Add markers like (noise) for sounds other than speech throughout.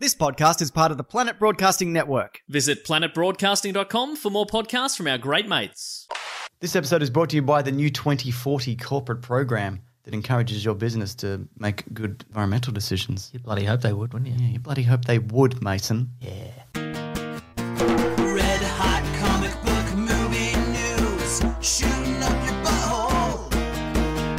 This podcast is part of the Planet Broadcasting Network. Visit planetbroadcasting.com for more podcasts from our great mates. This episode is brought to you by the new 2040 corporate program that encourages your business to make good environmental decisions. You bloody hope they would, wouldn't you? Yeah, you bloody hope they would, Mason. Yeah. Red hot comic book movie news, shooting up your butthole.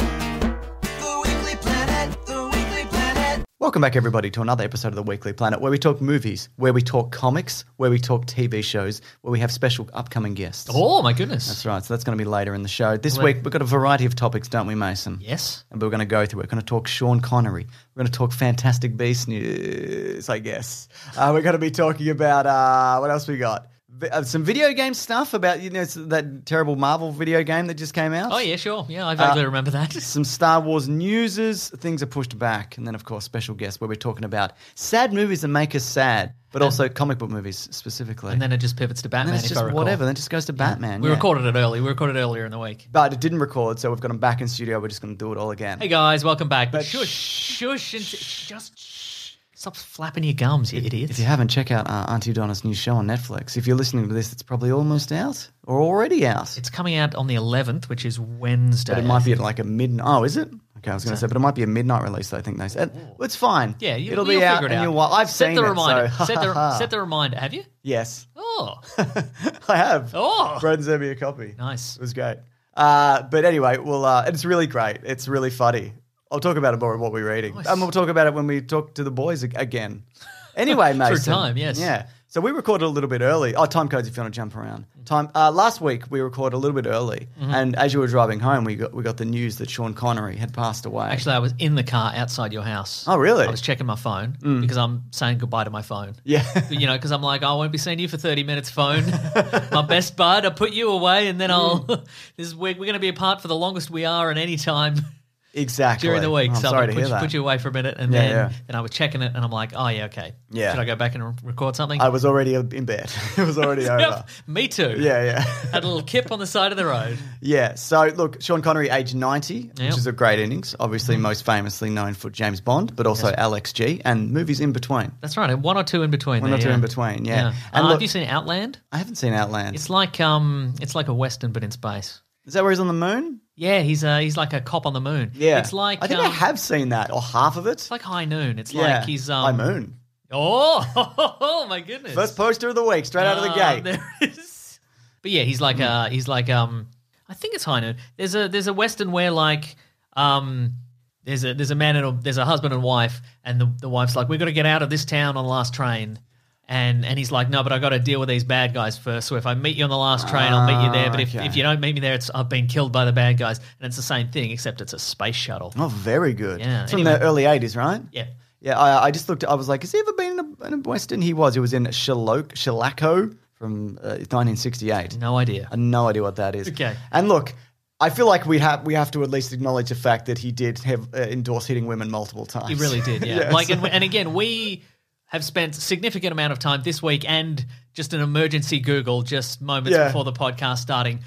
The Weekly Planet, the Weekly Planet. Welcome back, everybody, to another episode of the Weekly Planet where we talk movies, where we talk comics, where we talk TV shows, where we have special upcoming guests. Oh my goodness. That's right. So that's going to be later in the show. This Well- week, we've got a variety of topics, don't we, Mason? Yes. And we're going to go through it. We're going to talk Sean Connery. We're going to talk Fantastic Beast news, I guess. Uh, we're going to be talking about uh, what else we got? Vi- uh, some video game stuff about, you know, s- that terrible Marvel video game that just came out. Oh yeah, sure. Yeah, Uh, I vaguely remember that. (laughs) Some Star Wars newses, things are pushed back. And then, of course, special guests where we're talking about sad movies that make us sad, but also comic book movies specifically. And then it just pivots to And Batman. then it's if I just recall. whatever. Then it just goes to Batman. We yeah. recorded it early. We recorded earlier in the week. But it didn't record, so we've got him back in studio. We're just going to do it all again. Hey guys, welcome back. But But shush, shush, and just shh. stop flapping your gums, you idiots. If you haven't, check out uh, Auntie Donna's new show on Netflix. If you're listening to this, it's probably almost out or already out. It's coming out on the 11th, which is Wednesday. but it might be at like a midnight. Oh, is it? Okay, I was going to say, but it might be a midnight release. I think they said it's fine. Oh. Yeah, you, it'll you'll be out. Figure it and out. You'll, wa- I've set seen the it, reminder. so- (laughs) set, the, set the reminder. Have you? yes, (laughs) Oh, I have. Oh. Brad sent me a copy. nice. It was great. Uh, but anyway, well, uh, it's really great. It's really funny. I'll talk about it more in what we're reading. And we'll talk about it when we talk to the boys ag- again. Anyway, (laughs) Through Mason. time, yes. Yeah. So we recorded a little bit early. Oh, time codes if you want to jump around. Mm-hmm. Time uh, last week we recorded a little bit early, and as you were driving home, we got we got the news that Sean Connery had passed away. Actually, I was in the car outside your house. Oh, really? Mm. I was checking my phone because I'm saying goodbye to my phone. (laughs) yeah. (laughs) You know, because I'm like, I won't be seeing you for 30 minutes, phone. my best bud, I put you away, and then (laughs) I'll. (laughs) this week, we're going to be apart for the longest we are at any time exactly. during the week. Oh, I'm so sorry I'm to going hear to that. put you away for a minute, and Yeah, then, yeah. then I was checking it, and I'm like, oh, yeah, okay. Yeah. Should I go back and re- record something? I was already in bed. (laughs) it was already over. (laughs) Yep, me too. Yeah, yeah. Had a little kip on the side of the road. Yeah. So look, Sean Connery, age ninety, Yep. Mm-hmm. which is a great innings. Obviously, most famously known for James Bond, but also Alex G, and movies in between. That's right, and one or two in between. One or there, two yeah. in between. Yeah. Yeah. Uh, And look, have you seen Outland? I haven't seen Outland. It's like um, it's like a western, but in space. Is that where he's on the moon? Yeah, he's uh, he's like a cop on the moon. Yeah. it's like I think um, I have seen that or half of it. It's like High Noon. It's yeah. like he's um. High Moon. Oh, oh (laughs) my goodness! First poster of the week, straight out of Ah, the gate. There it is. But yeah, he's like uh, he's like um, I think it's High Noon. There's a there's a western where like um. There's a there's a man and a, there's a husband and wife and the, the wife's like we're gonna get out of this town on the last train, and and he's like no but I got to deal with these bad guys first so if I meet you on the last train I'll meet you there but if, Ah, okay. if you don't meet me there it's I've been killed by the bad guys and it's the same thing except it's a space shuttle Oh, very good. Yeah, It's from anyway. the early 80s, right? yeah Yeah, I, I just looked. I was like, has he ever been in a, in a Western? He was. He was in Shaloc, Shalaco from uh, 1968. no idea I have no idea what that is. Okay. And look, I feel like we have we have to at least acknowledge the fact that he did have uh, endorse hitting women multiple times. He really did, yeah. (laughs) Yes. Like, and, and again, we have spent significant amount of time this week and just an emergency Google just moments Yeah. before the podcast starting.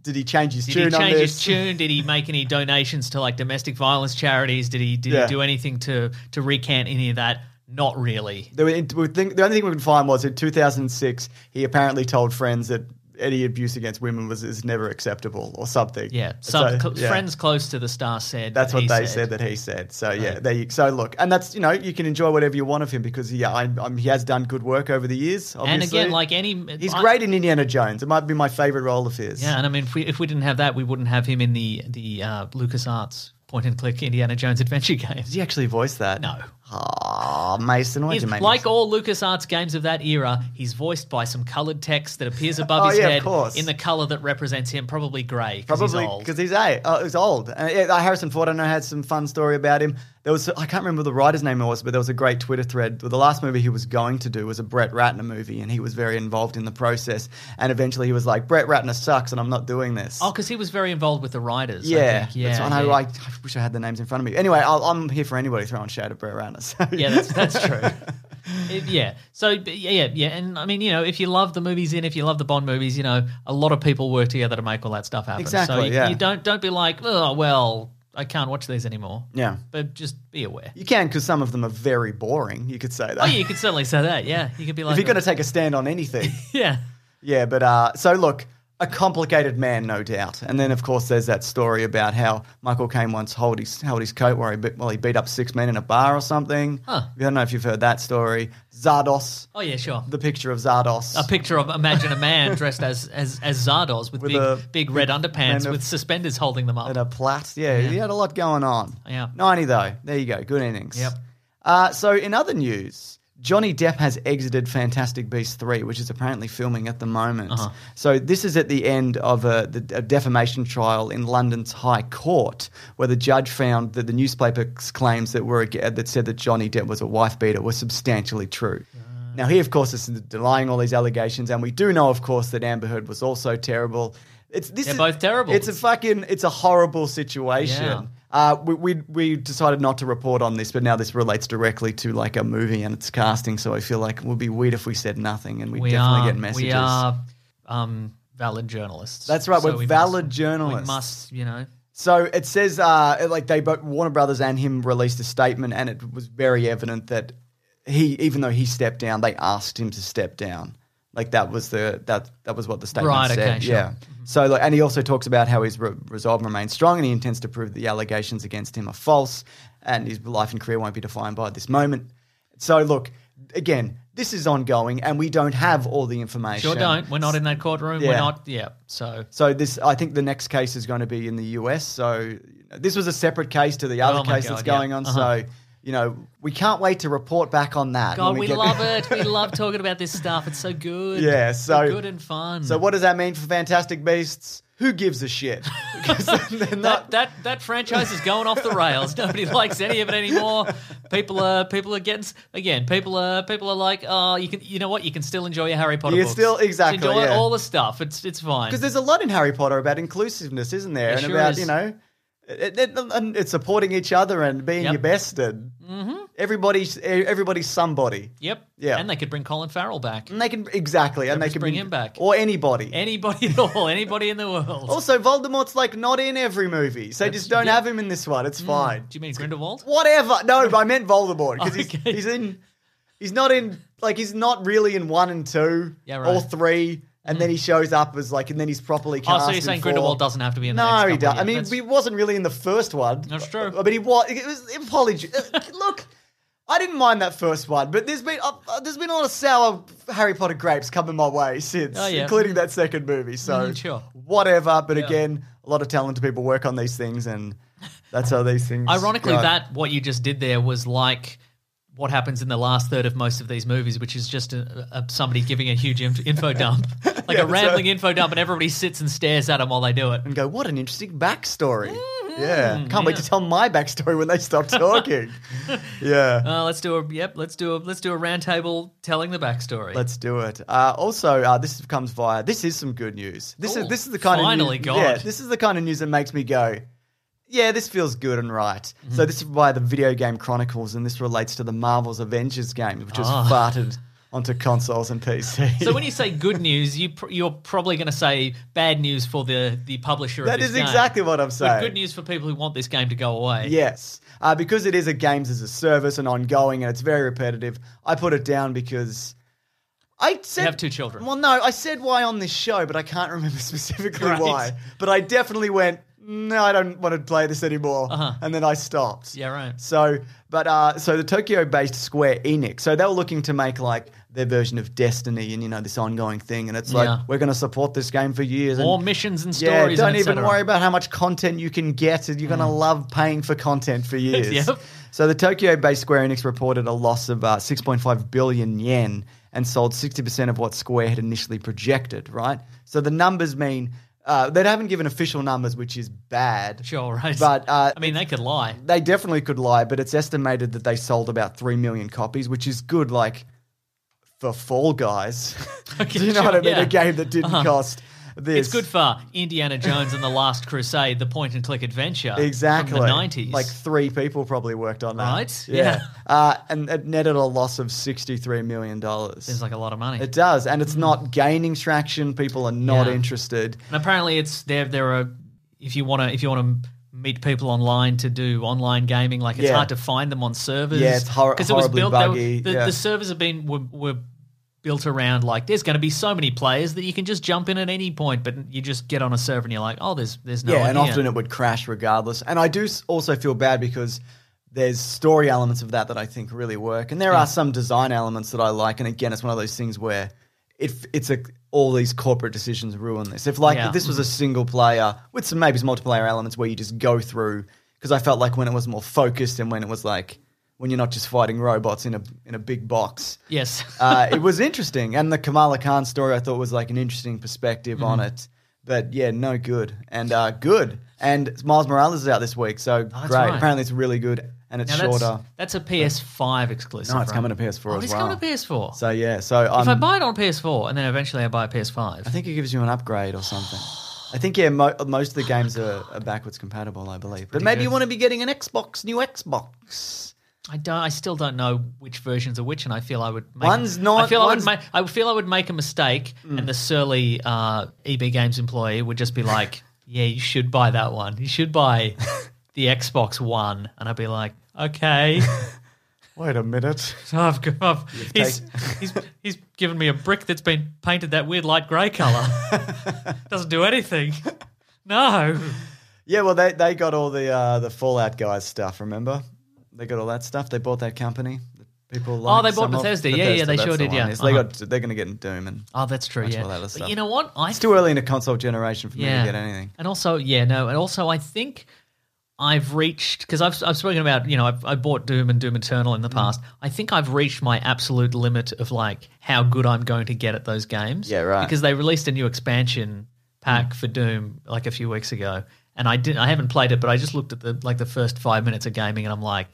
did he change his Did tune he on change his this? tune? Did he make any donations to like domestic violence charities? Did he did Yeah. he do anything to to recant any of that? Not really. There were- we think- the only thing we could find was in 2006 he apparently told friends that any abuse against women was is never acceptable or something. Yeah, So, some cl- yeah. friends close to the star said That's that what he they said. that he said. So yeah, there you, so look, and that's you know you can enjoy whatever you want of him because he I, I'm, he has done good work over the years. Obviously. And again, like any, he's I- great in Indiana Jones. It might be my favorite role of his. Yeah, and I mean, if we if we didn't have that, we wouldn't have him in the the uh, Lucas Arts point and click Indiana Jones adventure (laughs) games. Did he actually voice that? No. Ah, Mason, why'd He's- you make me like all LucasArts games of that era, he's voiced by some coloured text that appears above (laughs) Oh, his yeah, of head course. in the colour that represents him, probably grey, because he's Probably old. because he's, eight. Oh, he's old. Uh, yeah, uh, Harrison Ford, I know, had some fun story about him. There was I can't remember the writer's name it was, but there was a great Twitter thread. The last movie he was going to do was a Brett Ratner movie, and he was very involved in the process. And eventually, he was like, "Brett Ratner sucks, and I'm not doing this." Oh, because he was very involved with the writers. I yeah, think. yeah, that's one I yeah. like. I wish I had the names in front of me. Anyway, I'll, I'm here for anybody throwing shade at Brett Ratner. (laughs) So. Yeah, that's that's (laughs) true. It- yeah. So but yeah, yeah, yeah, and I mean, you know, if you love the movies in, if you love the Bond movies, you know, a lot of people work together to make all that stuff happen. So Exactly, you, yeah. you don't don't be like, oh well, I can't watch these anymore. Yeah. But just be aware. you can because some of them are very boring. You could say that. Oh, (laughs) you could certainly say that. Yeah, you could be like, if you're going to take a stand on anything. (laughs) yeah, Yeah, but uh, so look, a complicated man, no doubt. And then, of course, there's that story about how Michael Caine once held his held his coat while he beat, well, he beat up six men in a bar or something. Huh. I don't know if you've heard that story. Zardos, oh yeah, sure. the picture of Zardos. a picture of imagine a man dressed as as as Zardoz with, With big a big red underpants man of- with suspenders holding them up. and a plat. Yeah, he had a lot going on. Yeah. 90, though. There you go. Good innings. Yep. Uh, so, in other news, Johnny Depp has exited Fantastic Beasts 3, which is apparently filming at the moment. Uh-huh. So, this is at the end of a, the, a defamation trial in London's High Court, where the judge found that the newspaper's claims that, were, that said that Johnny Depp was a wife beater were substantially true. Uh. Now, he, of course, is denying all these allegations, and we do know, of course, that Amber Heard was also terrible. It's, this They're is- both terrible. It's a fucking it's a horrible situation. Yeah. Uh, we, we we decided not to report on this, but now this relates directly to like a movie and its casting. So I feel like it would be weird if we said nothing, and we, we definitely are get messages. we are um, valid journalists. That's right, So we're we valid must- journalists. We must, you know. So it says uh, like they both Warner Brothers and him released a statement, and it was very evident that he, even though he stepped down, they asked him to step down. Like that was the that that was what the statement Right, okay, said. sure. Yeah. So like, and he also talks about how his re- resolve remains strong, and he intends to prove that the allegations against him are false, and his life and career won't be defined by this moment. So look, again, this is ongoing, and we don't have all the information. Sure, don't. We're not in that courtroom. Yeah. We're not. Yeah. So So this, I think, the next case is going to be in the US. So you know, this was a separate case to the other Oh my case that's God, yeah. going on. Uh-huh. So you know, we can't wait to report back on that. when God, we get- (laughs) love it. We love talking about this stuff. It's so good. Yeah, so- good and fun. So what does that mean for Fantastic Beasts? Who gives (laughs) a shit? (laughs) 'Cause they're that, not- that that franchise is going off the rails. (laughs) Nobody likes any of it anymore. People are people are getting s- again. People are people are like, oh, you can you know what? You can still enjoy your Harry Potter. You books. still- exactly, enjoy yeah. all the stuff. It's it's fine. Because there's a lot in Harry Potter about inclusiveness, isn't there? There and sure about is. you know, it, it- and it's supporting each other and being Yep. Mm-hmm. your best and everybody's everybody's somebody. Yep. Yeah. Mm. And they could bring Colin Farrell back. And they can exactly, and they just can bring be- him back. or anybody. Anybody at all? Anybody in the world? Also, Voldemort's like not in every movie, so just don't have him in this one. Mm. It's fine. Do you mean Grindelwald? Whatever. No, I meant Voldemort because Okay. he's, he's in. He's not in. Like he's not really in one and two. Yeah, right. Mm. Or three, and then he shows up as like, and then he's properly cast. Oh, so you're in saying four. Grindelwald doesn't have to be in the next No, he couple, does. yeah, I mean, that's- he wasn't really in the first one. That's true. But he was. It was apology. uh, Look. I didn't mind that first one, but there's been uh, uh, there's been a lot of sour Harry Potter grapes coming my way since, Oh, yeah. including that second movie. So Mhm, sure. whatever. But again, a lot of talented people work on these things, and that's how these things. Ironically, go. that what you just did there was like what happens in the last third of most of these movies, which is just a, a, somebody giving a huge inf- (laughs) info dump, like a rambling info dump, and everybody sits and stares at them while they do it. and go, what an interesting backstory. Mm-hmm. Yeah, can't wait to tell my backstory when (laughs) they stop talking. yeah. Uh, let's do a yep. Let's do a let's do a roundtable telling the backstory. Let's do it. Uh, also, uh, this comes via. This is some good news. This Ooh, is this is the kind finally, of news, God. Yeah, this is the kind of news that makes me go, yeah, this feels good and right. Mm-hmm. So this is via the video game Chronicles, and this relates to the Marvel's Avengers game, which was farted onto consoles and PC. Ah. so when you say good news, you pr- you're probably going to say bad news for the the publisher. (laughs) that of this is game. exactly what I'm saying. But good news for people who want this game to go away. Yes, uh, because it is a games as a service and ongoing, and it's very repetitive. I put it down because I said have two children. Well, no, I said why on this show, but I can't (laughs) remember specifically Right. why. But I definitely went. No, I don't want to play this anymore. Uh-huh. And then I stopped. Yeah, right. So, but uh, so the Tokyo-based Square Enix, so they were looking to make like their version of Destiny, and you know this ongoing thing, and it's like Yeah. we're going to support this game for years. More and, missions and yeah, stories. don't and et even cetera. Mm. worry about how much content you can get. and You're going to love paying for (laughs) content for years. Yep. So the Tokyo-based Square Enix reported a loss of uh, 6.5 billion yen and sold 60% of what Square had initially projected. Right. So the numbers mean uh, they haven't given official numbers, which is bad. Sure, (laughs) right. But uh, I mean, they could lie. (laughs) they definitely could lie, but it's estimated that they sold about three million copies, which is good, like for Fall Guys. (laughs) Okay, Do you know sure, what I mean? yeah. Uh-huh. A game that didn't cost this. It's good for Indiana Jones and the Last Crusade, the point and click adventure. exactly Uh, From the 90s. Like three people probably worked on that, Right? Yeah, Yeah. Uh, and it netted a loss of sixty-three million dollars. Seems like a lot of money. it does, and it's not gaining traction. People are not Yeah. interested. And apparently, it's there. There are if you want to if you want to meet people online to do online gaming, like it's Yeah. hard to find them on servers. Yeah, it's hor- 'Cause horribly they were- buggy, The, yeah. the servers have been were, were built around like there's going to be so many players that you can just jump in at any point, but you just get on a server and you're like, oh, there's there's no yeah, one and here. often it would crash regardless. And I do s- also feel bad because there's story elements of that that I think really work, and there are some design elements that I like. And again, it's one of those things where if it's a all these corporate decisions ruin this. If like Yeah. if this was a single player with some maybe some multiplayer elements where you just go through, because I felt like when it was more focused and when it was like when you're not just fighting robots in a in a big box, yes, uh, it was interesting, and the Kamala Khan story I thought was like an interesting perspective on Mm-hmm. it. But yeah, no good and uh, good. And Miles Morales is out this week, so great. right. Apparently, it's really good and it's (laughs) Oh, now shorter. that's that's a PS5 exclusive. No, it's right? coming to PS4 Oh, as it's well. coming to PS4. So yeah, so I'm, if I buy it on PS4 and then eventually I buy a PS5, I think it gives you an upgrade or something. I think yeah, mo- most of the games are, are backwards compatible, I believe. But maybe good. you want to be getting an Xbox, new Xbox. I don't. I still don't know which versions are which, and I feel I would. Make, One's not- I feel one's- I would. Make, I feel I would make a mistake, and the surly uh, EB Games employee would just be like, (laughs) "Yeah, you should buy that one. You should (laughs) buy the Xbox One." And I'd be like, (laughs) "Okay." Wait a minute. So I've, got- I've, he's, he's he's given me a brick that's been painted that weird light grey (laughs) color. Doesn't do anything. (laughs) No. Yeah, well, they, they got all the uh, the Fallout guys stuff. Remember, they got all that stuff. They bought that company. that People Oh, they liked bought some of. Bethesda. Yeah, yeah, they that's sure the did, one. yeah. Yes, they Uh-huh. got. They're going to get in Doom, and Oh, that's true. Much yeah. all that other But stuff. you know what? I it's too early in the console generation for me Yeah. to get anything. And also, yeah, no, and also I think I've reached because I've I've spoken about you know I've, I bought Doom and Doom Eternal in the Mm. past. I think I've reached my absolute limit of like how good I'm going to get at those games. Yeah, right. Mm. Because they released a new expansion pack for Doom like a few weeks ago, and I didn't I haven't played it, but I just looked at the like the first five minutes of gaming, and I'm like.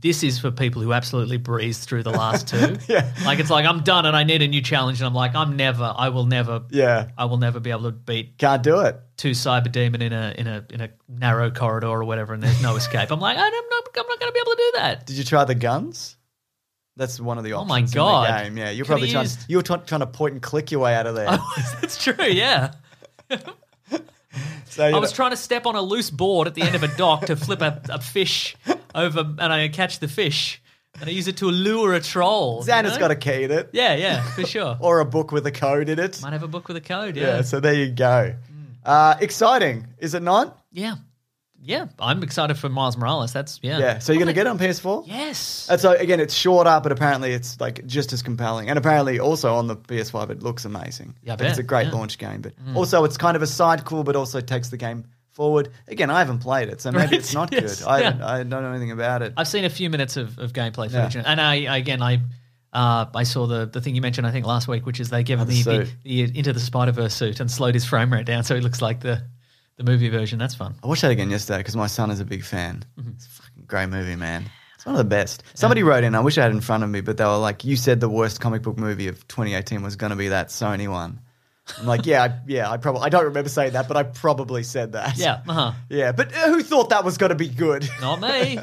This is for people who absolutely breeze through the last (laughs) two. yeah. Like it's like I'm done and I need a new challenge and I'm like I'm never I will never Yeah. I will never be able to beat Can't do it. two cyber demon in a in a in a narrow corridor or whatever, and there's (laughs) no escape. I'm like, I don't know, I'm not going to be able to do that. (laughs) Did you try the guns? That's one of the options. Oh my in the God. game. Yeah, Could've you're probably trying. used- You're try- trying to point and click your way out of there. That's true. Yeah, (laughs) so, you I was know- trying to step on a loose board at the end of a dock to flip a, a fish over, and I catch the fish, and I use it to lure a troll. you Xana's know? got a key in it, yeah, yeah, for sure. (laughs) or a book with a code in it. Might have a book with a code. Yeah. Yeah, So there you Mm. go. Uh, exciting, is it not? yeah, yeah. I'm excited for Miles Morales. That's yeah, Yeah. So you're going to get it on PS4? yes. And so again, it's shorter, but apparently it's like just as compelling. And apparently, also on the PS5, it looks amazing. Yeah, I But it's bet, a great yeah. Mm. launch game. But also, it's kind of a sidequel, but also takes the game forward. Again, I haven't played it, so maybe Right, it's not (laughs) yes, good. I, yeah. don't- I don't know anything about it. I've seen a few minutes of, of gameplay Yeah. footage, and I I- again I uh, I saw the the thing you mentioned I think last week, which is they gave him the the, the, suit. the into the Spider Verse suit and slowed his frame rate down so he looks like the the movie version. That's fun. I watched that again yesterday because my son is a big fan. Mm-hmm. It's a fucking great movie, man. It's one of the best. Somebody wrote in, I wish I had it in front of me, but they were like, "You said the worst comic book movie of 2018 was going to be that Sony one." I'm like, "Yeah, I, yeah, I probably I don't remember saying that, but I probably said that." Yeah, uh-huh. Yeah, but uh, who thought that was going to be good? not me,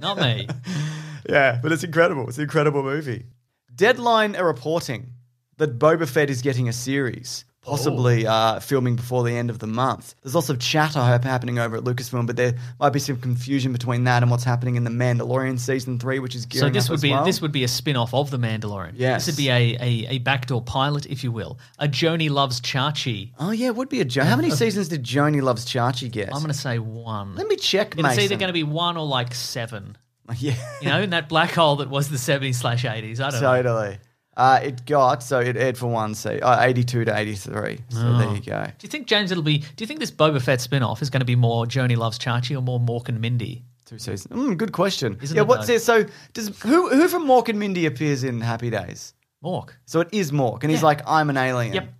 not me. (laughs) yeah, but it's incredible. It's an incredible movie. Deadline are reporting that Boba Fett is getting a series. possibly Oh. uh, filming before the end of the month. There's lots of chatter hap- happening over at Lucasfilm, but there might be some confusion between that and what's happening in the Mandalorian season three, which is gearing So this up would as be well. this would be a spin-off of the Mandalorian. Yes. This would be a, a, a backdoor pilot, if you will. A Joni loves Chachi. Oh yeah, it would be a Joni. How (laughs) many seasons did Joni Loves Chachi get? I'm gonna say one. Let me check, it's Mason. either gonna be one or like seven. (laughs) yeah, You know, in that black hole that was the seventies slash eighties. I don't know. totally. Uh, it got so it aired for one se uh, 82 to 83. So Oh. there you go. Do you think James it'll be do you think this Boba Fett spin-off is gonna be more Joni loves Chachi or more Mork and Mindy? Two seasons. Mm, good question. Isn't yeah, it what's though? there? So does who who from Mork and Mindy appears in Happy Days? Mork. So it is Mork, and he's like, "I'm an alien." Yep.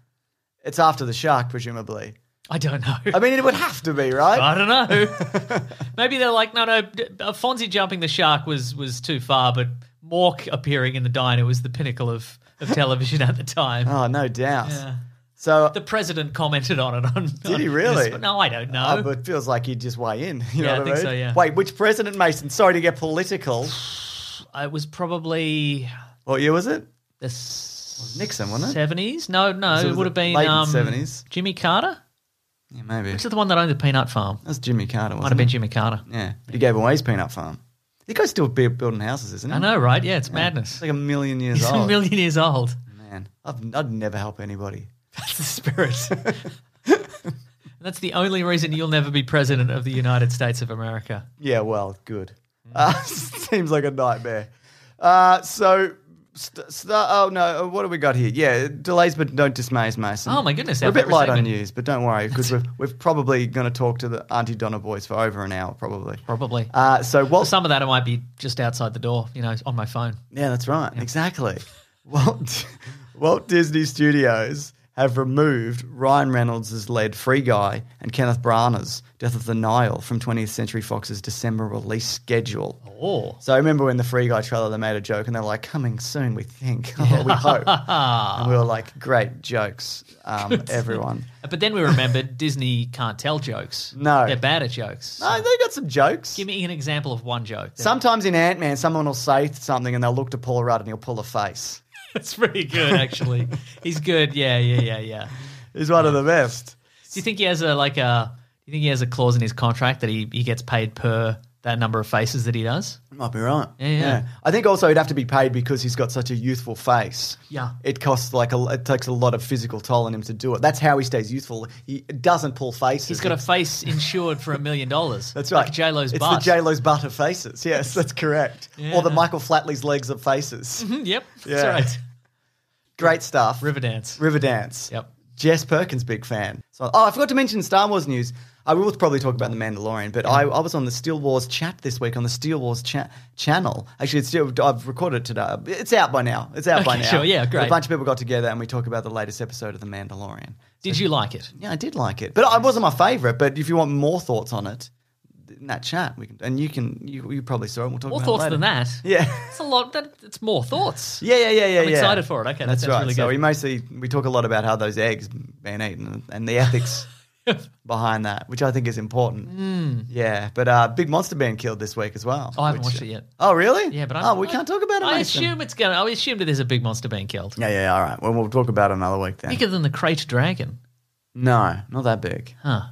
It's after the shark, presumably. I don't know. I mean, it would have to be, (laughs) right? I don't know. (laughs) Maybe they're like, no, no. d- uh, Fonzie jumping the shark was was too far, but Mork appearing in the diner was the pinnacle of of television at the time. (laughs) Oh, no doubt. Yeah. So, The president commented on it. On Did on he really? this- no, I don't know. uh, but it feels like he'd just weigh in. (laughs) You Yeah, know what I think I mean? so, yeah. Wait, which president, Mason? Sorry to get political. it was probably What year was it? the s- Nixon, wasn't it? seventies. No, no, So it it was would have been late um, 70s. Jimmy Carter. Yeah, maybe. This is the one that owned the peanut farm. That's Jimmy Carter, Might wasn't have been it? Jimmy Carter. Yeah, but he gave away his peanut farm. The guy's still be- building houses, isn't he? I know, right? Yeah, it's It's madness. like a million years He's old. a million years (laughs) old. Man, I've, I'd never help anybody. (laughs) That's the spirit. That's the only reason you'll never be president of the United States of America. Yeah, well, good. Mm. Uh, (laughs) seems like a nightmare. Uh, so, st- st- oh no, uh, what do we got here? Yeah, delays but don't dismays, Mason. Oh, my goodness, we're a our bit favourite light on segment. news, but don't worry because we're we're probably going to talk to the Auntie Donna boys for over an hour, probably. Probably. Uh, so For Walt, some of that, I might be just outside the door, you know, on my phone. yeah, that's right, exactly. Walt, Walt Disney Studios have removed Ryan Reynolds' led Free Guy and Kenneth Branagh's Death of the Nile from 20th Century Fox's December release schedule. Oh, So I remember when the Free Guy trailer, they made a joke and they were like, coming soon, we think, (laughs) or we hope. and we were like, great jokes, um, (laughs) everyone. but then we remembered (laughs) Disney can't tell jokes. No. they're bad at jokes. No, they got some jokes. Give me an example of one joke. Sometimes in Ant Man, someone will say something and they'll look to Paul Rudd and he'll pull a face. (laughs) That's pretty good, actually. He's good. Yeah, yeah, yeah, yeah. He's one of the best. Do you think he has a like a? Do you think he has a clause in his contract that he, he gets paid per that number of faces that he does? Might be right. yeah. I think also he'd have to be paid because he's got such a youthful face. Yeah. It costs like a, it takes a lot of physical toll on him to do it. That's how he stays youthful. He doesn't pull faces. He's got a face insured for a million dollars. That's right. Like J Lo's It's bust. the J Lo's butt of faces. (laughs) Yes, that's correct. Or the Michael Flatley's legs of faces. Hmm, Yep. Yeah. That's right. Great stuff. Riverdance. Riverdance. Yep. Jess Perkins, big fan. So, oh, I forgot to mention Star Wars news. I will probably talk about the Mandalorian, but I, I was on the Steel Wars chat this week on the Steel Wars cha- channel. Actually, it's still, I've recorded it today. It's out by now. It's out by Okay, now. sure, yeah, A great. bunch of people got together and we talk about the latest episode of the Mandalorian. Did you like it? Yeah, I did like it, but I wasn't my favorite. But if you want more thoughts on it, in that chat we can, and you can, you, you probably saw it. We'll talk More about thoughts it later. than that. Yeah. (laughs) It's a lot. That it's more thoughts. Yeah, yeah, yeah, yeah. I'm yeah. excited for it. Okay, that that's sounds right. really so good. we mostly we talk a lot about how those eggs been eaten and (laughs) the ethics behind that, which I think is important. Yeah, but uh, Big Monster being killed this week as well. Oh, Hmm. I haven't which- watched it yet. Oh, really? Yeah, but I, oh, we can't talk about it. I Mason. assume it's gonna. I assume that there's a big monster being killed. Yeah, yeah. All right. Well, we'll talk about it another week then. Bigger than the crate dragon, No, not that big. huh?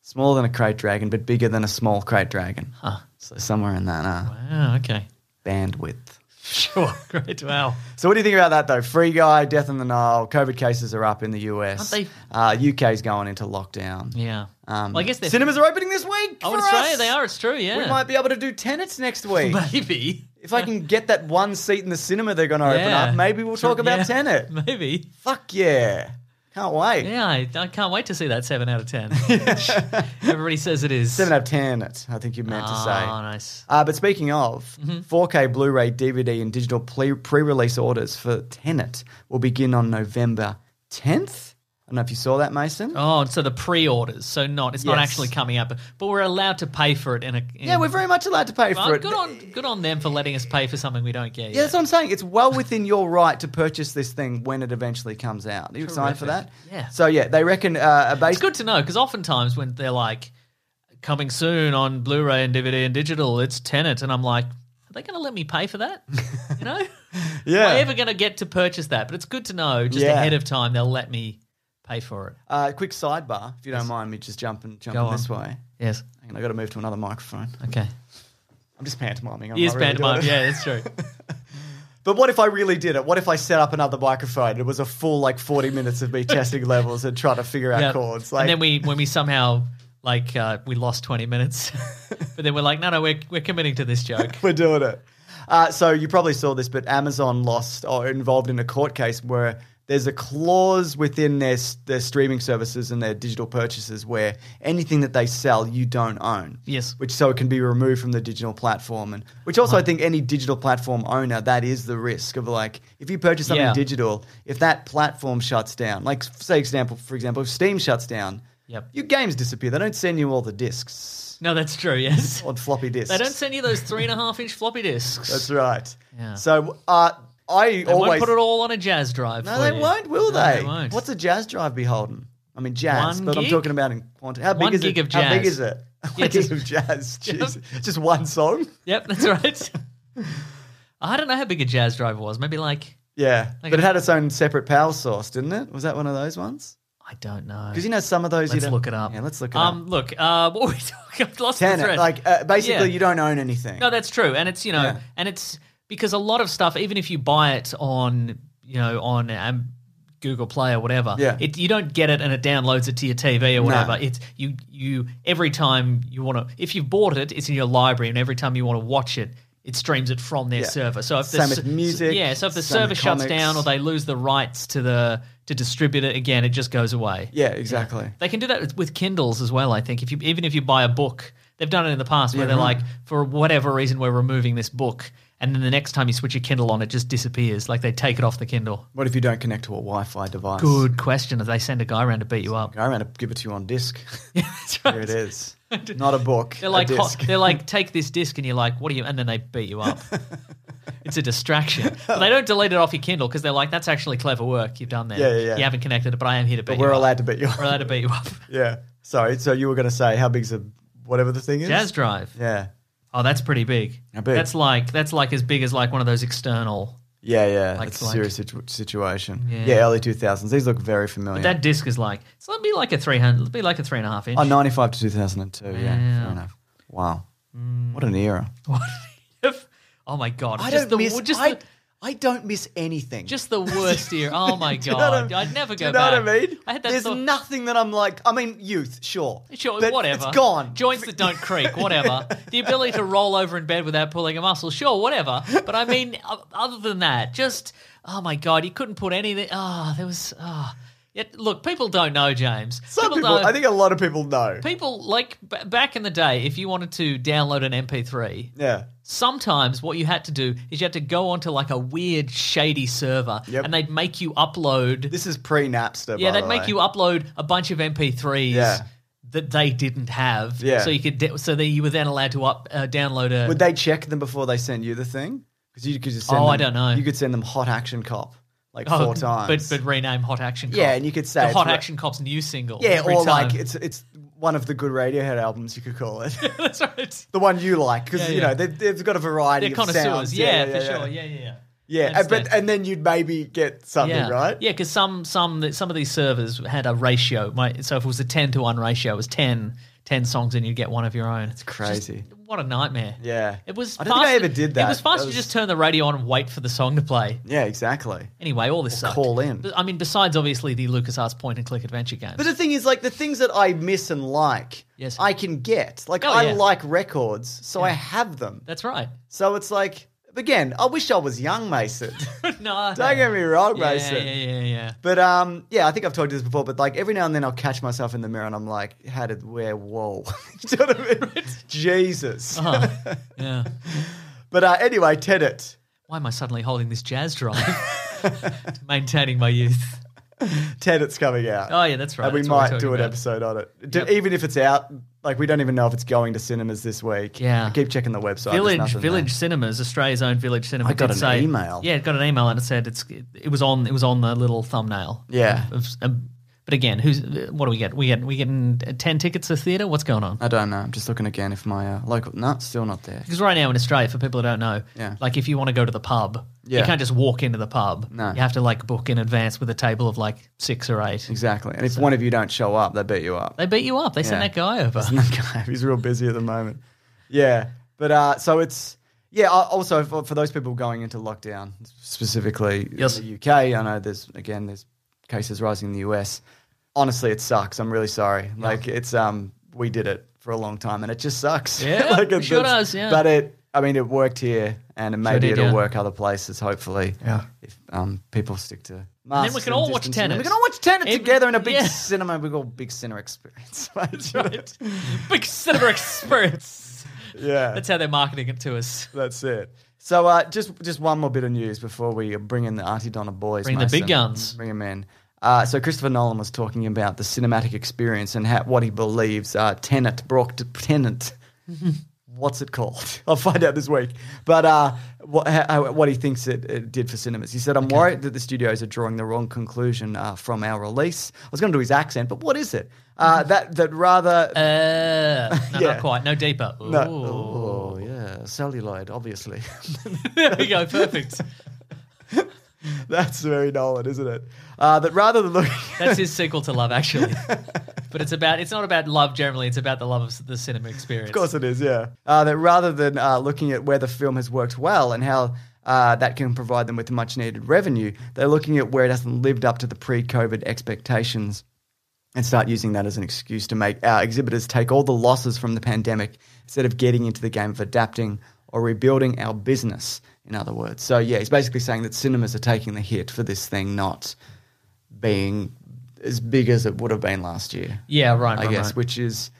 Smaller than a crate dragon, but bigger than a small crate dragon. Huh. So somewhere in that uh, Oh, okay. (laughs) bandwidth. Sure. Great. Wow. So what do you think about that though? Free guy, death in the Nile. COVID cases are up in the US. Aren't Uh, UK's going into lockdown. Yeah. Um, well, I guess they're. cinemas are opening this week. Oh, for in Australia, us. they are. It's true. Yeah. We might be able to do tenants next week. (laughs) Maybe. if I can get that one seat in the cinema they're going to open Yeah. up, maybe we'll talk about Yeah. Tenet. Maybe. Fuck yeah. Can't wait. Yeah, I, I can't wait to see that seven out of (laughs) ten. Everybody says it is. Seven out of ten, it's- I think you meant to Oh, Mm-hmm. say. nice. Uh, but speaking of, 4K Blu ray, DVD, and digital pre release orders for Tenet will begin on November 10th. I don't know if you saw that, Mason. Oh, so the pre-orders, so not it's not Yes. actually coming out, but, but we're allowed to pay for it in a. In Yeah, we're very much allowed to pay Well, for it. good on good on them for letting us pay for something we don't get. Yeah, yet. that's what I'm saying. It's well within your right to purchase this thing when it eventually comes out. Are you excited for that? Terrific. Yeah. So yeah, they reckon uh, a base. it's good to know because oftentimes when they're like coming soon on Blu-ray and DVD and digital, it's Tenet, and I'm like, are they going to let me pay for (laughs) that? You know, am Yeah. I ever going to get to purchase that? But it's good to know just Yeah. ahead of time they'll let me pay for it. Uh, quick sidebar, if you don't mind me just jumping jumping Go on. this way. Yes. Hang on, I got to move to another microphone. Okay. I'm just pantomiming. I'm He is not really doing pantomime. it. Yeah, that's (laughs) true. But what if I really did it? What if I set up another microphone? It was a full like 40 minutes of me (laughs) testing levels and trying to figure out Yeah. chords. Like, and then we when we somehow like uh, we lost twenty minutes, (laughs) but then we're like, no, no, we're we're committing to this joke. (laughs) (laughs) we're doing it. Uh, so you probably saw this, but Amazon lost or involved in a court case where there's a clause within their their streaming services and their digital purchases where anything that they sell you don't own. Yes. Uh-huh. which so it can be removed from the digital platform, and which also I think any digital platform owner that is the risk of like if you purchase something Yeah. digital, if that platform shuts down, like say example for example, if Steam shuts down, Yep. your games disappear. They don't send you all the discs No, that's true. (laughs) Yes. on floppy disks. They don't send you those three and a half inch floppy disks. That's right. Yeah. So uh, I They always won't put it all on a jazz drive. No, for they you. won't, will No, they? won't. What's a jazz drive be holding? I mean, jazz, One but I'm gig? talking about in quantity. How big One is gig it? of How big jazz. is it? (laughs) One Yeah, gig just- (laughs) of jazz. Jeez. just one song. (laughs) Yep, that's right. (laughs) I don't know how big a jazz drive was. Maybe like Yeah, Like but a- it had its own separate power source, didn't it? Was that one of those ones? I don't know. Because you know some of those. you let's don't- look it up. Yeah, let's look it um, up. Look, uh, (laughs) what were we talking? I've lost the Tenor, thread. like uh, basically, Yeah. you don't own anything. No, that's true, and it's you know, Yeah. and it's because a lot of stuff, even if you buy it on you know on um, Google Play or whatever, Yeah. it, you don't get it and it downloads it to your TV or whatever. It's you you every time you want to, if you've bought it, it's in your library, and every time you want to watch it. It streams it from their Yeah. server. So if the Same s- with music, yeah. So if the same server with shuts comics. down or they lose the rights to the to distribute it again, it just goes away. Yeah, exactly. They can do that with Kindles as well. I think if you even if you buy a book, they've done it in the past where they're like, for whatever reason, we're removing this book, and then the next time you switch your Kindle on, it just disappears. Like they take it off the Kindle. What if you don't connect to a Wi-Fi device? Good question. They send a guy around to beat you up. Go around and give it to you (laughs) on disc. That's Here right. it is. Not a book. (laughs) They're like a hot, disc. they're (laughs) like take this disc, and you're like, what do you? And then they beat you up. It's a distraction. But they don't delete it off your Kindle because they're like, that's actually clever work you've done there. Yeah, yeah, yeah. You haven't connected it, but I am here to beat But you we're up. allowed to bet you. We're allowed to beat you up. (laughs) yeah. Sorry. So you were going to say how big's a whatever the thing is? Jazz drive. Yeah. Oh, that's pretty big. How big? That's like that's like as big as like one of those external. Yeah, yeah. Like- That's a like- serious situ- situation. Yeah. Yeah. early 2000s. These look very familiar. That disc is like so. It'd be like a three hundred. It'd be like a three and a half inch. oh, 95 to 2002. Yeah. Fair enough. Wow. What an era. (laughs) oh my god! It's Mm. just the, Just the, I don't miss anything. just the worst (laughs) year. Oh my Do you know what god! I- I'd never do go you know back. what I mean? I had that There's thought- nothing that I'm like. I mean, youth, sure, Sure, But whatever. It's gone. Joints that don't creak, (laughs) whatever. the ability to roll over in bed without pulling a muscle, sure, whatever. But I mean, o- other than that, just oh my god, you couldn't put anything. Ah, there was ah. Yet, look, people don't know James. Some people, don't- I think a lot of people know. people like b- back in the day if you wanted to download an mp3 yeah, sometimes what you had to do is you had to go onto like a weird shady server Yep. and they'd make you upload this is pre Napster. yeah they'd make you upload a bunch of mp3s Yeah. that they didn't have Yeah. so you could de- so then you were then allowed to up uh, download a Would they check them before they send you the thing? Because you could just send Oh, I don't them- know. You could send them Hot Action Cop like oh, four times. (laughs) but but rename hot action cop Yeah, and you could say the it's hot re- action cop's new single yeah, every or time. like it's it's one of the good Radiohead albums you could call it, (laughs) (laughs) that's right the one you like because Yeah, you yeah. know they've, they've got a variety they're of connoisseurs sounds. yeah, for sure yeah yeah yeah Yeah, and, Understand. but and then you'd maybe get something yeah. right. Yeah, because some some some of these servers had a ratio. My, so if it was a ten to one ratio, it was 10, 10 songs, and you'd get one of your own. It's crazy. Just, what a nightmare. Yeah. It was. I don't think I faster- ever did that. It was faster That to just was- turn the radio on and wait for the song to play. Yeah, exactly. Anyway, all this sucked. call in. But, I mean, besides obviously the LucasArts point and click adventure games. But the thing is, like the things that I miss and like, Yes. I can get. Like Oh, I yeah. like records, so I have them. That's right. (laughs) So it's like again, I wish I was young, Mason. (laughs) no, Don't get me wrong, yeah, Mason. yeah, yeah, yeah. But um, yeah, I think I've talked to this before. But like every now and then, I'll catch myself in the mirror and I'm like, "How did where? Whoa, (laughs) Do you (laughs) know what I mean? Jesus!" Uh-huh. yeah. (laughs) But uh, anyway, Tenet, Why am I suddenly holding this jazz (laughs) (laughs) drive? Maintaining my youth. Tenet's coming out. Oh yeah, that's right. and we That's what we're might talking do an about. episode on it. Yep. Do- Even if it's out, like we don't even know if it's going to cinemas this week. Yeah. I keep checking the website. There's Village nothing Village there. Cinemas, Australia's own Village Cinema. I got did an say- email. Yeah, it got an email and it said it's it was on it was on the little thumbnail. Yeah. Of- of- But again, who's what do we get? We get we getting ten tickets a theater. What's going on? I don't know. I'm just looking again if my uh, local. No, still not there. Because right now in Australia, for people who don't know, Yeah. like if you want to go to the pub, you Yeah. can't just walk into the pub. No. You have to like book in advance with a table of like six or eight. Exactly. And if one of you don't show up, they beat you up. They beat you up. They sent Yeah. that guy over. He's (laughs) real busy at the moment. Yeah. But uh, so it's. Yeah, uh, also for, for those people going into lockdown, specifically Yes. in the UK, I know there's, again, there's cases rising in the US. Honestly, it sucks. I'm really sorry. Like, it's, um, we did it for a long time and it just sucks. (laughs) Yeah, it sure it's- does, yeah. But it, I mean, it worked here and it maybe did, it'll yeah. work other places, hopefully. Yeah. If um, people stick to masks. we can all watch distancing. And Tenet. We can all watch Tenet Every- together in a big yeah. cinema. We call big cinema experience. (laughs) That's right. (laughs) Big cinema experience. Yeah, That's that's, how they're marketing it to us. it. So uh, just just one more bit of news before we bring in the Auntie Donna boys. Bring the Mason. big guns. Bring them in. Uh, so Christopher Nolan was talking about the cinematic experience and how, what he believes uh, Tenet brought (laughs) to Tenet. What's it called? (laughs) I'll find out this week. But uh, what, how, what he thinks it, it did for cinemas. He said, I'm worried that the studios are drawing the wrong conclusion uh, from our release. I was going to do his accent, but what is it? Uh, that, that rather. Uh, no, Yeah. not quite. No deeper. No. Ooh. (laughs) Oh, yeah. Celluloid, obviously. (laughs) there we go. Perfect. That's very Nolan, isn't it? Uh, that rather than looking. (laughs) That's his sequel to Love, actually. But it's about it's not about love generally. It's about the love of the cinema experience. Of course it is, yeah. Uh, that rather than uh, looking at where the film has worked well and how uh, that can provide them with much needed revenue, they're looking at where it hasn't lived up to the pre COVID expectations and start using that as an excuse to make our exhibitors take all the losses from the pandemic instead of getting into the game of adapting or rebuilding our business, in other words. So, yeah, he's basically saying that cinemas are taking the hit for this thing not being as big as it would have been last year. Yeah, right. I right, guess, right. which is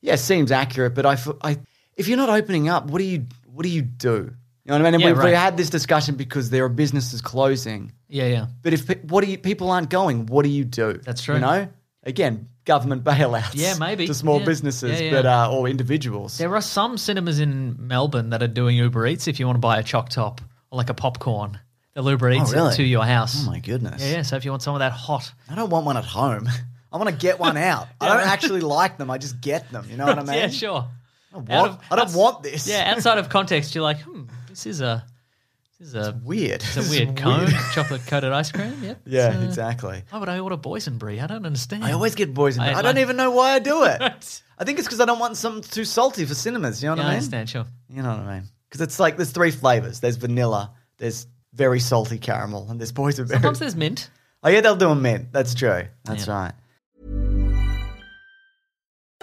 yeah, seems accurate. But I, f- I- if you're not opening up, what do you what do you do? You know what I mean? And Yeah, we've, we right. had this discussion because there are businesses closing. Yeah, yeah. But if pe- what do you, people aren't going, what do you do? That's true. You know, again, government (laughs) bailouts. Yeah, maybe. to small Yeah. businesses, Yeah, yeah. but uh, or individuals. There are some cinemas in Melbourne that are doing Uber Eats if you want to buy a choc top or like a popcorn. They'll Uber Eats it Oh, really? to your house. oh my goodness! Yeah, yeah. So if you want some of that (laughs) hot, I don't want one at home. (laughs) I want to get (laughs) one out. I don't actually like them. I just get them. You know what I mean? yeah, sure. I don't, Out want, of- I don't outs- want this. Yeah, outside of context, you're like, hmm, this is a, this is a, weird. it's a (laughs) weird cone, chocolate coated ice cream. Yep. Yeah, It's, uh, exactly. Why would I order boysenberry? I don't understand. I always get boys in I- I, don't I- even know why I (laughs) do it. Right. I think it's because I don't want something too salty for cinemas. You know what Yeah, I I mean? understand. Sure. You know what I mean? Because it's like there's three flavors. There's vanilla. There's very salty caramel, and there's Sometimes boysenberry. there's mint. Oh yeah, they'll do a mint. That's true. That's Yeah. right.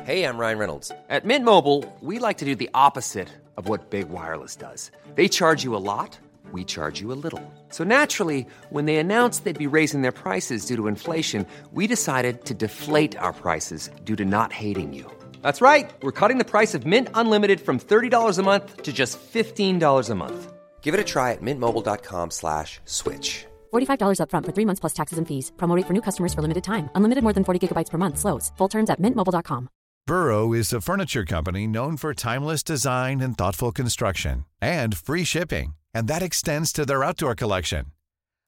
Hey, I'm Ryan Reynolds. At Mint Mobile, we like to do the opposite of what Big Wireless does. They charge you a lot, we charge you a little. So naturally, when they announced they'd be raising their prices due to inflation, we decided to deflate our prices due to not hating you. That's right. We're cutting the price of Mint Unlimited from $30 a month to just $15 a month. Give it a try at mintmobile.com slash switch. $45 upfront for three months plus taxes and fees. Promote for new customers for limited time. Unlimited more than 40 gigabytes per month. Slows. Full terms at mintmobile.com. Burrow is a furniture company known for timeless design and thoughtful construction and free shipping, and that extends to their outdoor collection.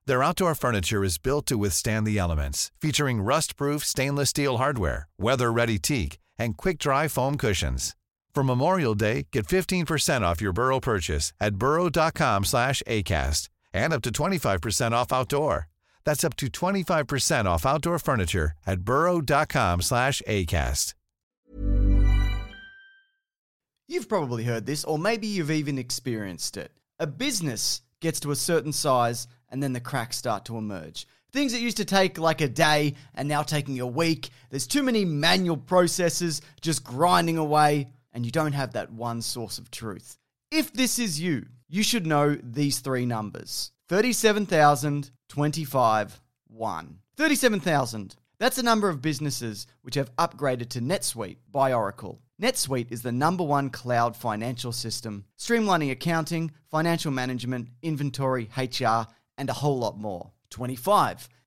Their outdoor furniture is built to withstand the elements, featuring rust-proof stainless steel hardware, weather-ready teak, and quick-dry foam cushions. For Memorial Day, get 15% off your Burrow purchase at burrow.com/acast and up to 25% off outdoor. That's up to 25% off outdoor furniture at burrow.com/acast. You've probably heard this, or maybe you've even experienced it. A business gets to a certain size, and then the cracks start to emerge. Things that used to take like a day and now taking a week. There's too many manual processes just grinding away, and you don't have that one source of truth. If this is you, you should know these three numbers 37,025, 1. 37,000. That's the number of businesses which have upgraded to NetSuite by Oracle. NetSuite is the number one cloud financial system, streamlining accounting, financial management, inventory, HR, and a whole lot more. 25.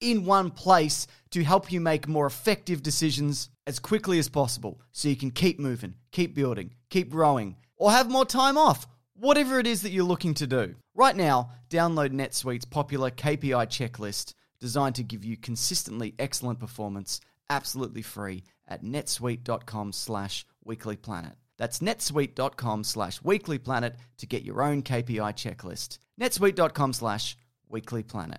in one place to help you make more effective decisions as quickly as possible so you can keep moving, keep building, keep growing, or have more time off, whatever it is that you're looking to do. Right now, download NetSuite's popular KPI checklist designed to give you consistently excellent performance absolutely free at netsuite.com slash weeklyplanet. That's netsuite.com slash weeklyplanet to get your own KPI checklist. netsuite.com slash weeklyplanet.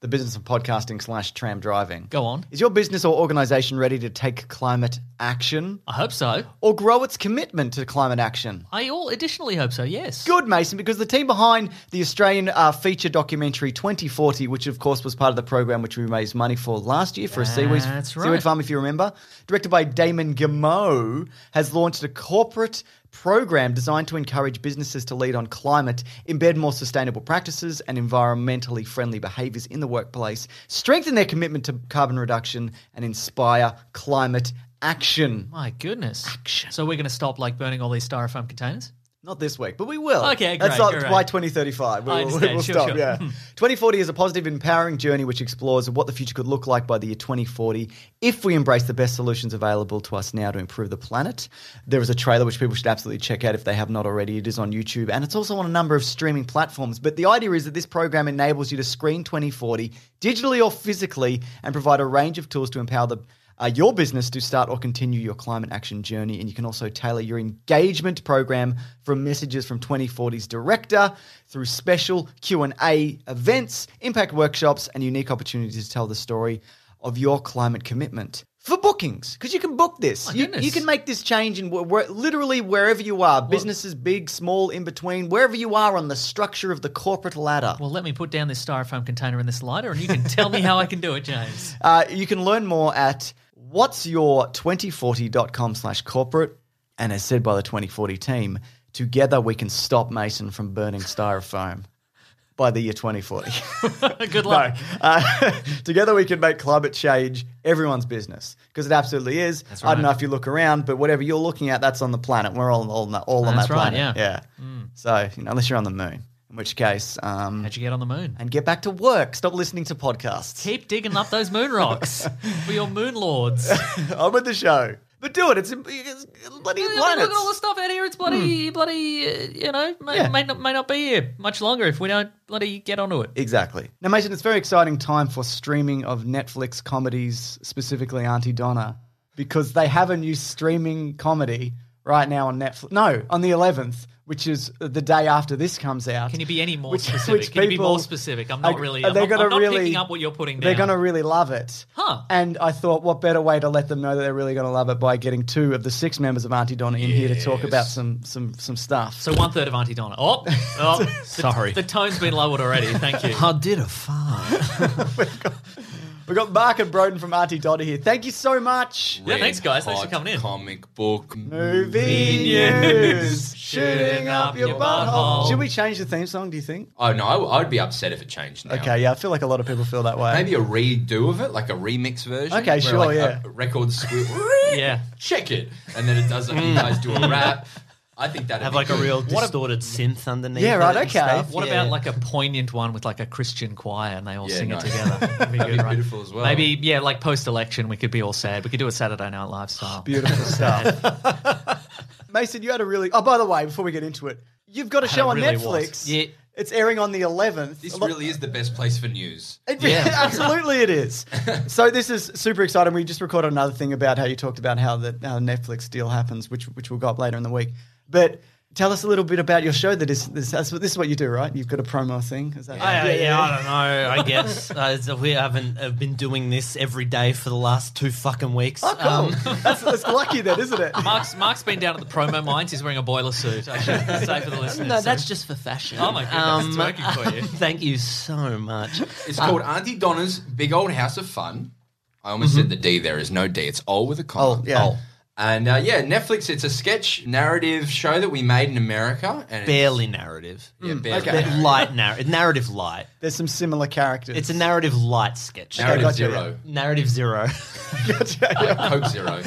the business of podcasting slash tram driving? Go on. Is your business or organization ready to take climate action I hope so. or grow its commitment to climate action? I all additionally hope so. Yes. Good, Mason, because the team behind the Australian uh, feature documentary 2040, which of course was part of the program which we raised money for last year for a seaweed, That's seaweed right. farm, if you remember, directed by Damon Gamow, has launched a corporate program designed to encourage businesses to lead on climate, embed more sustainable practices and environmentally friendly behaviors in the workplace, strengthen their commitment to carbon reduction, and inspire climate action. My goodness. Action. So we're going to stop like burning all these styrofoam containers. Not this week, but we will. Okay, That's great, not all right. by 2035. We I will, we understand, will sure, Hmm. stop. sure. Yeah. 2040 is a positive, empowering journey which explores what the future could look like by the year 2040 if we embrace the best solutions available to us now to improve the planet. There is a trailer which people should absolutely check out if they have not already. It is on YouTube and it's also on a number of streaming platforms. But the idea is that this program enables you to screen 2040 digitally or physically and provide a range of tools to empower the uh, your business to start or continue your climate action journey. And you can also tailor your engagement program from messages from 2040's director through special Q&A events, impact workshops, and unique opportunities to tell the story of your climate commitment. For bookings, because you can book this. You, goodness. you can make this change in wh- where, literally wherever you are, businesses big, small, in between, wherever you are on the structure of the corporate ladder. Well, let me put down this styrofoam container in this lighter, and you can tell me how I can do it, (laughs) James. Uh, you can learn more at what's your 2040.com slash corporate. And as said by the 2040 team, together we can stop Mason from burning styrofoam by the (laughs) year 2040. Oh, Good luck. Uh, (laughs) together we can make climate change everyone's business because it absolutely is. I don't know if you look around, but whatever you're looking at, that's on the planet. We're all, all, on that- all on That's that right, Mm. planet. Yeah. So, you know, unless you're on the moon, in which case, um, How'd you get on the moon? and get back to work. Stop listening to podcasts. (laughs) Keep digging up those moon rocks for your moon lords. on with the show. But do it. It's, it's bloody Yeah, but planets. Hmm. Look at all the stuff out here. It's bloody, bloody. Uh, you know, may, Yeah. may not may not be here much longer if we don't bloody get onto it. Exactly. Now, Mason, it's a very exciting time for streaming of Netflix comedies, specifically Auntie Donna, because they have a new streaming comedy right now on Netflix. No, on the 11th, which is the day after this comes out. Can you be any more Which- specific? which Can you be more people specific? I'm are- not really. are I'm, they not, gonna I'm not really- picking up what you're putting down. They're going to really love it. Huh. And I thought, what better way to let them know that they're really going to love it by getting two of the six members of Auntie Donna in here to talk about some some some stuff. So one third of Auntie Donna. (laughs) Oh, oh sorry. The, tone's been lowered already. Thank you. I did a fart. We've got Mark and Broden from Auntie Donna here. Thank you so much. Yeah, thanks guys. Thanks for coming in. Comic book Movie news. Shooting up your butthole. Should we change the theme song, do you think? Oh no, I, I'd be upset if it changed now. Okay, yeah, I feel like a lot of people feel that way. Maybe a redo of it, like a remix version. Okay, where, sure, like, yeah. A record squeal. Yeah. Check it, and then it does. like, You guys do a rap. I think that Mm. Have like a real distorted synth underneath. Yeah, it right, and okay. stuff. What Yeah. about like a poignant one with like a Christian choir and they all Yeah, sing nice. it together? That'd be (laughs) That'd good, be right? beautiful as well. Maybe yeah, like post election, we could be all sad. We could do a Saturday Night Live style. Beautiful stuff. Mason, you had a really. Oh, by the way, before we get into it, you've got a show it on really Netflix. was. Yeah. It's airing on the 11th. This really is the best place for news. (laughs) It- absolutely it is. (laughs) So this is super exciting. We just recorded another thing about how you talked about how the how the Netflix deal happens, which which we'll go up later in the week. But tell us a little bit about your show. That is this, that's what this is what you do, right? You've got a promo thing. Is that I, yeah, I don't (laughs) know. I guess uh, so we haven't have been doing this every day for the last two fucking weeks. Um, Oh, cool. that's, that's lucky then, isn't (laughs) it? Mark's Mark's been down at the promo mines. He's wearing a boiler suit. I should say for the listeners. no, So- that's just for fashion. Um, Oh my goodness, it's working for you. (laughs) Thank you so much. It's called Ah. Auntie Donna's Big Old House of Fun. I almost said the D. There is no D. It's O with a comma. Mm-hmm. Oh, yeah. And uh, yeah, Netflix. It's a sketch narrative show that we made in America. And it's- Barely narrative. Yeah, barely. But light narrative. Narrative light. There's some similar characters. It's a narrative light sketch. Narrative gotcha, zero. narrative zero. Coke Zero.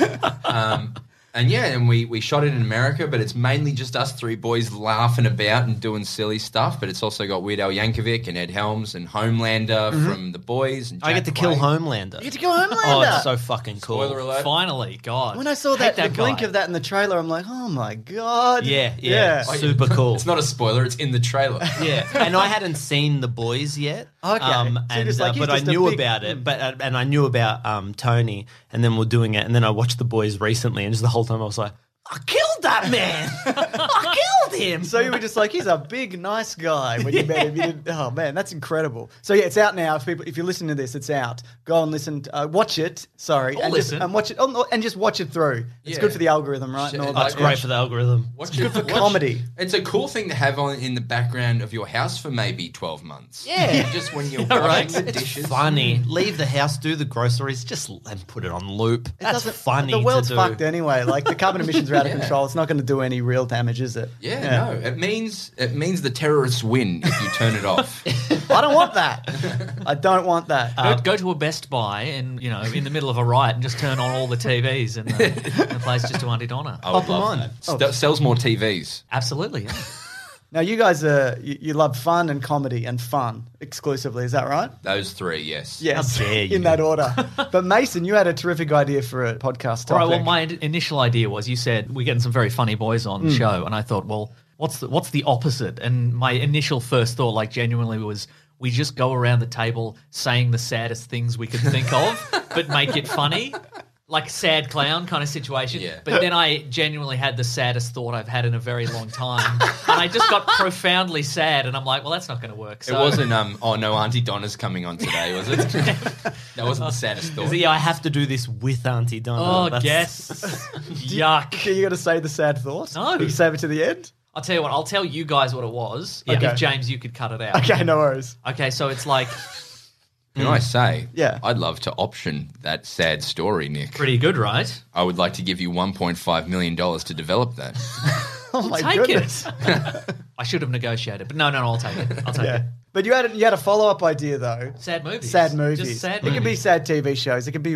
Um, and yeah, and we, we shot it in America, but it's mainly just us three boys laughing about and doing silly stuff. But it's also got Weird Al Yankovic and Ed Helms and Homelander from The Boys. And Mm-hmm. I get to Jack kill Quaid. Homelander. You get to go Homelander. Oh, it's so fucking cool. Spoiler alert. Finally, God. when I saw Hate that, the blink guy. of that in the trailer, I'm like, oh my god. Yeah, yeah, Oh, super (laughs) cool. It's not a spoiler. It's in the (laughs) trailer. yeah, and I hadn't seen the boys yet. Okay. So you're and, just like, uh, he's but I just a knew big- mm. about it. But uh, and I knew about um, Tony, and then we're doing it, and then I watched the boys recently, and just the whole time I was like, I killed that man. (laughs) I killed him. So you were just like, he's a big, nice guy when you met him. You didn't, oh man, that's incredible. So yeah, it's out now. If people, if you listen to this, it's out. Go and listen, to, uh, watch it. Sorry, Or and listen. just and watch it, oh, no, and just watch it through. It's Yeah. good for the algorithm, right? and all That's that. great for the algorithm. Watch It's good for watch- comedy. It's a cool thing to have on in the background of your house for maybe twelve months. (laughs) Yeah, just when you're washing the dishes. Funny. Leave the house, do the groceries, just l- and put it on loop. That's doesn't- funny. The world's to do. fucked anyway. Like the carbon emissions are out of control. It's not going to do any real damage, is it? Yeah, no, it means it means the terrorists win if you turn it off. I don't want that. I don't want that. Go, go to a Best Buy (laughs) and you know in the middle of a riot and just turn on all the TVs and uh, (laughs) the place just to Auntie Donna. I would love that. St- sells more TVs. Absolutely. yeah. Oh. now you guys are you, you love fun and comedy and fun exclusively. Is that right? Those three, yes. Yes, How dare you. in that order. But Mason, you had a terrific idea for a podcast topic. All right. Well, my in- initial idea was you said we're getting some very funny boys on the show, and I thought, well, what's the, what's the opposite? And my initial first thought, like genuinely, was we just go around the table saying the saddest things we could think of, but make it funny. Like sad clown kind of situation, Yeah. but then I genuinely had the saddest thought I've had in a very long time, and I just got profoundly sad, and I'm like, well, that's not going to work. It So, wasn't. Um. Oh no, Auntie Donna's coming on today, was it? that wasn't the saddest thought. So, yeah, I have to do this with Auntie Donna. Oh, That's- guess yuck. Are you going to say the sad thought? No. You can save it to the end? (laughs) I'll tell you what. I'll tell you guys what it was. Yeah. Okay. If James, you could cut it out. Okay, no worries. Okay, so it's like Can I say? Yeah. I'd love to option that sad story, Nick. pretty good, right? I would like to give you 1.5 million dollars to develop that. Oh my take goodness. it. (laughs) I should have negotiated, but no, no, no. I'll take it. I'll take Yeah. it. But you had a, you had a follow up idea though. Sad movies. Sad movies. Just sad It movies. can be sad TV shows. It can be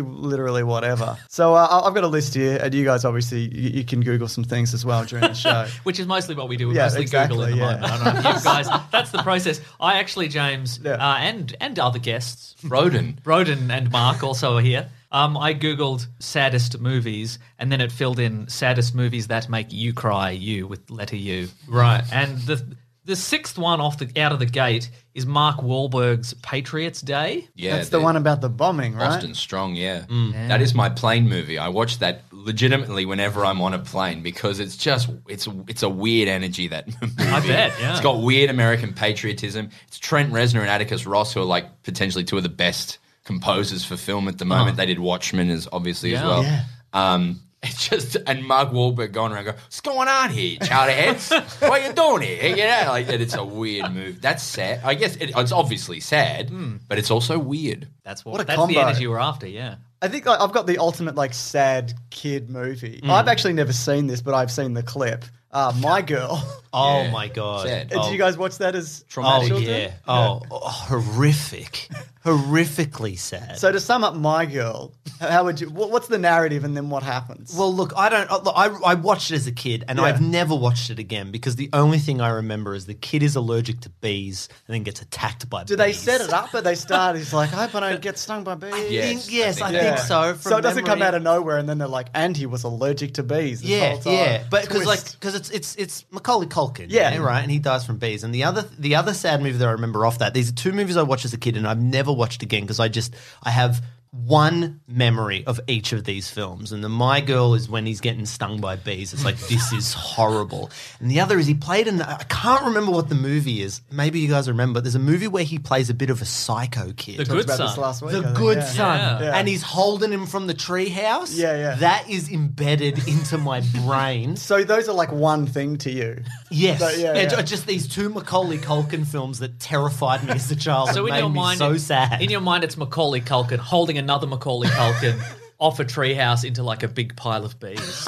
(laughs) literally whatever. So uh, I- I've got a list here, and you guys obviously you, you can Google some things as (laughs) well during the show. Which is mostly what we do. We Yeah, mostly Google exactly, in the yeah. moment. I don't know (laughs) if you guys. That's the process. I actually, James, Yeah. uh, and and other guests, Broden. Broden and Mark also are here. Um, I googled saddest movies, and then it filled in saddest movies that make you cry. You with letter U. Right. And the the sixth one off the out of the gate is Mark Wahlberg's Patriots Day. Yeah, That's the one about the bombing, right? Austin Strong, yeah. Yeah. That is my plane movie. I watch that legitimately whenever I'm on a plane because it's just it's it's a weird energy that (laughs) movie. I bet, yeah. It's got weird American patriotism. It's Trent Reznor and Atticus Ross who are like potentially two of the best composers for film at the Uh-huh. moment. They did Watchmen as obviously as Yeah. well. Yeah. Um it's just and Mark Wahlberg going around going, What's going on here, chowder heads? what are you doing here? You know, like that it's a weird move. That's sad. I guess it, it's obviously sad, Hmm. but it's also weird. That's what, What a that's combo. the energy we're after. Yeah. I think like, I've got the ultimate like sad kid movie. I've actually never seen this, but I've seen the clip. Uh, My Girl. (laughs) Oh my god. Uh, Did you guys watch that as Oh children? yeah. Oh, oh, horrific. Horrifically sad. So to sum up, My Girl, how would you? wh- What's the narrative, and then what happens? Well, look, I don't. uh, Look, I, I watched it as a kid, and Yeah. I've never watched it again because the only thing I remember is the kid is allergic to bees and then gets attacked by. Do they set it up at they start? He's like, I hope I don't get stung by bees. Yes, think- yes, I think I think so. so, from So it doesn't come memory. out of nowhere, and then they're like, and he was allergic to bees. This yeah, whole time. yeah, but because Twist. like because it's it's it's Macaulay Culkin, Yeah. yeah, right, and he dies from bees. And the other the other sad movie that I remember off that these are two movies I watched as a kid and I've never watched again because I just I have one memory of each of these films, and the My Girl is when he's getting stung by bees. It's like (laughs) this is horrible, and the other is he played in I can't remember what the movie is. Maybe you guys remember. There's a movie where he plays a bit of a psycho kid. We talked about this last week, I The think, good yeah. son, Yeah. and he's holding him from the treehouse. Yeah, yeah. That is embedded into my (laughs) brain. So those are like one thing to you. Yes, So, yeah, They're yeah. ju- just these two Macaulay Culkin films that terrified me as a child. So made me so sad. in (laughs) your mind, it's Macaulay Culkin holding another Macaulay Culkin off a treehouse into like a big pile of (laughs) bees.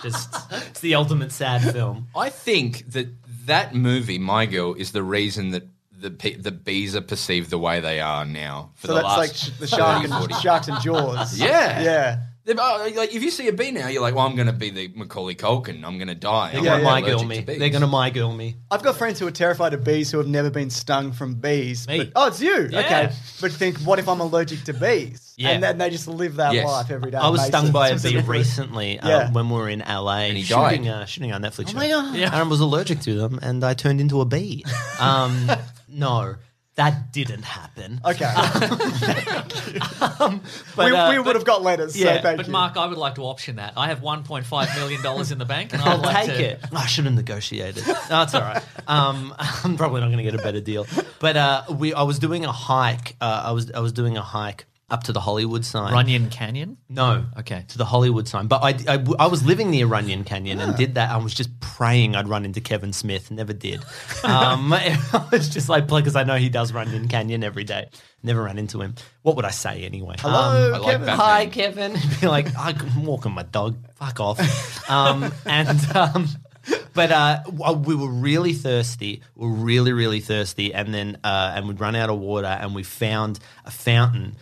Just it's the ultimate sad film. I think that that movie, My Girl, is the reason that the pe- the bees are perceived the way they are now. For so the that's last like sh- the shark 30, and 40. sharks and (laughs) jaws. Yeah, yeah. They're- oh, Like if you see a bee now, you're like, "Well, I'm going to be the Macaulay Culkin. I'm going to die. They're I'm gonna my allergic girl to me. bees." They're gonna my girl me. I've got friends who are terrified of bees who have never been stung from bees. Me. But, oh, it's you. Yeah. Okay. But think, what if I'm allergic to bees? Yeah. And then they just live that life every day. I was Mason. stung by a It's (laughs) bee just recently uh, Yeah. when we were in LA he shooting, died. Uh, shooting our Netflix Oh show. my God. Yeah. And I was allergic to them, and I turned into (laughs) a bee. Um, no, that didn't happen. Okay. um, but, we uh, we would have got letters. yeah, so thank but you. Mark, I would like to option that. I have one point five million dollars in the bank, and I'll I'll like take to- it. (laughs) I should have negotiated. That's all right. Um, (laughs) I'm probably not going to get a better deal. But uh, we, I was doing a hike. Uh, I was, I was doing a hike up to the Hollywood sign. Runyon Canyon. No. Okay. To the Hollywood sign. But I, I, I was living near Runyon Canyon and did that. I was just praying I'd run into Kevin Smith. Never did. Um, (laughs) I was just like, because I know he does Runyon Canyon every day. Never ran into him. What would I say anyway? Um, Hello, I like Kevin. Batman. Hi, Kevin. (laughs) Be like, I'm walking my dog. Fuck off. Um, (laughs) and. Um, but uh, w- we were really thirsty. We were really, really thirsty, and then uh, and we'd run out of water, and we found a fountain,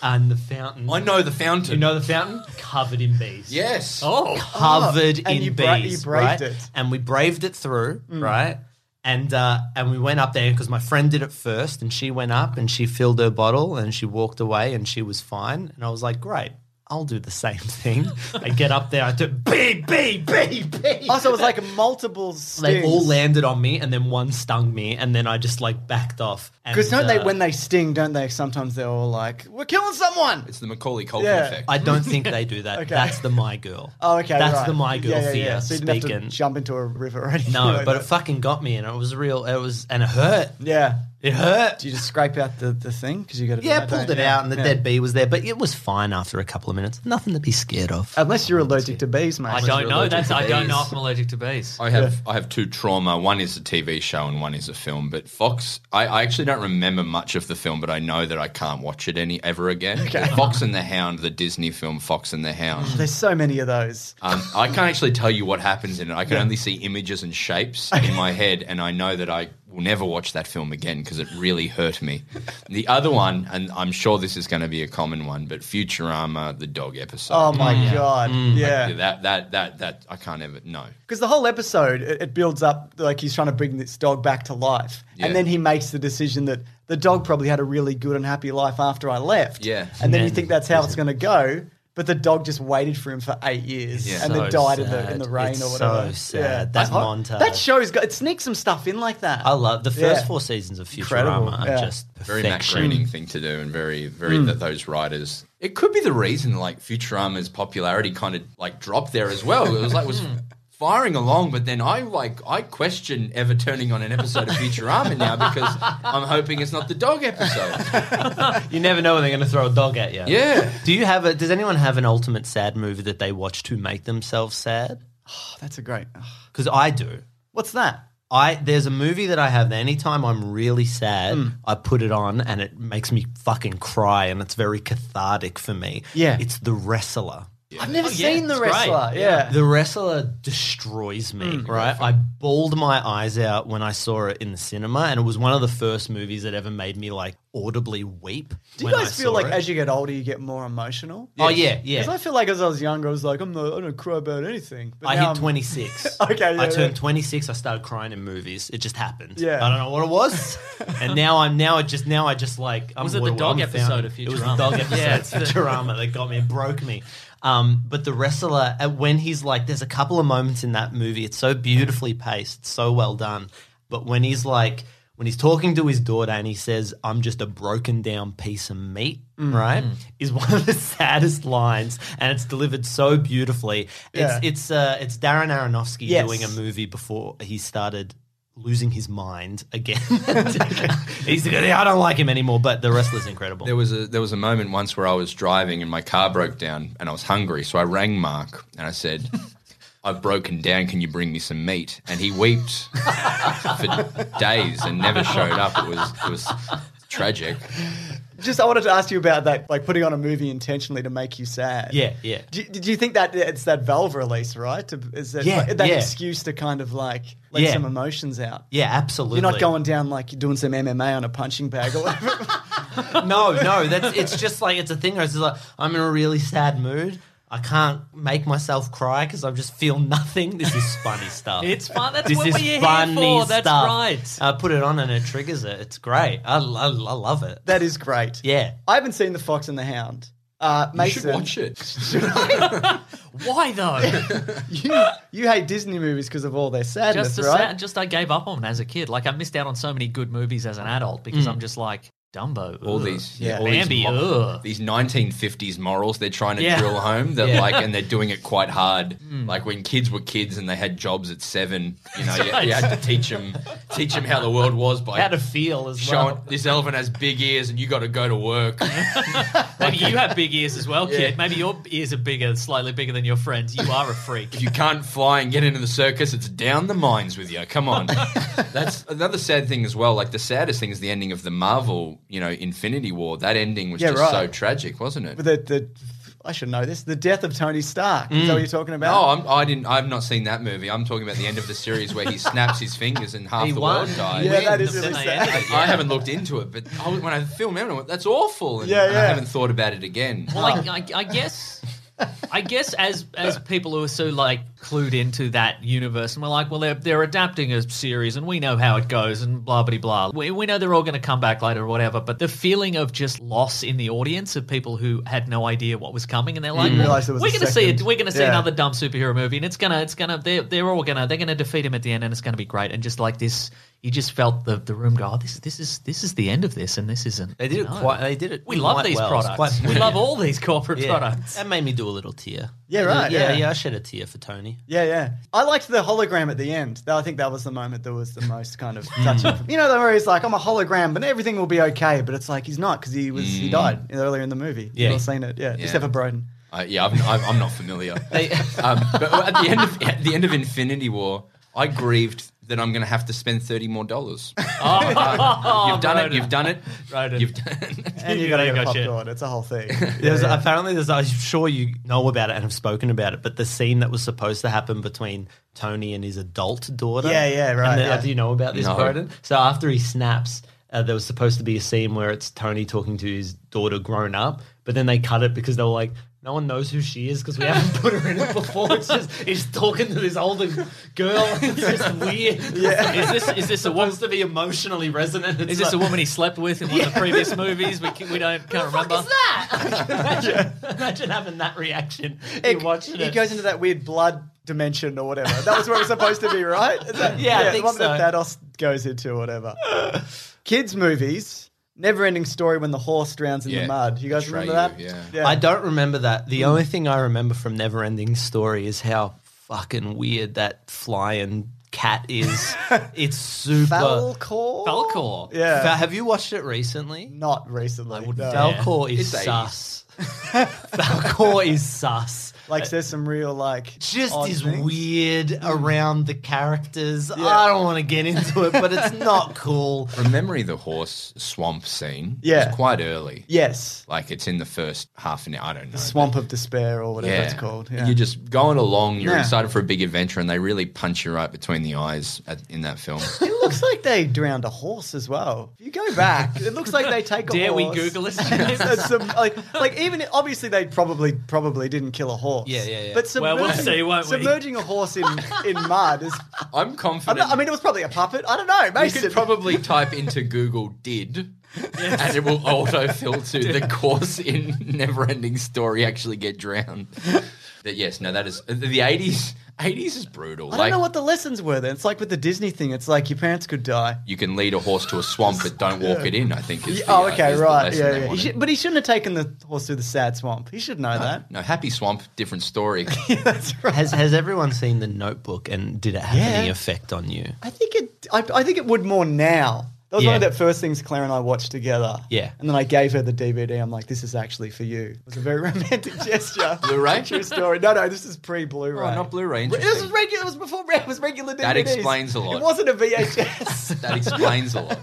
and the fountain. I know the fountain. You know the fountain? Covered in bees. Yes. Oh, Covered and in you bra- you bees. braved right? it. Mm. And we braved it through, right? And uh, and we went up there because my friend did it first, and she went up and she filled her bottle and she walked away and she was fine. And I was like, great. I'll do the same (laughs) thing. I get up there, I do bee, bee, bee, bee. Also, Oh, it was like multiple stings. They all landed on me, and then one stung me, and then I just like backed off. And, Because don't they, uh, when they sting, don't they? Sometimes they're all like, we're killing someone. It's the Macaulay Culkin Yeah. effect. I don't (laughs) think they do that. Okay. That's the my girl. Oh, okay. That's right. the my girl yeah, yeah, fear yeah. So you didn't speaking. have to jump into a river or anything. (laughs) No, like but that. it fucking got me, and it was real. It was, and it hurt. yeah. It hurt. Do you just scrape out the, the thing? Because you got to Yeah, I pulled it out, and the dead bee was there, but it was fine after a couple of minutes. Nothing to be scared of. Unless you're allergic to bees, mate. I don't know. That's I don't know if I'm allergic to bees. I have I have two trauma. One is a TV show and one is a film. But Fox, I, I actually don't remember much of the film, but I know that I can't watch it any ever again. Fox and the Hound, the Disney film Fox and the Hound. There's so many of those. Um, I can't actually tell you what happens in it. I can only see images and shapes in my head, and I know that I will never watch that film again because it really hurt me. The other one, and I'm sure this is going to be a common one, but Futurama, the dog episode. Oh my god. Yeah. Like, that that that that I can't ever no. Because the whole episode, it, it builds up like he's trying to bring this dog back to life, Yeah. and then he makes the decision that the dog probably had a really good and happy life after I left. Yeah. And then you And- think that's how it's going to go. But the dog just waited for him for eight years Yeah. and So then died in the, in sad. the rain It's or so whatever. sad. That I- I- montage. That show's got, it sneaks some stuff in like that. I love the first Yeah. four seasons of Incredible, Futurama are yeah. just very Matt perfection. Groening thing to do, and very, very Mm. that those writers. It could be the reason like Futurama's popularity kind of like dropped there as well. It was like was firing along, but then I like I question ever turning on an episode of Futurama now because I'm hoping it's not the dog episode. You never know when they're going to throw a dog at you. Yeah. Do you have a? Does anyone have an ultimate sad movie that they watch to make themselves sad? Oh, that's a great. Because I do. What's that? I there's a movie that I have that anytime I'm really sad, Hmm. I put it on and it makes me fucking cry and it's very cathartic for me. Yeah. It's The Wrestler. I've never Oh, yeah, Hmm. seen The it's great. Wrestler. Yeah. The wrestler destroys me, right? I bawled my eyes out when I saw it in the cinema, and it was one of the first movies that ever made me like audibly weep. Do you when I guys feel saw like it. as you get older, you get more emotional? Oh, yeah, yeah. Because I feel like as I was younger, I was like, I'm not, I don't cry about anything. But I now hit I'm- 26. (laughs) Okay, yeah, I turned yeah. 26. I started crying in movies. It just happened. Yeah. I don't know what (laughs) it was. and now I'm now it just now I just like I'm, Was it the what- dog I'm episode found- of It was the Futurama? dog (laughs) Yeah, episode it's (laughs) the- of Futurama that got me and broke me. Um, but the wrestler uh, when he's like, there's a couple of moments in that movie. It's so beautifully paced, so well done. But when he's like. When he's talking to his daughter and he says, I'm just a broken down piece of meat, Mm. right? Mm. Is (laughs) one of the saddest lines and it's delivered so beautifully. It's Yeah. it's uh, it's Darren Aronofsky Yes. doing a movie before he started losing his mind again. (laughs) He's like, I don't like him anymore, but the wrestler's incredible. There was a there was a moment once where I was driving and my car broke down and I was hungry, so I rang Mark and (laughs) I said, "I've broken down. Can you bring me some meat?" And (laughs) he wept for days and never showed up. It was it was tragic. Just, I wanted to ask you about that, like putting on a movie intentionally to make you sad. Yeah, yeah. Do, you- did you think that it's that Valve release, right? To- Is that, Yeah, like, that yeah. excuse to kind of like let Yeah. some emotions out? Yeah, absolutely. You're not going down like you're doing some MMA on a punching bag or whatever. (laughs) no, no. That's it's just like it's a thing. Where it's just like I'm in a really sad mood. I can't make myself cry because I just feel (laughs) nothing. This is funny stuff. It's fun. That's this what is we're here funny for. That's stuff. right. I put it on and it triggers it. It's great. I, I, I love it. that is great. Yeah. I haven't seen The Fox and the Hound. Uh, You Mason, should watch it. Why (laughs) though? you, you hate Disney movies because of all their sadness, just, a right? sad- just I gave up on as a kid. Like I missed out on so many good movies as an adult Mm. because I'm just like Dumbo. All ugh. these yeah, all Bambi. these, mo- ugh. these 1950s morals they're trying to Yeah. drill home. They're Yeah. like, and they're doing it quite hard. Mm. Like when kids were kids and they had jobs at seven. You know, That's you, right. (laughs) you had to teach them teach them how the world was by How to feel as showing well. (laughs) this elephant has big ears and you got to go to work. Maybe you have big ears as well, kid. Yeah. Maybe your ears are bigger, slightly bigger than your friends. You are a freak. (laughs) If you can't fly and get into the circus, it's down the mines with you. Come (laughs) on. That's another sad thing as well. Like the saddest thing is the ending of the Marvel, you know, Infinity War. That ending was Yeah, just right. so tragic, wasn't it? But the, the I should know this. The death of Tony Stark. Is Mm. that what you're talking about? No, I'm, I didn't. I've not seen that movie. I'm talking about the end of the series where he snaps his fingers and half He the won. world dies. Yeah, He that wins is the really sad. I, (laughs) I haven't looked into it, but I, was- when I filmed it, I went, "That's awful," and, Yeah, and I yeah. haven't thought about it again. Well, I, I, I guess, I guess as as people who are so like clued into that universe, and we're like, well, they're they're adapting a series, and we know how it goes, and blah blah blah. We we know they're all going to come back later or whatever. But the feeling of just loss in the audience of people who had no idea what was coming, and they're like, Didn't well, realize there we're was going a to see it. second. We're going to see Yeah. another dumb superhero movie, and it's gonna it's gonna they're they're all gonna they're gonna defeat him at the end, and it's gonna be great. And just like this. You just felt the, the room go. Oh, this this is this is the end of this, and this isn't. They did it No. quite. They did it. We love quite these well. It's products. quite- we (laughs) love all these corporate Yeah. products. That made me do a little tear. Yeah, right, Yeah, yeah. yeah. I shed a tear for Tony. Yeah, yeah. I liked the hologram at the end. Though I think that was the moment that was the most (laughs) kind Mm. of touching. you know, where he's like, "I'm a hologram, but everything will be okay." But it's like he's not because he was he Mm. died earlier in the movie. Yeah. You've all seen it, yeah. Yeah. Except for Broden. Uh, yeah, I'm, I'm, I'm not (laughs) familiar. um, but at the end of at the end of Infinity War, I grieved that I'm going to have to spend thirty more dollars. (laughs) Oh, you've done it. You've done it. You've done And you got to get popcorn. It's a (laughs) whole thing. There's apparently there's. I'm sure you know about it and have spoken about it, but the scene that was supposed to happen between Tony and his adult daughter. Yeah, yeah, right, And the- uh, yeah. Do you know about this, No. Broden? So after he snaps, uh, there was supposed to be a scene where it's Tony talking to his daughter grown up, but then they cut it because they were like. No one knows who she is because we haven't put her in it before. It's just he's talking to this older girl. It's just weird. Yeah. Is this- (laughs) is this a woman to be emotionally resonant? Is this a woman he slept with in one of the Yeah. previous movies? We, c- we don't can't remember. (laughs) Imagine having that reaction. It, You're watching it it. goes into that weird blood dimension or whatever. That was where it was supposed to be, right? Is that- Yeah, I the think one that so. Thanos goes into or whatever. Kids movies. Never ending story when the horse drowns in Yeah. the mud. You guys remember that? I don't remember that. The only thing I remember from Never Ending Story is how fucking weird that flying cat (laughs) is. it's super. Falcor? Falcor. Yeah. Fa- have you watched it recently? Not recently. no. Falcor (laughs) is sus. Falcor is sus. Like there's some real like Just odd is things. weird around the characters. I don't want to get into it, but it's not cool. From memory, the horse swamp scene Yeah. is quite early. Yes. Like it's in the first half an hour. I don't know. Swamp of Despair or whatever it's called. Yeah. You're just going along, you're Yeah. excited for a big adventure, and they really punch you right between the eyes at, in that (laughs) film. It looks like they drowned a horse as well. If you go back, it looks like they take a Dare horse. we Google (laughs) it? And some- like, like even obviously they probably probably didn't kill a horse. Yeah, yeah, yeah. But Well, submerging, we'll see, won't we? submerging a horse in, in (laughs) mud is. I'm I'm confident. not, I mean, it was probably a puppet. I don't know, Mason. you could probably type into Google "did," and it will auto filter (laughs) the course in Neverending Story actually get drowned. But yes, no, that is the eighties. Eighties is brutal. I don't know what the lessons were then. It's like with the Disney thing. It's like your parents could die. you can lead a horse to a swamp, but don't walk it in. I think is Yeah, the, oh, uh, okay, is the right. lesson they Yeah, yeah. He wanted. should, but he shouldn't have taken the horse through the sad swamp. He should know that. No, Happy Swamp, different (laughs) story. Has Has everyone seen The Notebook, and did it have Yeah. any effect on you? I think it. I, I think it would more now. That was one of Yeah. the first things Claire and I watched together. Yeah. And then I gave her the DVD. I'm like, this is actually for you. It was a very (laughs) romantic (laughs) gesture. Blu-ray? True story. No, no, this is pre Blu-ray. Oh, not Blu-ray. It Interesting. was regular. It was before. It was regular DVDs. That explains a lot. It wasn't a (laughs) VHS. That explains a lot.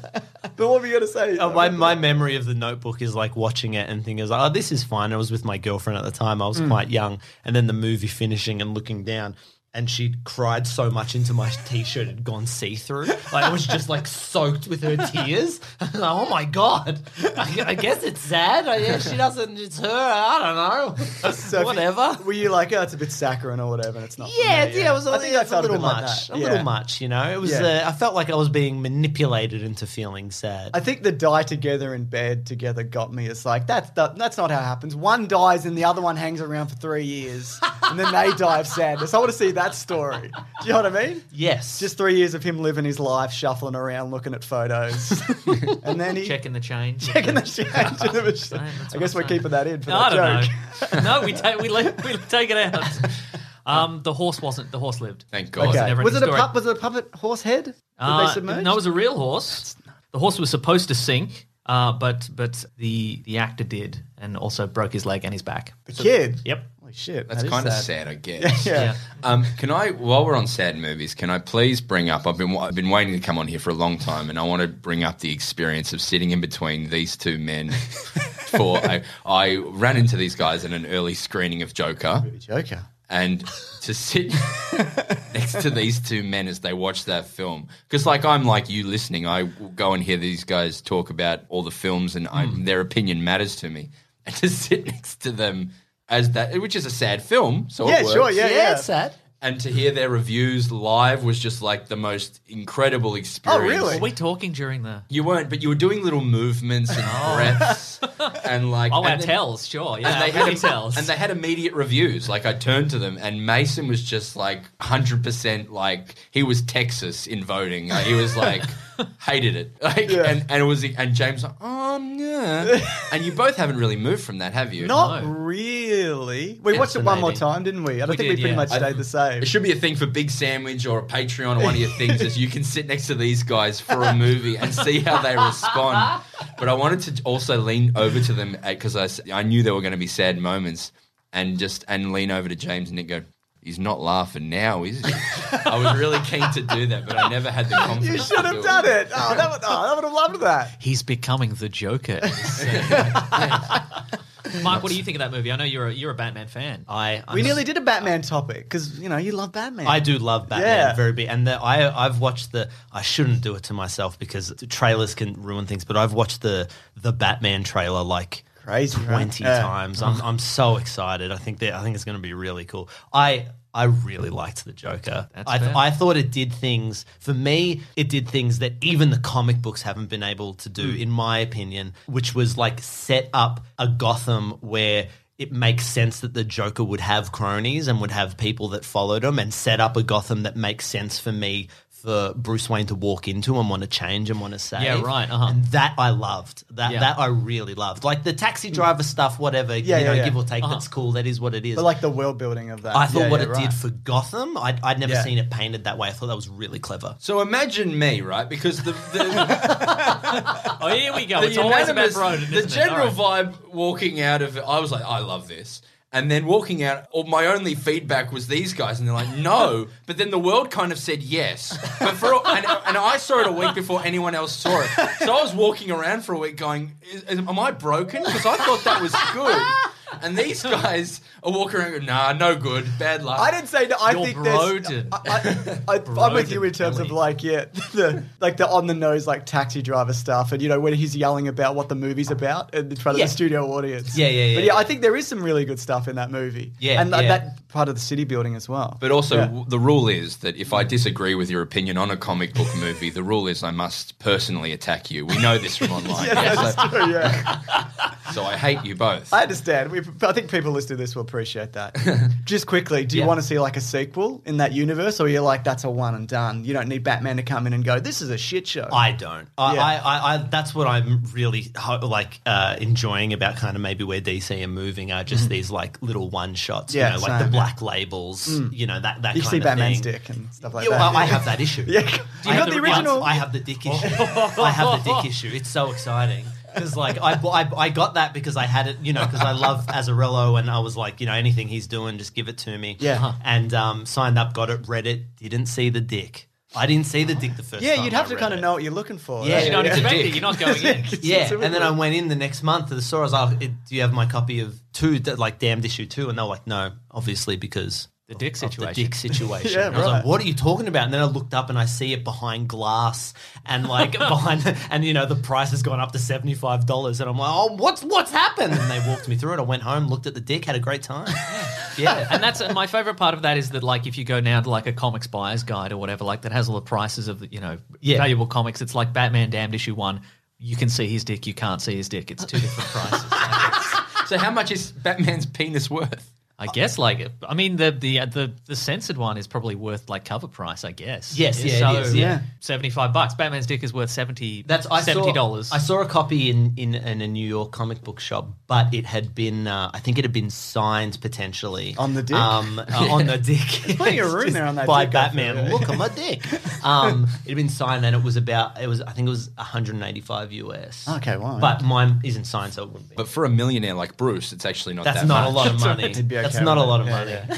but what were you gonna say? (laughs) Uh, my, my memory of the notebook is like watching it and thinking, oh, this is fine. I was with my girlfriend at the time. I was Mm. quite young. And then the movie finishing and looking down, and she cried so much into my t shirt, had gone see through. Like, I was just like soaked with her tears. (laughs) And I'm like, oh my God. I, I guess it's sad. I, yeah, she doesn't, it's her. I don't know. (laughs) So if you- Whatever. were you like, oh, it's a bit saccharine or whatever? and It's not. for Yeah, me," yeah, it was a, I think it that was a sounded little bit like much. that. a Yeah. little much, you know. It was. Yeah. Uh, I felt like I was being manipulated into feeling sad. I think the die together in bed together got me. It's like that's the, that's not how it happens. One dies and the other one hangs around for three years, and then they die of sadness. I want to see that story. Do you know what I mean? Yes. Just three years of him living his life, shuffling around, looking at (laughs) photos, and then he Checking the change. checking (laughs) the change. in the machine. I guess we're keeping that in for I that don't joke. know. no, we take we, leave, we take it out. Um, the horse wasn't. The horse lived. Thank It was a Okay. never-ending Was it a story. pup, was it a puppet horse head? Did they Uh, submerge? no, it was a real horse. The horse was supposed to sink, uh, but but the the actor did, and also broke his leg and his back. the kid. Yep. Holy shit. That's that is kind of sad. sad, I guess. Yeah. Yeah. Um, can I, while we're on sad movies, can I please bring up? I've been I've been waiting to come on here for a long time, and I want to bring up the experience of sitting in between these two men. for I, I ran into these guys in an early screening of Joker, Joker. and to (laughs) sit next to these two men as they watch that film, because like I'm like you listening, I will go and hear these guys talk about all the films, and I, Hmm. Mm. their opinion matters to me, (laughs) and to sit next to them. As that, which is a sad film, so yeah, it works. sure. Yeah, yeah. sad. And to hear their reviews live was just like the most Oh, incredible experience. Were we talking during the? You weren't, but you were doing little movements (laughs) and Oh. breaths and like. Oh, and our then- tells, sure, yeah, and they our had tells. and they had immediate reviews. Like I turned to them, and Mason was just like hundred percent like he was Texas in voting. Like, he was like hated it. Like and, and it was and James like um yeah. and you both haven't really moved from that, have you? Not really. We watched it one more time, didn't we? I don't think we pretty much I- stayed the same. It should be a thing for Big Sandwich or a Patreon or one of your things is you can sit next to these guys for a movie and see how they respond. But I wanted to also lean over to them because I, s- I knew there were going to be sad moments and just and lean over to James and then go, he's not laughing now, is he? I was really keen to do that, but I never had the confidence. You to should do have done it. Oh, that would, oh, I would have loved that. He's becoming the (laughs) Joker. Mike, what do you think of that movie? I know you're a, you're a Batman fan. Oh, I We nearly did a Batman topic because you know you love Batman. I do love Batman Yeah. very big, and the, I I've watched the I shouldn't do it to myself because the trailers can ruin things, but I've watched the the Batman trailer like crazy, right? twenty Yeah. times. I'm, I'm so excited. I think that I think it's going to be really cool. I I really liked the Joker. That's I, th- fair. I thought it did things for me. It did things that even the comic books haven't been able to Mm. do, in my opinion. Which was like set up a Gotham where. It makes sense that the Joker would have cronies and would have people that followed him, and set up a Gotham that makes sense for me for Bruce Wayne to walk into and want to change and want to save. Yeah, right, uh-huh. And that I loved. That Yeah. that I really loved. Like the taxi driver stuff, whatever. Yeah, you yeah, know, yeah. give or take. Uh-huh. That's cool. That is what it is. But like the world building of that. I thought Yeah, what yeah, it right. did for Gotham, I'd, I'd never Yeah. seen it painted that way. I thought that was really clever. So imagine me, right? Because the the, Oh, here we go. the It's always about unanimous- Broden. the isn't it? general All right. vibe walking out of it, I was like, I love this. And then walking out, or my only feedback was these guys, and they're (laughs) like, no. But then the world kind of said yes. But for all- and, and I saw it a week before anyone else saw it. So I was walking around for a week, going, is, is- am I broken? Because I thought that was good. And these guys are walking around, going, nah, no good, bad luck. I didn't say that. I You're think broden. there's. I, I, I, I'm with you in terms of like yeah, (laughs) the like the on the nose like taxi driver stuff, and you know when he's yelling about what the movie's about in front of Yeah. the studio audience. Yeah, yeah, yeah, But yeah, yeah. I think there is some really good stuff in that movie. Yeah, and like, yeah. that part of the city building as well. But also, Yeah. w the rule is that if I disagree with your opinion on a comic book movie, the rule is I must personally attack you. We know this from (laughs) online. (laughs) (laughs) yeah, yeah, that's true, yeah. so, so I hate you both. I understand. We, I think people listening to this will appreciate (laughs) that. Just quickly, do you Yeah. want to see like a sequel in that universe, or you're like that's a one and done? You don't need Batman to come in and go. This is a shit show. I don't. I, Yeah. I, I, I, that's what I'm really ho- like uh, enjoying about kind of maybe where DC are moving are just these like little one shots. Mm-hmm. Yeah, you know, like same. the black labels. Mm. You know that that you kind see of Batman's thing. dick and stuff like yeah, that. well, I have that issue. (laughs) Yeah, Do you got I have the the rights? original? I have the dick issue. (laughs) I have the dick issue. It's so exciting because like I, I I got that because I had it, you know, because I love Azarello and I was like, you know, anything he's doing, just give it to me. Yeah. Uh-huh. and um, signed up, got it, read it, didn't see the dick. I didn't see the dick the first. yeah, time you'd I have to read kind it. of know what you're looking for. (laughs) Yeah, you don't yeah. expect Dick, You're not (laughs) going in. Yeah, and then I went in the next month to the store. I was like, "It- "Do you have my copy of two, that- like damned issue two? And they were like, "No, obviously because The dick of situation. The dick situation. Yeah, And I was right. like, "What are you talking about?" And then I looked up and I see it behind glass, and like behind, and you know the price has gone up to seventy five dollars, and I'm like, "Oh, what's what's happened?" And they walked me through it. I went home, looked at the dick, had a great time. Yeah, and that's my favorite part of that is that like if you go now to like a comics buyer's guide or whatever like that has all the prices of the you know Yeah. valuable comics it's like batman damned issue one you can see his dick you can't see his dick it's two different prices so how much is Batman's penis worth? i guess like i mean the the uh, the the censored one is probably worth like cover price i guess Yes, yeah, it is, yeah. 75 bucks batman's dick is worth 70 That's I $70 Saw, I saw a copy in, in in a New York comic book shop, but it had been uh, I think it had been signed potentially On the dick? Um, (laughs) uh, On the dick. plenty of It's room just there on that By dick, I feel, Batman. yeah. Look at my dick. Um, it had been signed, and it was about it was I think it was 185 US. Okay, wow. But mine isn't signed, so it wouldn't be. But for a millionaire like Bruce, it's actually not That's that much. not a lot of money. It'd be okay That's not a with lot it. of Yeah, money. yeah.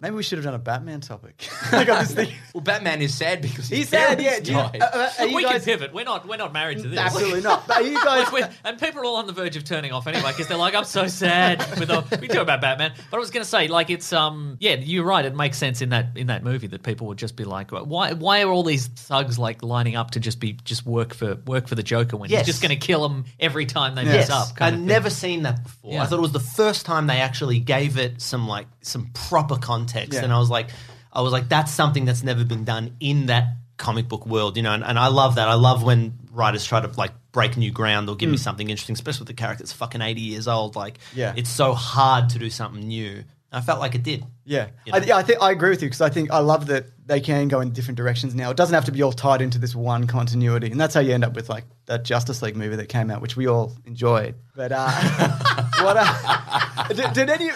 Maybe we should have done a Batman topic. (laughs) I got this (laughs) thing. (laughs) Well, Batman is sad because his (laughs) He's sad. Yeah, parents do you, uh, died. uh, are you we guys can pivot we're not we're not married to this absolutely (laughs) not? But are you Like, we- guys? and people are all on the verge of turning off anyway because they're like, "I'm so sad." With all, we talk about Batman, but I was going to say, like, it's um, yeah, you're right. It makes sense in that in that movie that people would just be like, "Well, "Why? Why are all these thugs like lining up to just be just work for work for the Joker when Yes. he's just going to kill them every time they Yes, mess up?" I'd kind of thing. never seen that before. Yeah. I thought it was the first time they actually gave it some like some proper context, Yeah. and I was like, I was like, that's something that's never been done in that comic book world, you know. And, and I love that. I love when writers try to like break new ground or give me something interesting, especially with the character that's fucking eighty years old. Like, Yeah. it's so hard to do something new. And I felt like it did. Yeah, You I, know? yeah. I think I agree with you because I think I love that they can go in different directions now. It doesn't have to be all tied into this one continuity, and that's how you end up with like that Justice League movie that came out, which we all enjoyed. But uh, (laughs) what? Uh, (laughs) did, did any uh,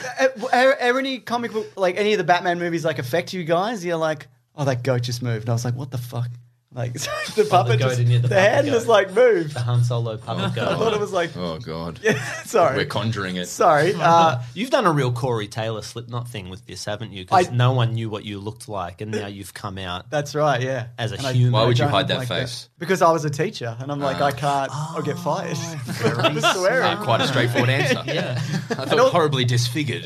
are, are any comic book like any of the Batman movies like affect you guys? You're like, oh, that goat just moved, and I was like, what the fuck? Like (laughs) the puppet, goat just, in here, the, the puppet hand goat. just like moved. (laughs) The Han Solo puppet I thought girl. it was like, (laughs) Oh god, sorry, we're conjuring it. sorry. Uh, You've done a real Corey Taylor Slipknot thing with this, haven't you? Because I- no one knew what you looked like, and now you've come out. That's right, yeah. As a And I- human. Ah. Why would you I don't hide that like face? Because I was a teacher, and I'm like, I can't. I'll get fired. (laughs) I'm swearing. Not Uh, quite Ah. a straightforward (laughs) answer. yeah, I thought horribly disfigured.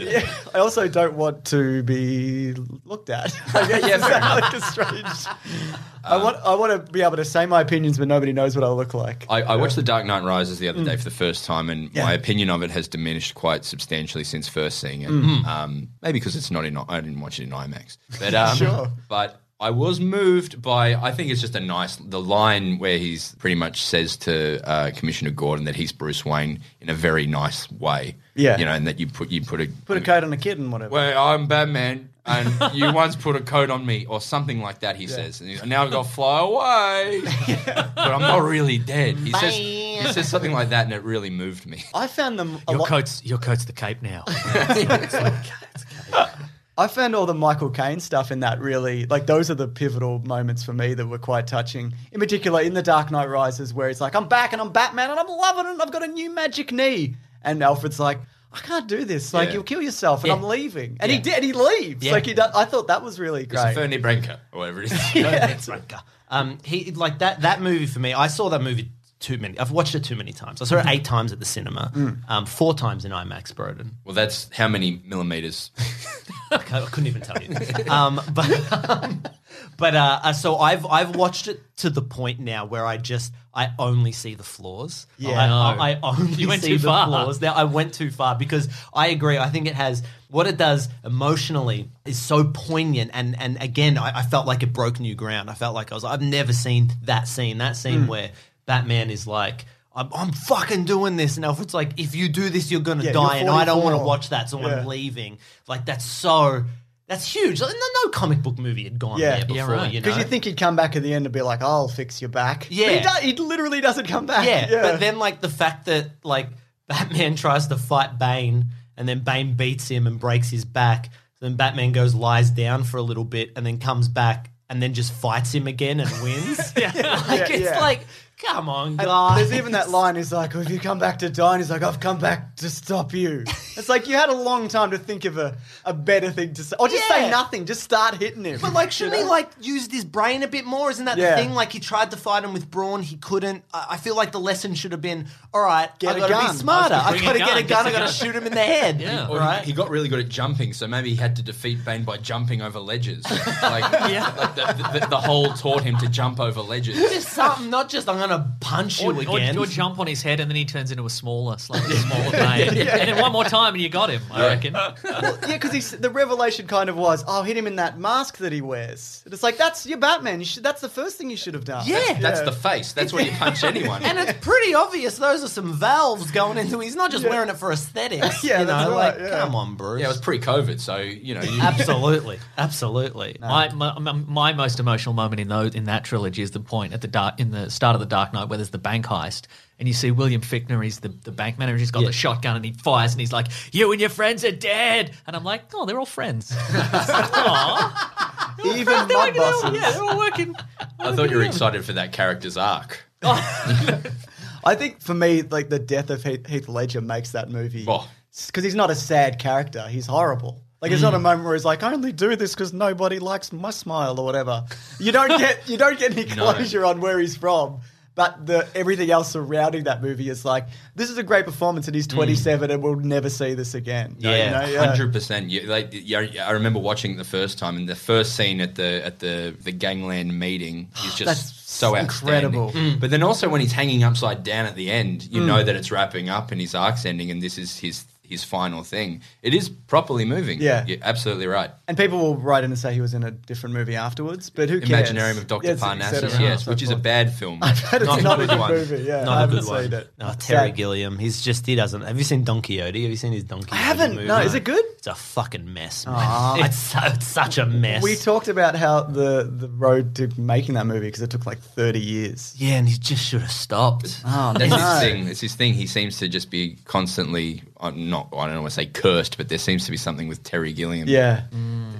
I also (laughs) don't want to be looked at. I guess it's like a strange. I Um, want I want to be able to say my opinions, but nobody knows what I look like. I, I watched The Dark Knight Rises the other day for the first time, and Mm. Yeah. my opinion of it has diminished quite substantially since first seeing it. Mm. Um, maybe because it's not in. I didn't watch it in IMAX, (laughs) but um, Sure. But I was moved by. I think it's just a nice the line where he's pretty much says to uh, Commissioner Gordon that he's Bruce Wayne in a very nice way. Yeah. you know, and that you put you put a Put a coat on a kid and whatever. well, I'm Batman, (laughs) and you once put a coat on me, or something like that. He says, and he's, now I've got to fly (laughs) away, but I'm not really dead. He says, he says something like that, and it really moved me. I found them. A Your lot- coat's your coat's the cape (laughs) now. I found all the Michael Caine stuff in that really like those are the pivotal moments for me that were quite touching. In particular, in The Dark Knight Rises, where it's like I'm back and I'm Batman and I'm loving it and I've got a new magic knee, and Alfred's like. I can't do this. Like Yeah. you'll kill yourself, and Yeah. I'm leaving. And he Yeah. did. and He leaves. Yeah. Like he. Does, I thought that was really It's a great. Fernie Branca, or whatever it (laughs) is. Um, he like that that movie for me. I saw that movie too many. I've watched it too many times. I saw it eight times at the cinema, um, four times in IMAX, Broden. Well, that's how many millimeters? I couldn't even tell you. um, but (laughs) but uh, uh, so I've I've watched it to the point now where I just I only see the flaws. Yeah. No. I, I, I only You went see too the far. flaws. Now I went too far because I agree. I think it has what it does emotionally is so poignant and and again I, I felt like it broke new ground. I felt like I was I've never seen that scene. That scene Mm. where Batman is like. I'm, I'm fucking doing this, and Alfred's like, "If you do this, you're gonna Yeah, die," you're and I don't want to 44. watch that, so Yeah. I'm leaving. Like that's so that's huge. Like, no, no comic book movie had gone yeah, there before, you know. Because you think he'd come back at the end and be like, "I'll fix your back." But Yeah. he, do- he literally doesn't come back. yeah, but then like the fact that like (laughs) Batman tries to fight Bane, and then Bane beats him and breaks his back. Then Batman goes lies down for a little bit, and then comes back and then just fights him again and wins. (laughs) (laughs) like Yeah, it's yeah. like, come on, And (laughs) guys. There's even that line is like, "Oh, "If you come back to die," and he's like, "I've come back to stop (laughs) you." It's like you had a long time to think of a, a better thing to say, or just say Yeah. nothing. Just start hitting him. But like, (laughs) shouldn't You he know? like used his brain a bit more? Isn't that Yeah. the thing? Like he tried to fight him with brawn, he couldn't. I, I feel like the lesson should have been: all right, Get I a gotta gun. be smarter. I was I gonna gotta bring a get gun, a gun. I get a gotta shoot him in the (laughs) head. Or he- right. he, got really good at jumping, so maybe he had to defeat Bane by jumping over (laughs) ledges. Like, like the, the, the whole taught him to jump over ledges. just something, not just I'm gonna punch you Or, or, again. or jump on his head and then he turns into a smaller, (laughs) slightly smaller Bane. yeah, And then one more time and you got him, I reckon. Uh, Well, yeah, because the revelation kind of was, "I'll hit him in that mask that he wears." And it's like that's your Batman. You should. That's the first thing you should have done. Yeah. That's the face. That's where you punch anyone. (laughs) and it's pretty obvious those are some valves going into. He's not just wearing it for aesthetics. (laughs) Yeah, you know, that's right, like yeah. come on, Bruce. yeah, it was pre-COVID, so you know. You, absolutely, absolutely. My, my my- my most emotional moment in those in that trilogy is the point at the dark in the start of the Dark Knight where there's the bank heist and you see William Fickner, he's the, the bank manager, he's got the shotgun and he fires and he's like, "You and your friends are dead," and I'm like, "Oh, they're all (laughs) friends." Aw. (laughs) Even mud They're all- bosses. yeah, they're all working. I thought you were excited for that character's arc. I think for me, like the death of Heath, Heath Ledger makes that movie Oh. because he's not a sad character. He's horrible. Like it's not a moment where he's like, "I only do this because nobody likes my smile" or whatever. You don't get you don't get any closure on where he's from. But the everything else surrounding that movie is like, this is a great performance, and he's 27, and we'll never see this again. You know, hundred percent. You, like, you, I remember watching it the first time, and the first scene at the at the the gangland meeting (gasps) is just That's so outstanding. incredible. Mm. But then also when he's hanging upside down at the end, you know that it's wrapping up and his arc's ending, and this is his his final thing. It is properly moving. Yeah. You're absolutely right. And people will write in and say he was in a different movie afterwards, but who cares? Imaginarium of Doctor Yes, et Parnassus, cetera, yes, so which is a forth. (laughs) bad film. But it's not a good movie. Yeah, I Not a haven't good one. seen it. No, Terry Sad. Gilliam. He's just he doesn't. Have you seen Don Quixote? Have you seen his Don Quixote? haven't, Movie? no. Oh, Is it good? It's a fucking mess. Man. It's, so, it's such a mess. We talked about how the, the road to making that movie because it took like 30 years. yeah, and he just should have stopped. Ah. Oh, That's his thing. That's his thing. He seems to just be constantly uh, not. I don't want to say cursed, but there seems to be something with Terry Gilliam. (laughs) Yeah.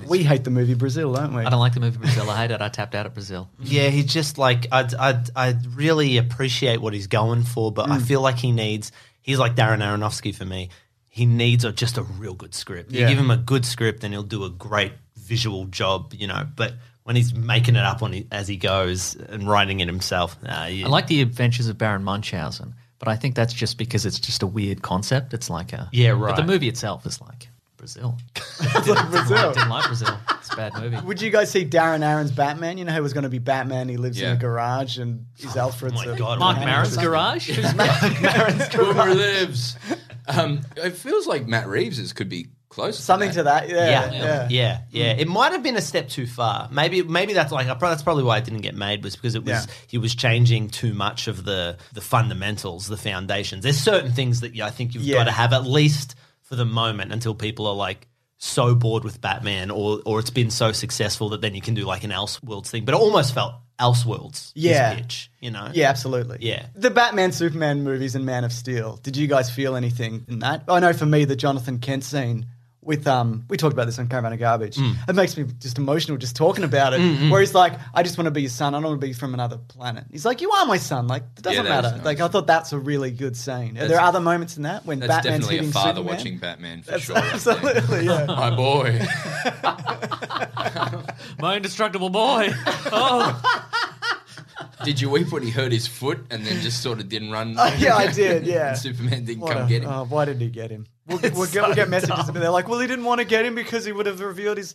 We hate the movie Brazil, don't we? Mm. I (laughs) don't like the movie Brazil. I hate it. I tapped out at Brazil. Yeah, he just like I I I really appreciate what he's going for, but Hmm. I feel like he needs he's like Darren Aronofsky for me. He needs a, just a real good script. You Yeah. give him a good script, and he'll do a great visual job, you know. But when he's making it up on he, as he goes and writing it himself, nah, you- I like the Adventures of Baron Munchausen, but I think that's just because it's just a weird concept. It's like a Yeah, But the right. movie itself is like Brazil. Brazil. didn't like Brazil. It's bad movie. Would you guys see Darren Aaron's Batman? You know, he was going to be Batman. He lives in Yeah. Oh a garage and is Alfred's. my a- God, Mark Maron's (laughs) garage? (laughs) Who's Mark Maron's Boomer lives. Um, it feels like Matt Reeves's could be close. Something to that, yeah, yeah, yeah, yeah. It might have been a step too far. Maybe, maybe that's like I prob- that's probably why it didn't get made was because it was Yeah. he was changing too much of the the fundamentals, the foundations. There's certain things that yeah, I think you've Yeah. got to have at least for the moment until people are like so bored with Batman or or it's been so successful that then you can do like an Elseworlds thing. But it almost felt Elseworlds, his Yeah. pitch, you know, Yeah, absolutely. yeah. The Batman, Superman movies, and Man of Steel. Did you guys feel anything in that? I know for me, the Jonathan Kent scene with um, we talked about this on Caravan of Garbage. Mm. It makes me just emotional just talking about it. Mm-hmm. Mm, mm. Where he's like, "I just want to be your son. I don't want to be from another planet." He's like, "You are my son. Like it doesn't Yeah, that was matter." Like I thought that's a really good scene. Are That's- there other moments in that when That's Batman's definitely hitting a father Superman? watching Batman for That's (laughs) sure. Absolutely, (laughs) yeah. My boy. My indestructible boy. Oh. Did you weep when he hurt his foot and then just sort of didn't run? Oh, yeah, I did. (laughs) Yeah, And Superman didn't What come a- get him. Oh, why didn't he get him? (laughs) We'll, we'll, It's get, we'll so get messages, dumb. but they're like, "Well, he didn't want to get him because he would have revealed his."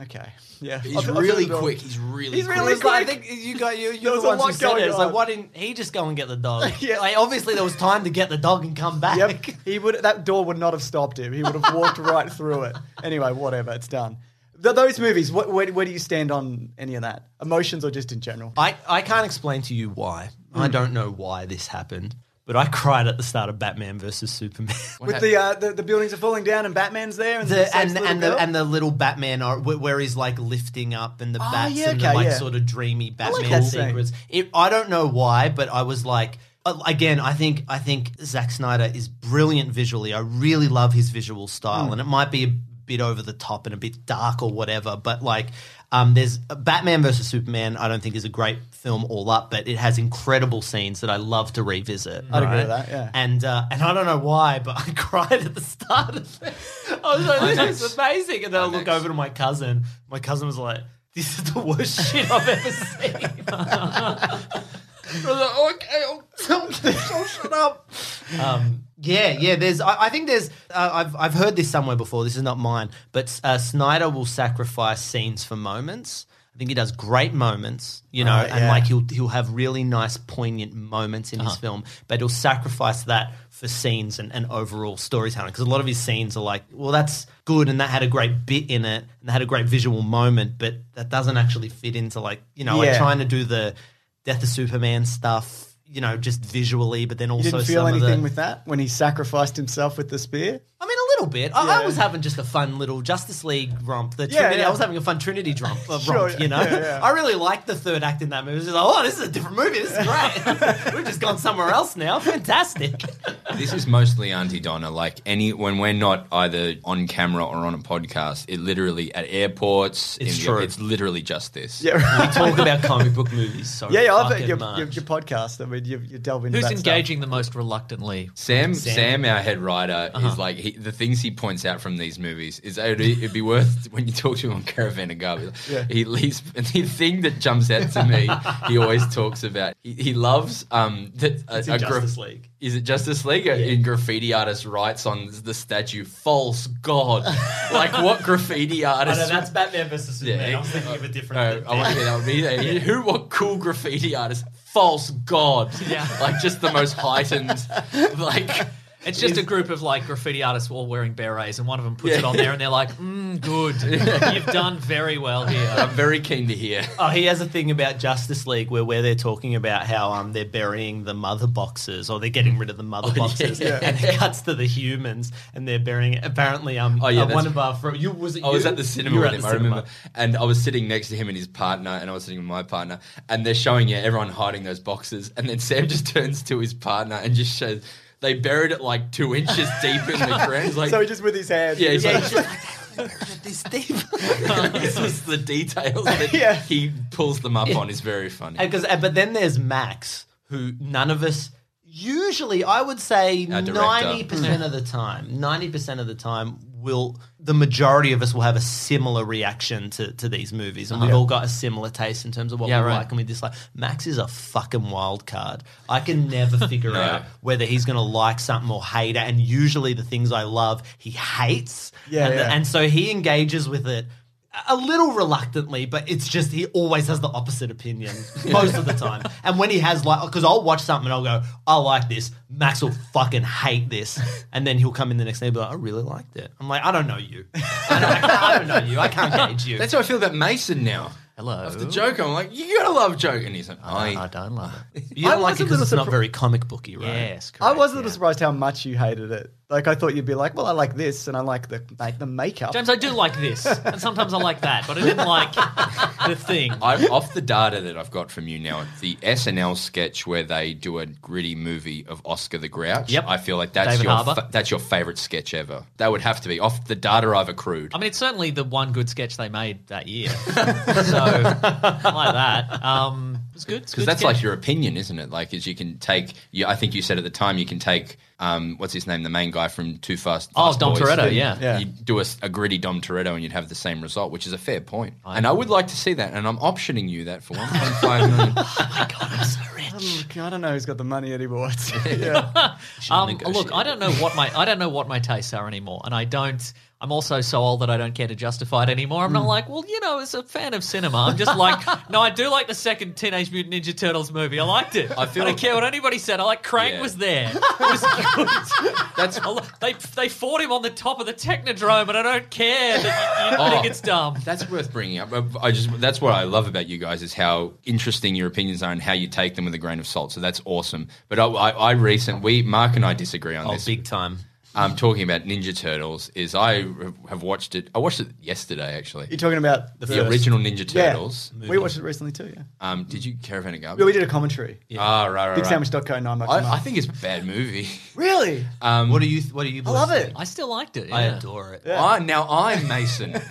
Okay, yeah, He's I've- I've really got it all. quick. He's really He's really It's like, I quick. think you got you. There You're was a the ones who lot said going it. It's like on. why didn't he just go and get the dog? (laughs) Yeah. Like obviously there was time to get the dog and come back. (laughs) Yep, he would. That door would not have stopped him. He would have walked right through it. Anyway, whatever. It's done. Th- those movies. What, where, where do you stand on any of that? Emotions or just in general? I, I can't explain to you why. I don't know why this happened, but I cried at the start of Batman versus Superman. With the, uh, the the buildings are falling down and Batman's there and (laughs) The- the, and and the and the little Batman are where, where he's like lifting up and the Oh, bats yeah, and the okay, like yeah. sort of dreamy I like Batman that scene. sequence. It, I don't know why, but I was like, uh, again, I think I think Zack Snyder is brilliant visually. I really love his visual style, Mm. and it might be a bit over the top and a bit dark or whatever, but like. Um, there's Batman versus Superman. I don't think is a great film all up, but it has incredible scenes that I love to revisit. I'd agree with right? that, yeah. and uh, and I don't know why, but (laughs) I cried at the start of it. I was like, this is amazing. And then I look over to my cousin. My cousin was like, this is the worst (laughs) shit I've ever seen. I was like, "Oh, okay, I'll, I'll, I'll shut up. Um, yeah, yeah. There's, I, I think there's. Uh, I've I've heard this somewhere before. This is not mine, but uh, Snyder will sacrifice scenes for moments. I think he does great moments, you know, Right, and yeah. Uh-huh. like he'll he'll have really nice, poignant moments in his film, but he'll sacrifice that for scenes and, and overall storytelling because a lot of his scenes are like, well, that's good and that had a great bit in it and that had a great visual moment, but that doesn't actually fit into like you know, like Yeah. trying to do the Death of Superman stuff. You know, just visually, but then you also didn't feel some of anything the, with that when he sacrificed himself with the spear. I mean, a little bit. I, I was having just a fun little Justice League romp. The Yeah, Trinity, yeah. I was having a fun Trinity romp. (laughs) Uh, Sure, romp you know, yeah, yeah. I really liked the third act in that movie. It was just like, oh, this is a different movie. This is (laughs) great. We've just gone somewhere else now. Fantastic. This is mostly Auntie Donna. Like any when we're not either on camera or on a podcast, it literally at airports. It's in the- true. it's literally just this. (laughs) Yeah, right. we talk about comic book movies so yeah, yeah. I've fucking your, much. your, your podcast. I mean, you, you delve into Who's that stuff. engaging the most reluctantly? Sam, Sam, our head writer, Uh-huh. is like he, the things he points out from these movies is it'd, it'd be worth when you talk to him on Caravan of Garbage. Yeah. He leaves and the thing that jumps out to me. he always talks about. He, he loves um that It's in Justice League. Is it Justice League? In graffiti artist writes on the statue "False God." like what graffiti I know, artist? that's Batman versus Superman. I was thinking of a different. No, I want to get that would be there. Who? What cool graffiti artist? False God. Yeah. Like just the most heightened. Like It's just a group of like graffiti artists all wearing berets, and one of them puts it on there, and they're like, mm, (laughs) "Good, you've done very well here." I'm very keen to hear. Oh, he has a thing about Justice League where, where they're talking about how um they're burying the mother boxes or they're getting rid of the mother boxes Oh, yeah. and it cuts to the humans and they're burying it. Apparently, um, Oh, yeah, uh, that's one of our fr- you was it I was you? at the cinema You were with at him. the I cinema. remember, and I was sitting next to him and his partner, and I was sitting with my partner, and they're showing you everyone hiding those boxes, and then Sam just (laughs) turns to his partner and just shows they buried it like two inches deep in the ground. He's like, (laughs) So just with his hands. yeah, he's Just like, like- This (laughs) Steve. (laughs) this is the details that Yeah. he pulls them up on is very funny. And 'cause- and- but then there's Max, who none of us usually, I would say, Our director. ninety percent of the time, ninety percent of the time, will the majority of us will have a similar reaction to, to these movies, and we've Uh-huh. all got a similar taste in terms of what Yeah, we right. like and we dislike. Max is a fucking wild card. I can never figure (laughs) No. out whether he's going to like something or hate it, and usually the things I love, he hates. Yeah, and, yeah. and so he engages with it a little reluctantly, but it's just he always has the (laughs) opposite opinion most of the time. And when he has like, because I'll watch something and I'll go, I like this. Max will fucking hate this, and then he'll come in the next day and be like, I really liked it. I'm like, I don't know you. I don't, I don't know you. I can't gauge you. That's how I feel about Mason now. Hello. After Joker, I'm like, you gotta love Joker. And he's like, I, (laughs) I don't love it. You don't like it because it's not very comic booky, right? Yes. I was a little surprised how much you hated it. Like I thought you'd be like, well, I like this, and I like the like the makeup. James, I do like this, and sometimes I like that, but I didn't like the thing. I'm off the data that I've got from you now. The SNL sketch where they do a gritty movie of Oscar the Grouch. Yep. I feel like that's David your Harbour. fa- that's your favorite sketch ever. That would have to be off the data I've accrued. I mean, it's certainly the one good sketch they made that year. (laughs) so I like that. Um, it's good. Because that's like your opinion, isn't it? Like, is you can take. You, I think you said at the time you can take. Um, what's his name? The main guy from Too Fast. Oh, Fast Dom Boys. Toretto, yeah. Yeah. You do a, s- a gritty Dom Toretto, and you'd have the same result, which is a fair point. and I would like to see that, and I'm optioning you that for 1.5 million. Um, I don't know who's got the money anymore. (laughs) It's- yeah. Um, look, I don't know what my I don't know what my tastes are anymore, and I don't. I'm also so old that I don't care to justify it anymore. Hmm. I'm not like, well, you know, as a fan of cinema, I'm just (laughs) like, no, I do like the second Teenage Mutant Ninja Turtles movie. I liked it. I, feel- don't care what anybody said. I like Crank Yeah. was (laughs) there. It was good. That's I lo- they they fought him on the top of the Technodrome, and I don't care that you, you Oh. think it's dumb. That's worth bringing up. I- I just that's what I love about you guys is how interesting your opinions are and how you take them with a grain of salt. So that's awesome. But I, I, I recent we Mark and I disagree on Oh, this. big time. Um, talking about Ninja Turtles is I have watched it. I watched it yesterday actually. You're talking about the, original Ninja Yeah. Turtles. We watched it recently too. Yeah. Um, did you Caravan of Garbage? Yeah, we did a commentary. Ah, right, right. Big right. BigSandwich.co nine bucks a I, I month. think it's a bad movie. (laughs) Really? Um, What do you? What do you? I love it. I still liked it. I yeah. adore it. I, now I'm (laughs) Mason. (laughs)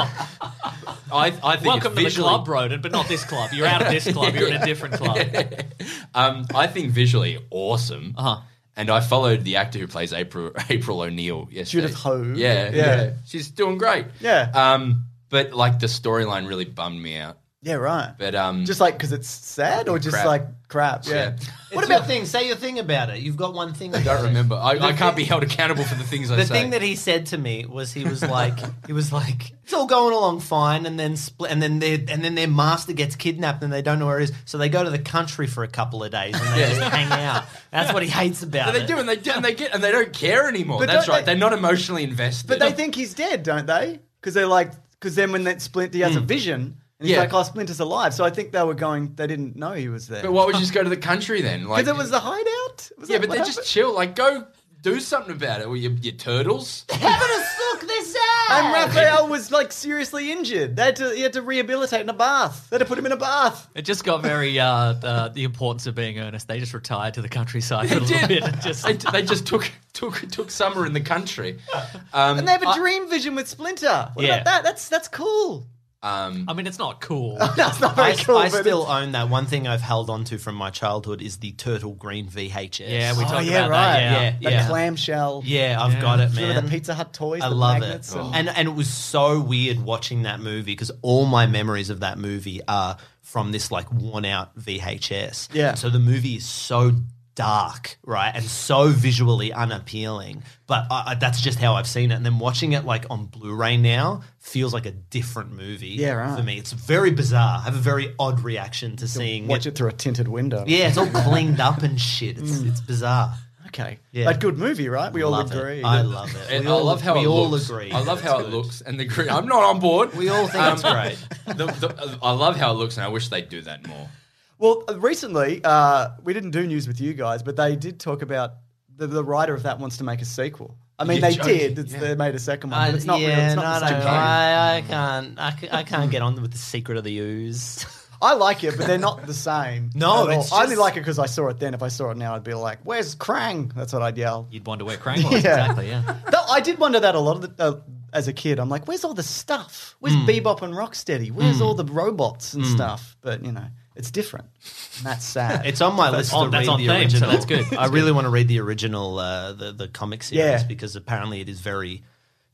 I, I think Welcome it's to the visually- club, Broden, but not this club. You're out of this club. You're in a different (laughs) club. (laughs) Um, I think visually awesome. Uh-huh. And I followed the actor who plays April (laughs) April O'Neil yesterday. Judith Ho. Yeah, yeah, Yeah. She's doing great. Yeah. Um, but like the storyline really bummed me out. Yeah, right. But um, Just like because it's sad, or just Crap. like crap. Yeah. What about things? Say your thing about it. You've got one thing. I don't remember. I, I can't be held accountable for the things I The say. thing that he said to me was he was like he (laughs) was like it's all going along fine and then split and then their and then their master gets kidnapped and they don't know where he is so they go to the country for a couple of days and they just hang out. That's what he hates about But they it. do, and they do, and they get, and they don't care anymore. But That's don't right. they- They're not emotionally invested. But they think he's dead, don't they? Because they're like, because then when that Splint, he has a vision, and Hmm. he's Yeah. like, "Oh, Splinter's alive." So I think they were going. They didn't know he was there. But why would you just go to the country (laughs) then? Like, Because it was the hideout. Was yeah, that but what they're just chill. Like, go do something about it. Well, you, you turtles. Having a look, they're sad. And Raphael was like seriously injured. They had to, he had to rehabilitate in a bath. They had to put him in a bath. It just got very uh, uh, the importance of being earnest. They just retired to the (laughs) countryside for (laughs) a little bit. and Just they, they just took took took summer in the country. Um, And they have a dream vision with Splinter. What Yeah. about that? That's that's cool. (laughs) um, I mean, it's not cool. That's not very I, cool. I but still own that. One thing I've held on to from my childhood is the turtle green VHS. Yeah, we it's- talked oh, yeah, about right. that. Yeah, The yeah. clamshell. yeah, I've got it, man. Remember the Pizza Hut toys? I the love magnets it. Oh. And and it was so weird watching that movie because all my memories of that movie are from this like worn out VHS. Yeah. And so the movie is so dark, right, and so visually unappealing. But I, I, that's just how I've seen it. And then watching it like on Blu-ray now feels like a different movie. Yeah, right. For me, it's very bizarre. I have a very odd reaction to seeing Watch it. it Mm. through a tinted window. Yeah, it's all cleaned up and shit. It's it's bizarre. Okay. Yeah. But good movie, right? We all Love it. agree. I that- love it. And We I all- love how we it all looks. agree. I love that how it's it good. looks and the green. I'm not on board. Um, We all think it's great. (laughs) The, the, I love how it looks, and I wish they'd do that more. Well, uh, recently, uh, we didn't do news with you guys, but they did talk about the, the writer of that wants to make a sequel. I mean, You're they joking. did. It's, They made a second one, I- but it's not Uh, yeah, real. It's not no, the same no, game. I, I can't. I, ca- I can't get on with the secret of the ooze. (laughs) I like it, but they're not the same. No, at all. it's I only just- like it because I saw it then. If I saw it now, I'd be like, "Where's Krang?" That's what I'd yell. You'd wonder where Crank was. Yeah. Exactly. Yeah. Though I did wonder that a lot of the, uh, as a kid. I'm like, "Where's all the stuff? Where's Hmm. Bebop and Rocksteady? Where's all the robots and stuff?" But you know, it's different. And that's sad. It's on my But- list on- to that's read on the theme, so original. that's good. (laughs) I really want to read the original, uh, the the comic series, Yeah. because apparently it is very,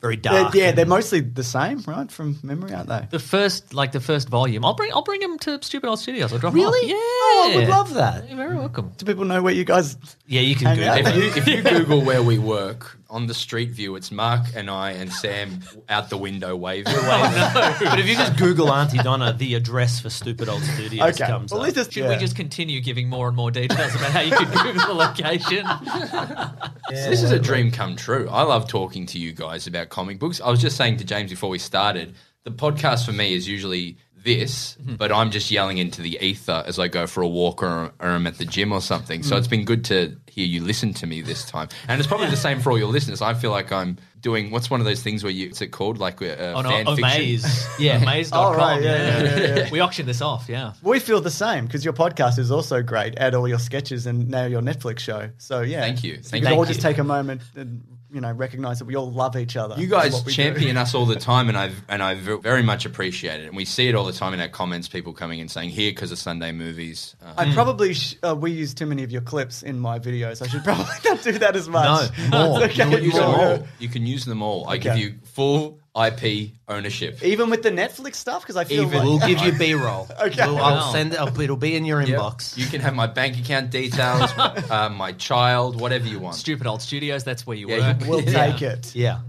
very They're- dark. yeah, and- they're mostly the same, right? From memory, aren't they? The first, like the first volume. I'll bring. I'll bring him to Stupid Old Studios. I'll drop him Really? off. Yeah. Oh, I would love that. You're very welcome. Do people know where you guys? yeah. You can Hang (laughs) Google. out. it. If you, if you Google where we work on the street view, it's Mark and I and Sam out the window waving. Oh, But if you just Google Auntie Donna, the address for Stupid Old Studios comes up. Should we just continue giving more and more details about how you can Google the location? (laughs) So this is a dream come true. I love talking to you guys about comic books. I was just saying to James before we started, the podcast for me is usually this, Mm-hmm. but I'm just yelling into the ether as I go for a walk or, or I'm at the gym or something. So Mm-hmm. Mm. it's been good to hear you listen to me this time. And it's probably the same for all your listeners. I feel like I'm doing what's one of those things where you, what's it called? Like uh, Oh, no, fan fiction? (laughs) Omaze. Yeah, Omaze.com. Oh, right, yeah, yeah, yeah, yeah. We auctioned this off, yeah. We feel the same because your podcast is also great. Add all your sketches and now your Netflix show. So yeah, Thank you. So Thank you. you. could all Thank just you. take a moment and you know recognize that we all love each other. You That's guys what we do. champion us (laughs) all the time, and I and I ve- very much appreciate it. And we see it all the time in our comments. People coming and saying here because of Sunday movies. Um, I probably sh- uh, we use too many of your clips in my videos. I should (laughs) probably not do that as much. (laughs) That's You can use them More. all. You can use them all. I give Okay. you full IP ownership. Even with the Netflix stuff, because I feel Even- like We'll Give you B roll. (laughs) Okay. We'll- I'll send it. I'll- It'll be in your inbox. You can have my bank account (laughs) details, uh, my child, whatever you want. Stupid old studios. That's where you Yeah, work. you- We'll Yeah. take it. Yeah.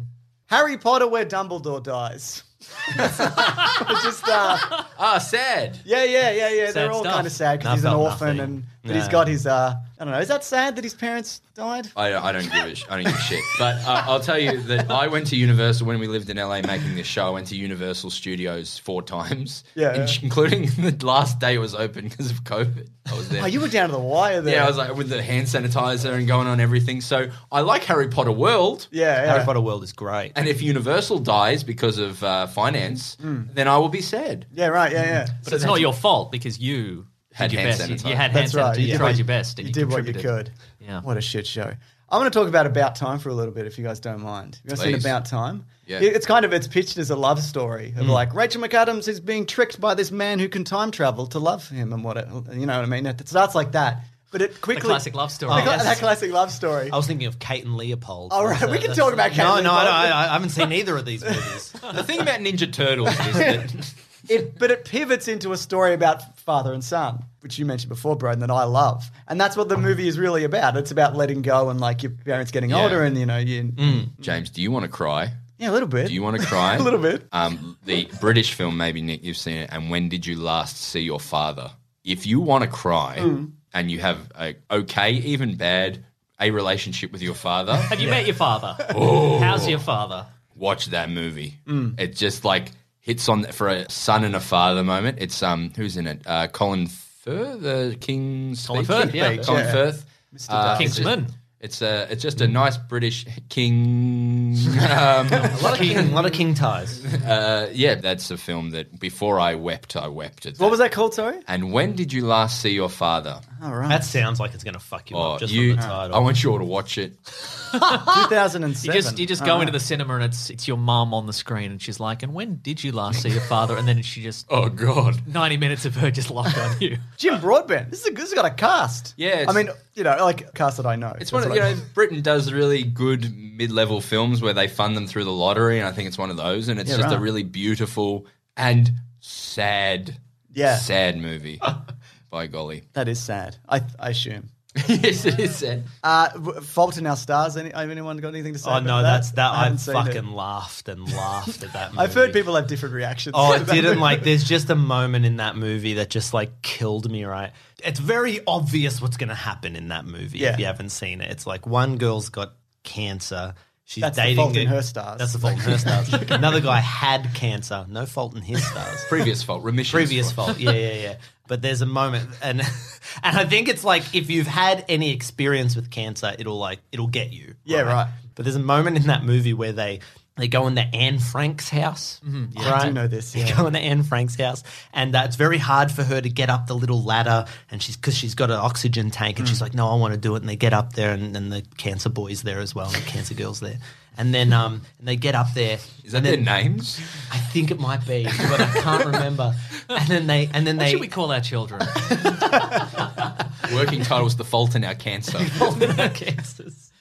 Harry Potter, where Dumbledore dies. (laughs) It's just uh, ah, sad. Yeah, yeah, yeah, yeah. Sad They're all stuff. kind of sad because I he's an felt orphan nothing. and but he's No. got his. Uh, I don't know. Is that sad that his parents died? I, I don't give a sh- I don't give a shit. But uh, I'll tell you that I went to Universal when we lived in LA making this show. I went to Universal Studios four times, Yeah, in- yeah. including (laughs) the last day it was open because of COVID. I was there. Oh, you were down to the wire there. Yeah, I was like with the hand sanitizer and going on everything. So I like Harry Potter World. Yeah, yeah. Harry Potter World is great. And if Universal dies because of uh, finance, Mm. then I will be sad. Yeah, right. Yeah, yeah. But it's not your fault because you Had did your hand best. You- sanitizer. You had hand That's right. sanitizer. You did tried what- your best. And you did what you contributed. could. Yeah. What a shit show. I'm going to talk about About Time for a little bit, if you guys don't mind. You guys seen Please. About Time? Yeah. It- It's kind of it's pitched as a love story of Mm. like Rachel McAdams is being tricked by this man who can time travel to love him and what it, you know what I mean. It starts like that, but it quickly classic love story, The cla- yes. That classic love story. I was thinking of Kate and Leopold. All right, That's, we uh, can that's- talk about Kate No, and no, no, Leopold. I, I haven't seen either (laughs) of these movies. The thing about Ninja Turtles is that (laughs) it, but it pivots into a story about father and son, which you mentioned before, Broden, that I love, and that's what the movie is really about. It's about letting go and like your parents getting Yeah. older, and you know, you James, do you want to cry? yeah, a little bit. Do you want to cry? (laughs) a little bit? Um, the British film, maybe Nick, you've seen it. And when did you last see your father? If you want to cry Mm. and you have a okay, even bad, a relationship with your (laughs) father, Have you met your (laughs) father? Oh. How's your father? watch that movie. Mm. It just like hits on for a son and a father moment. It's um, who's in it? Uh, Colin Firth, the King's Colin Speech? Firth, yeah. Colin Yeah. Firth, Uh, Mr. Darcy. it's just- Kingsman. It's a, it's just a nice British (laughs) king. Um, a lot of king, lot of king ties. Uh, yeah, that's a film that before I wept, I wept at. What was that called? Sorry. And when did you last see your father? All right. That sounds like it's going to fuck you Oh, up Uh-huh. just you- from the title. I want you all to watch it. 2007. You just you just Uh, go into the cinema and it's it's your mum on the screen and she's like, and when did you last see your father? And then she (laughs) just oh god, ninety minutes of her just locked on you. Jim Broadbent. This is a, this has got a cast. Yeah, it's- I mean, you know, like a cast that I know. It's one of That's you what I- know Britain does really good mid-level films where they fund them through the lottery, and I think it's one of those. And it's Yeah, just a right. really beautiful and sad, Yeah. sad movie. By golly, (laughs) That is sad. I, I assume. yes, it is sad. Uh, w- Fault in Our Stars. Any, have anyone got anything to say? Oh about no, that's that. I, haven't seen it. fucking laughed and laughed at (laughs) that. Movie. I've heard people have different reactions. Oh, to it that didn't movie. (laughs) like. There's just a moment in that movie that just like killed me. Right, it's very obvious what's going to happen in that movie Yeah. if you haven't seen it. It's like one girl's got cancer. She's That's the dating fault the- in her stars. That's the fault in (laughs) her stars. Another guy had cancer. No fault in his stars. Previous fault, remission. (laughs) Previous fault. Yeah, yeah, yeah. But there's a moment, and (laughs) and I think it's like if you've had any experience with cancer, it'll like it'll get you. Yeah, right. But there's a moment in that movie where they they go into Anne Frank's house. Mm-hmm. yeah. I do know this, They yeah. go into Anne Frank's house, and uh, it's very hard for her to get up the little ladder, and she's because she's got an oxygen tank, Mm. and she's like, "No, I want to do it." And they get up there, and, and the cancer boy's there as well, and the cancer girl's there, and then um, and they get up there. Is that and their then- names? I think it might be, but I can't remember. And then they and then What they should we call our (laughs) children? Working title was "The Fault in Our Cancer." cancers.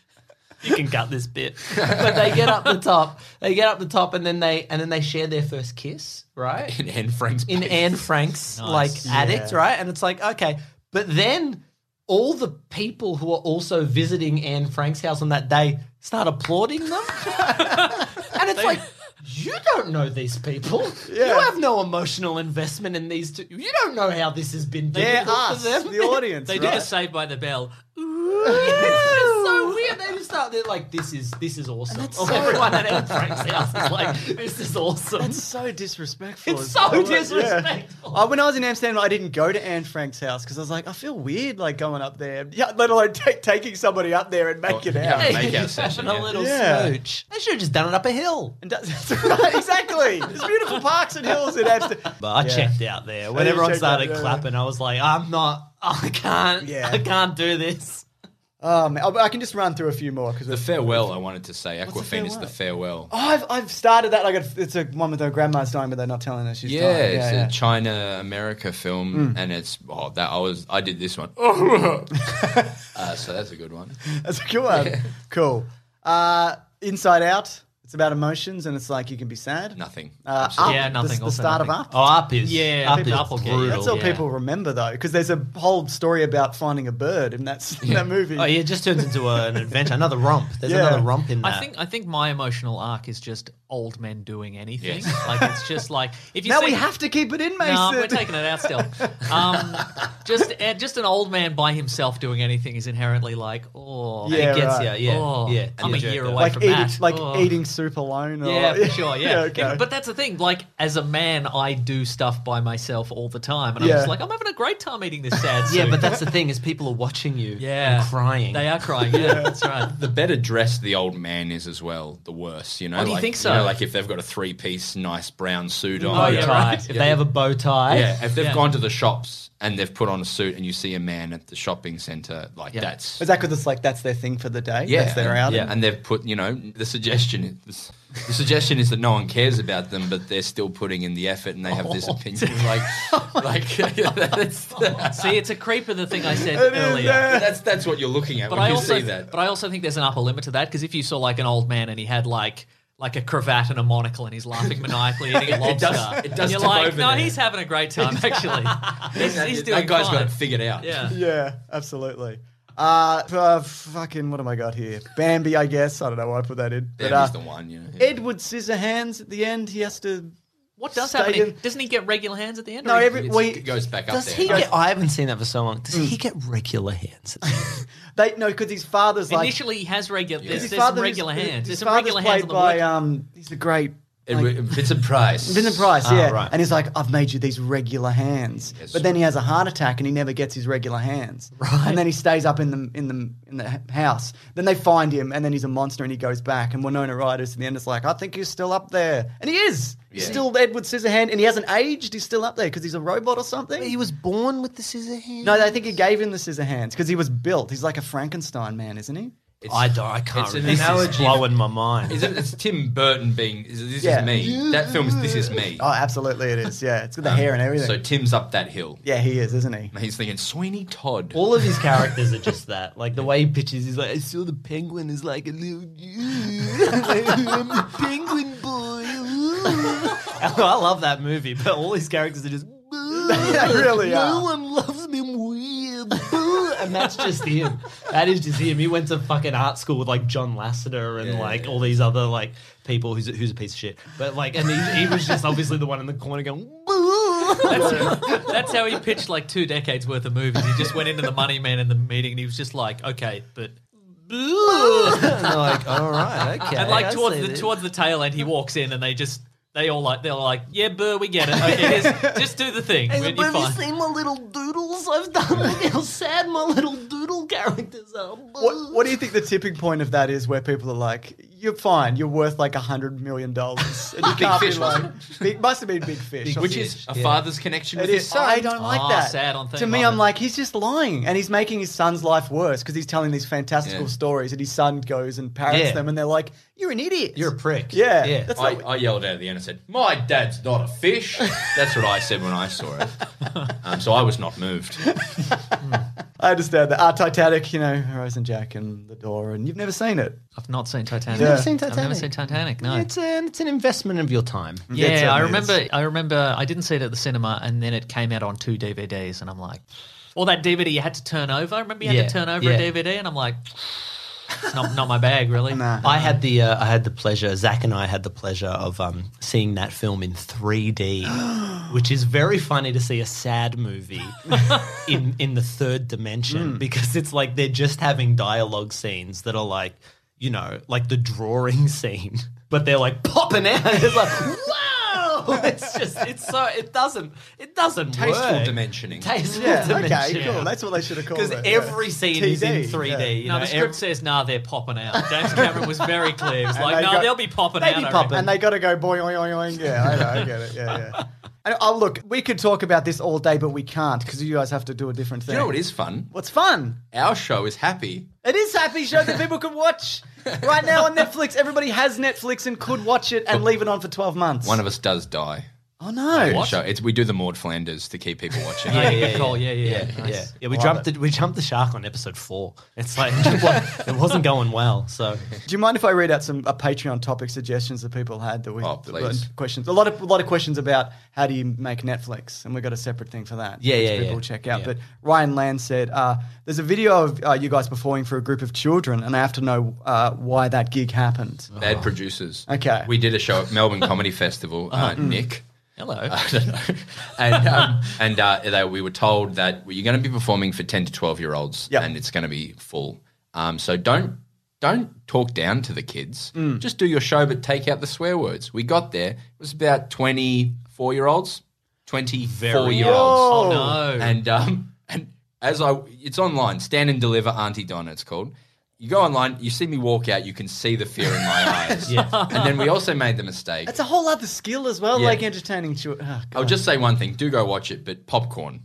You can cut this bit. But they get up the top. They get up the top, and then they and then they share their first kiss, right? in Anne Frank's In Anne Frank's Nice. like Yeah. attic, right? And it's like okay, but then all the people who are also visiting Anne Frank's house on that day start applauding them. (laughs) and it's like, you don't know these people. You have no emotional investment in these two. You don't know how this has been difficult for them. (laughs) They did a Saved by the Bell. it's so weird. They just start. They're like, "This is this is awesome." Or everyone at Anne Frank's house is like, "This is awesome." That's so disrespectful. It's as so well. Yeah. disrespectful. Uh, when I was in Amsterdam, I didn't go to Anne Frank's house because I was like, I feel weird like going up there. Yeah, let alone take taking somebody up there and make it out. Oh, yeah, make out session, Having a yeah. little smooch. They should have just done it up a hill. And does- (laughs) that's right, exactly. There's beautiful parks and hills in Amsterdam. (laughs) But I checked out there. When Yeah, you everyone checked started out, yeah. clapping, I was like, "I'm not. I can't. Yeah. I can't do this." Um, I, I can just run through a few more because The farewell, I wanted to say. the Aquafina's the farewell. Oh, I've, I've started that. I got it's a one with her grandma's dying, but they're not telling her she's Yeah, dying. it's a China America film, and it's oh that I was I did this one. uh, so that's a good one. That's a good one. Cool. Uh, Inside Out. It's about emotions, and it's like you can be sad. Nothing. Uh, up, Yeah, the- nothing. The, also start nothing. of Up. Oh, up is Yeah, up people- is up will get you. brutal. That's all yeah. people remember though, because there's a whole story about finding a bird in that (laughs) in that movie. Oh, yeah, it just turns into an adventure, another romp. There's Yeah. another romp in that. I think I think my emotional arc is just old men doing anything. Yes. Like it's just like if you Now see, we have to keep it in, Mason. No, we're taking it out still. Um, just uh, just an old man by himself doing anything is inherently like oh Yeah, it gets right. you. Yeah, oh, yeah. I'm a Yeah. year away (laughs) like from eating, that. like Oh. eating soup alone. Or, Yeah, (laughs) for sure. Yeah, okay. If- but that's the thing. Like, as a man, I do stuff by myself all the time, and I'm Yeah. just like, I'm having a great time eating this sad. Yeah, soup. but that's the thing is people are watching you Yeah. and crying. they are crying. Yeah, that's right. The better dressed the old man is as well, the worse. You know, Oh, do you like, think so? know, like if they've got a three piece nice brown suit on. Oh, you yeah, know, right. If they have a bow tie, Yeah, if they've Yeah. gone to the shops and they've put on a suit and you see a man at the shopping centre, like that's Is that because it's like that's their thing for the day? yeah, that's their and, outing. yeah, and they've put you know the suggestion is the suggestion is that no one cares about them, but they're still putting in the effort and they have (laughs) Oh, this opinion like like (laughs) that's, See, it's a creep of the thing I said It is, earlier. yeah. that's that's what you're looking at But when I you also, see that. but I also think there's an upper limit to that because if you saw like an old man and he had like like a cravat and a monocle and he's (laughs) laughing maniacally eating a It lobster, does- it and does you're tip like, over no, there." he's having a (laughs) great time actually. he's, he's that, doing that guy's fine. got it figured out. (laughs) Yeah. Yeah, absolutely. Uh, uh, fucking, what have I got here? Bambi, I guess. I don't know why I put that in. Bambi's But, uh, the one. You know, yeah. Edward Scissorhands at the end, he has to. What does stay happen? in- Doesn't he get regular hands at the end? No, or he- every It's- we, it goes back up Does there. he get? I haven't seen that for so long. Does he get regular hands? they no because his father's like initially he has regular. There's, his there's some father is- regular hands. There's His some father's regular hands played on the by board. um. He's a great. Edward, Vincent Price. Vincent Price, yeah, right. and he's like, "I've made you these regular hands," Yes. but then he has a heart attack and he never gets his regular hands. Right, and then he stays up in the in the in the h- house. Then they find him, and then he's a monster, and he goes back. And Winona Ryder's in the end is like, "I think he's still up there," and he is. He's Yeah. still Edward Scissorhand, and he hasn't aged. He's still up there because he's a robot or something. he was born with the scissor hand. no, I think he gave him the scissor hands because he was built. He's like a Frankenstein man, isn't he? I don't. I can't. it's an remember. This is analogy. blowing my mind. Is it, it's Tim Burton being. Is, it- this Yeah. is me. That film's This is me. Oh, absolutely, it is. Yeah, it's got the hair and everything. Um, So Tim's up that hill. yeah, he is, isn't (laughs) he? (laughs) And he's thinking Sweeney Todd. All of his characters are just that. Like the way he pitches, he's like, I saw the penguin is like a little. I'm the penguin boy. I love (laughs) uh, that movie, but all his characters are just. They really No are. one loves me weird. and that's just him. That is just him. He went to fucking art school with like John Lasseter and like all these other like people who's who's a piece of shit. But like, and he, he was just obviously the one in the corner going. (laughs) That's, (laughs) that's how he pitched like two decades worth of movies. He just went into the money man in the meeting and he was just like, okay, but. and they're like, all right, okay. and like I towards see the this." towards the tail end, he walks in and they just they all like they're like, yeah, Burr, we get it. Okay, just, just do the thing. Hey, We're- but you're have you fine. seen my little doodles I've done? Look how sad my little doodle characters are. What, what do you think the tipping point of that is where people are like, you're fine, you're worth like a $100 million? And you can't Fish, wasn't be like, big, must have been Big Fish. which is a father's connection It with is. his son. I don't like Ah, that. sad on thing, to me, love I'm it. like, he's just lying and he's making his son's life worse because he's telling these fantastical Yeah. stories and his son goes and parrots Yeah. them and they're like, you're an idiot. You're a prick. Yeah. Yeah. That's I, not- I yelled out at the end and said, "My dad's not a (laughs) fish." That's what I said when I saw (laughs) it. Um, so I was not moved. I understand that. Ah, Titanic, you know, Rose and Jack and The Door, and you've never seen it. I've not seen Titanic. never seen I've never seen Titanic. No. an, it's an investment of your time. It yeah, I certainly remember. I remember. I didn't see it at the cinema, and then it came out on two DVDs, and I'm like, Or that DVD you had to turn over. Remember you had Yeah, to turn over yeah. a DVD, and I'm like, it's not not my bag really. (laughs) I had the uh, I had the pleasure. Zach and I had the pleasure of um, seeing that film in (gasps) 3D, which is very funny to see a sad movie (laughs) in in the third dimension Mm. because it's like they're just having dialogue scenes that are like you know like the drawing (laughs) scene, but they're like popping out. (laughs) It's like wow, (laughs) it's just it's so it doesn't it doesn't Tasteful work. dimensioning. Tasteful Yeah, dimensioning. okay, cool. That's what they should have called it. Because yeah. every scene is in 3D, 3D. yeah. You no, know, the script says, nah, they're popping out. James Cameron was very clear. He was And like, they no, got- they'll be popping They out. be I popping. reckon." And they got to go boing, oing, oing. Yeah, I know, I get it. Yeah, yeah. And, oh, look, we could talk about this all day, but we can't because you guys have to do a different Do thing. you know what is fun? What's fun? Our show is happy. It is happy show that people can watch right now on Netflix. Everybody has Netflix and could watch it and leave it on for twelve months. One of us does die. oh no! The Show. It's, we do the Maud Flanders to keep people watching. (laughs) Yeah, yeah, yeah, call. Yeah, yeah, yeah. yeah. Nice. yeah. Yeah, we Love jumped. The, we jumped the shark on episode four. It's like (laughs) it wasn't going well. So Do you mind if I read out some uh, Patreon topic suggestions that people had that we Oh, please. questions? A lot of a lot of questions about how do you make Netflix, and we got a separate thing for that. Yeah, which yeah, yeah. People will check out. Yeah. But Ryan Land said, uh, "There's a video of uh, you guys performing for a group of children, and I have to know uh, why that gig happened." Mm. Bad producers. Okay. We did a show at Melbourne Comedy Festival. Uh, Uh-huh. Mm. Nick. Hello. I don't know. (laughs) And, um, and uh, they, we were told that you're going to be performing for 10 to 12 year olds and it's going to be full. Um, so don't don't talk down to the kids. Mm. Just do your show, but take out the swear words. We got there. It was about 24 year olds, 24 year olds. Whoa. Oh, no. And, um, and as I, it's online, Stand and Deliver Auntie Donna, it's called. You go online, you see me walk out, you can see the fear (laughs) in my eyes. Yeah. And then we also made the mistake. That's a whole other skill as well, Yeah. like entertaining children. Oh, I'll just say one thing: do go watch it, but popcorn.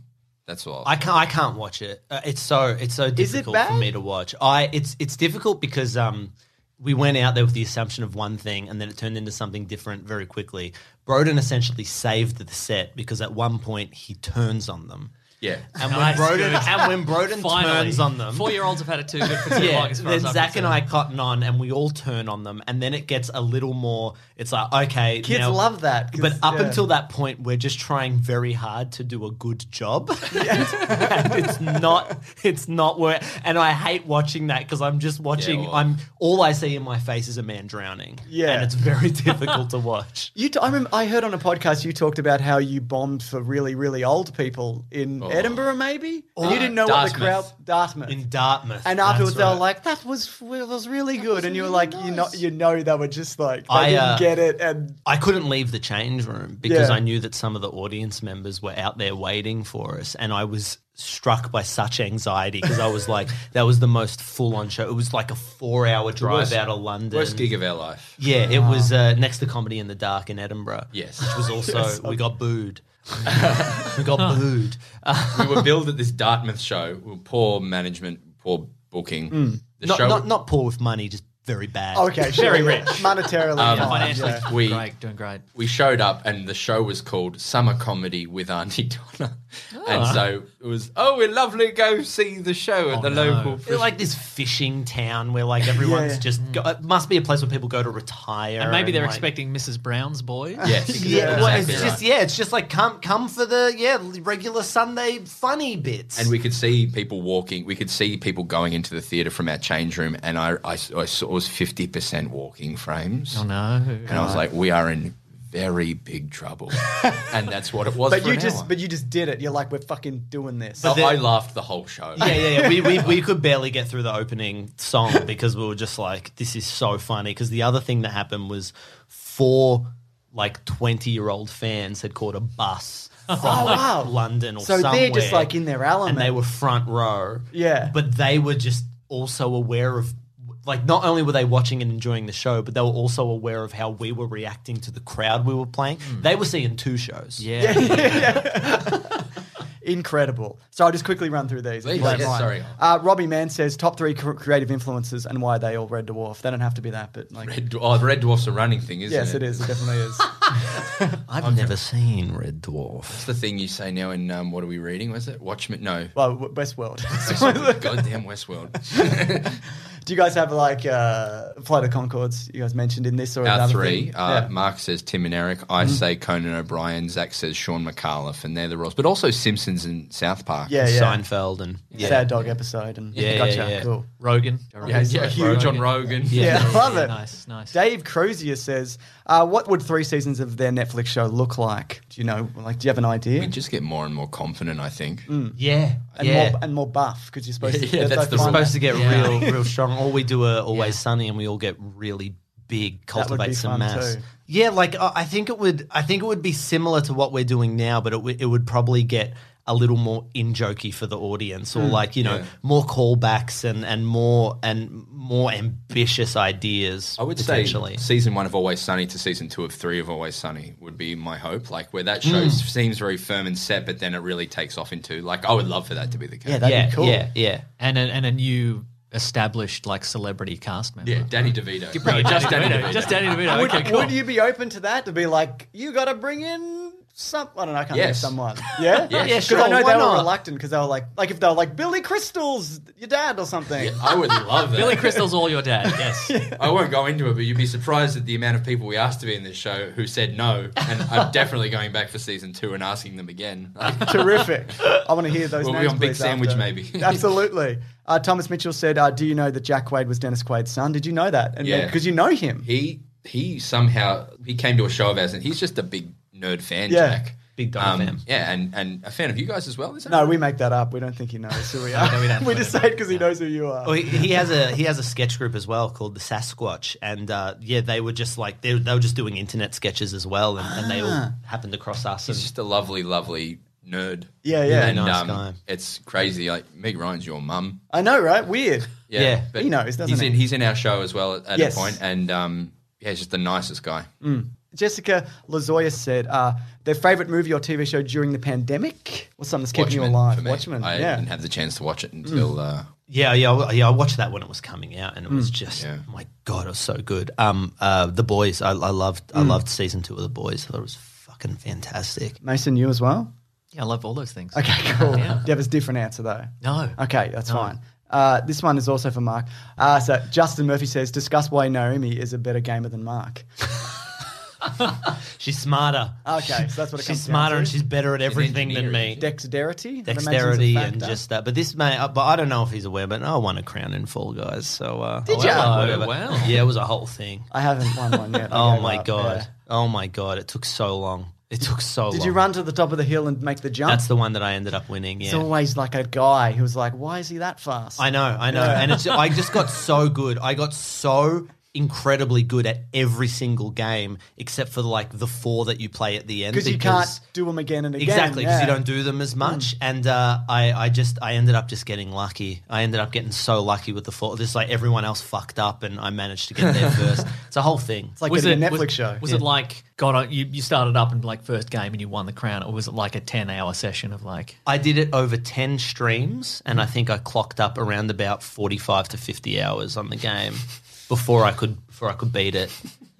That's all. I can't. I can't watch it. Uh, it's so. It's so difficult for bad? me to watch. I. It's. It's difficult because um, we went out there with the assumption of one thing, and then it turned into something different very quickly. Broden essentially saved the set because at one point he turns on them. Yeah. And Nice, when good. Broden and when Broden Finally. turns on them, Four-year-olds have had it too good (laughs) for too yeah, long, as far then as I'm Zach and I concerned. cotton on, and we all turn on them, and then it gets a little more. It's like okay, Kids now- love that, 'cause- But up yeah. until that point, we're just trying very hard to do a good (laughs) job. and it's not. It's not work. And I hate watching that because I'm just watching. well- I'm all I see in my face is a man drowning. Yeah. and it's very (laughs) difficult to watch. You t- I remember I heard on a podcast you talked about how you bombed for really really old people Oh. in Edinburgh maybe, and you didn't know what the crowd. Dartmouth in Dartmouth, And That's afterwards, they right. were like, "That was was really good," and you were like, "You know, you know, they were just like they I, didn't uh, get it." And I couldn't leave the change room because Yeah. I knew that some of the audience members were out there waiting for us, and I was struck by such anxiety because I was like, (laughs) that was the most full-on show. It was like a four-hour drive Worst- out of London. Worst gig of our life. Yeah, it was uh, next to Comedy in the Dark in Edinburgh. Yes. which was also Yes. we got booed. we got booed. we were billed at this Dartmouth show. We were poor management, poor booking. Mm. The not, show. not not poor with money, just very bad. okay, sure, (laughs) very yeah. rich. monetarily, um, fine, yeah. we doing great. we showed up and the show was called Summer Comedy with Auntie (laughs) Donna, Ah. Oh, and so it was. Oh, we're lovely. Go see the show at the local. It's like this fishing town where like everyone's Yeah. just go, it must be a place where people go to retire. And maybe they're like- expecting Mrs. Brown's boys. (laughs) Yes. Yeah, well, it's Exactly just yeah, it's just like come come for the yeah regular Sunday funny bits. And we could see people walking. We could see people going into the theatre from our change room, and I, I, I saw it was fifty percent walking frames. Oh, no. And (laughs) I was like, we are in very big trouble, (laughs) and that's what it was. but for you an just hour. but you just did it. You're like, "We're fucking doing this." So I laughed the whole show. yeah, yeah, yeah. (laughs) We, we, we could barely get through the opening song because we were just like, this is so funny. Because the other thing that happened was four like 20 year old fans had caught a bus (laughs) from Oh, like, wow. London or So they're somewhere. just, like, in their element. And they were front row. Yeah. But they were just also aware of. Like not only were they watching and enjoying the show, but they were also aware of how we were reacting to the crowd we were playing. They were seeing two shows. Incredible. So I'll just quickly run through these. if you Please, don't yes, mind. sorry. Uh, Robbie Mann says top three cr- creative influences and why they all Red Dwarf. They don't have to be that, but (laughs) like, Red, Dwar- oh, Red Dwarf's a running thing, isn't yes, it? it is. It (laughs) definitely is. (laughs) I've never seen Red Dwarf. That's the thing you say now in um, what are we (laughs) reading? Was it Watchmen? No, Well, w- Westworld. Westworld. goddamn Westworld. Do Do you guys have like uh, Flight of Concords you guys mentioned in this or Our (laughs) another three. thing? Uh, Yeah. Mark says Tim and Eric. I Mhm. say Conan O'Brien. Zach says Sean McAuliffe, and they're the rules. But also Simpsons and South Park. Yeah, yeah. Seinfeld and- Sad dog episode and Yeah, gotcha, yeah, yeah. cool. Rogan. Yeah, yeah, huge on Rogan. Yeah, I love it. Nice, nice. Dave Crozier says, uh, "What would three seasons of their Netflix show look like? Do you know? Like, do you have an (laughs) idea? We just get more and more confident, I think. Mm. Yeah, and yeah. more and more buff because you're supposed to. (laughs) Yeah, that's like the We're fun- supposed to get Yeah. real, real strong. Or we (laughs) do a always sunny, and we all get really big, That would be cultivate some fun mass. too. Yeah, like I I think it would. I think it would be similar to what we're doing now, but it, would- it would probably get a little more in jokey for the audience, or Hmm. Mm. like you know, Yeah. more callbacks and and more and more ambitious ideas. I would say potentially. season one of Always Sunny to season two of three of Always Sunny would be my hope. Like where that Hmm. Mm. show s- seems very firm and set, but then it really takes off into like I would love for that to be the case. yeah. And a, and a new established like celebrity cast member. Yeah, Danny DeVito. You bring Danny No, just (laughs) Danny DeVito, DeVito. Just Danny DeVito. Would, Okay, cool. would you (laughs) be open to that? To be like, you got to bring in some. I don't know. I can't think of Yes. (laughs) someone. Yeah, Yeah, Because sure, I know why they not? were reluctant because they were like, like if they were like Billy Crystal's your dad or something. I would love that. Billy Crystal's all your dad. Yes. I won't go into it, but you'd be surprised at the amount of people we asked to be in this show who said no. And (laughs) I'm definitely going back for season two and asking them again. (laughs) Terrific. I want to hear those We'll be names. on Big please, Sandwich, after. maybe. (laughs) Absolutely. Uh, Thomas Mitchell said, uh, "Do you know that Jack Wade was Dennis Quaid's son? Did you know that? And Yeah. because you know him, he he somehow he came to a show of ours, and he's just a big nerd fan, Yeah. Jack. Big Dog fan. Yeah, and, and a fan of you guys as well. Is that no, we make that up. We don't think he knows (laughs) who we No, are. no, we don't. (laughs) we just say it because he knows who you are. Well, Oh, he, he has a he has a sketch group as well called the Sasquatch, and uh, yeah, they were just like they, they were just doing internet sketches as well, and, and they all Ah. happened across us. He's and- just a lovely, lovely nerd. Yeah, yeah. And, Nice um, guy. It's crazy. Like Meg Ryan's your mum. I know, right? Weird. Yeah, but he knows, doesn't he's he? In, he's in our show as well at Yes. a point, and um, yeah, he's just the nicest guy. Mm. Jessica Lazoya said, uh, their favorite movie or TV show during the pandemic was something that's keeping you alive. Watchmen. I yeah. Mm. didn't have the chance to watch it until. Uh, Yeah, yeah, I- yeah. I watched that when it was coming out, and it was Hmm. Mm. just my god, it was so good. Um, uh, the boys, I, I loved, I Mm. loved season two of the boys. I thought it was fucking fantastic. Mason, you as well? Yeah, I love all those things. Okay, (laughs) cool. Yeah. Do you have a different answer, though? No. Okay, that's Oh. No. fine. Uh, this one is also for Mark. Uh, so Justin Murphy says, discuss why Naomi is a better gamer than Mark. She's smarter. Okay, so that's what it she's comes down smarter to. and she's better at She's everything than me. Dexterity? I'd imagine is a Dexterity and factor. just that, but this may. uh, But I don't know if he's aware. But I won a crown in Fall Guys, so uh, Did oh, ya? well, Oh, whatever. wow. Yeah, it was a whole thing. I haven't won one (laughs) yet. I oh gave my up, god! yeah. Oh my god! It took so long. It took so long. Did you run to the top of the hill and make the jump? That's the one that I ended up winning. It's Yeah. always like a guy who's like, why is he that fast? I know, I know. Yeah. And it's, I just got so good. I got so incredibly good at every single game except for like the four that you play at the end because you can't do them again and again. exactly because yeah. Mm. you don't do them as much and uh, I, I just i ended up just getting lucky i ended up getting so lucky with the four just like everyone else fucked up and i managed to (laughs) get there first it's a whole thing it's was, Was it like God? I- You you started up in like first game and you won the crown, or was it like a ten hour session of like? I did it over 10 streams, and I think I clocked up around about 45 to 50 hours on the game before I could before I could beat it.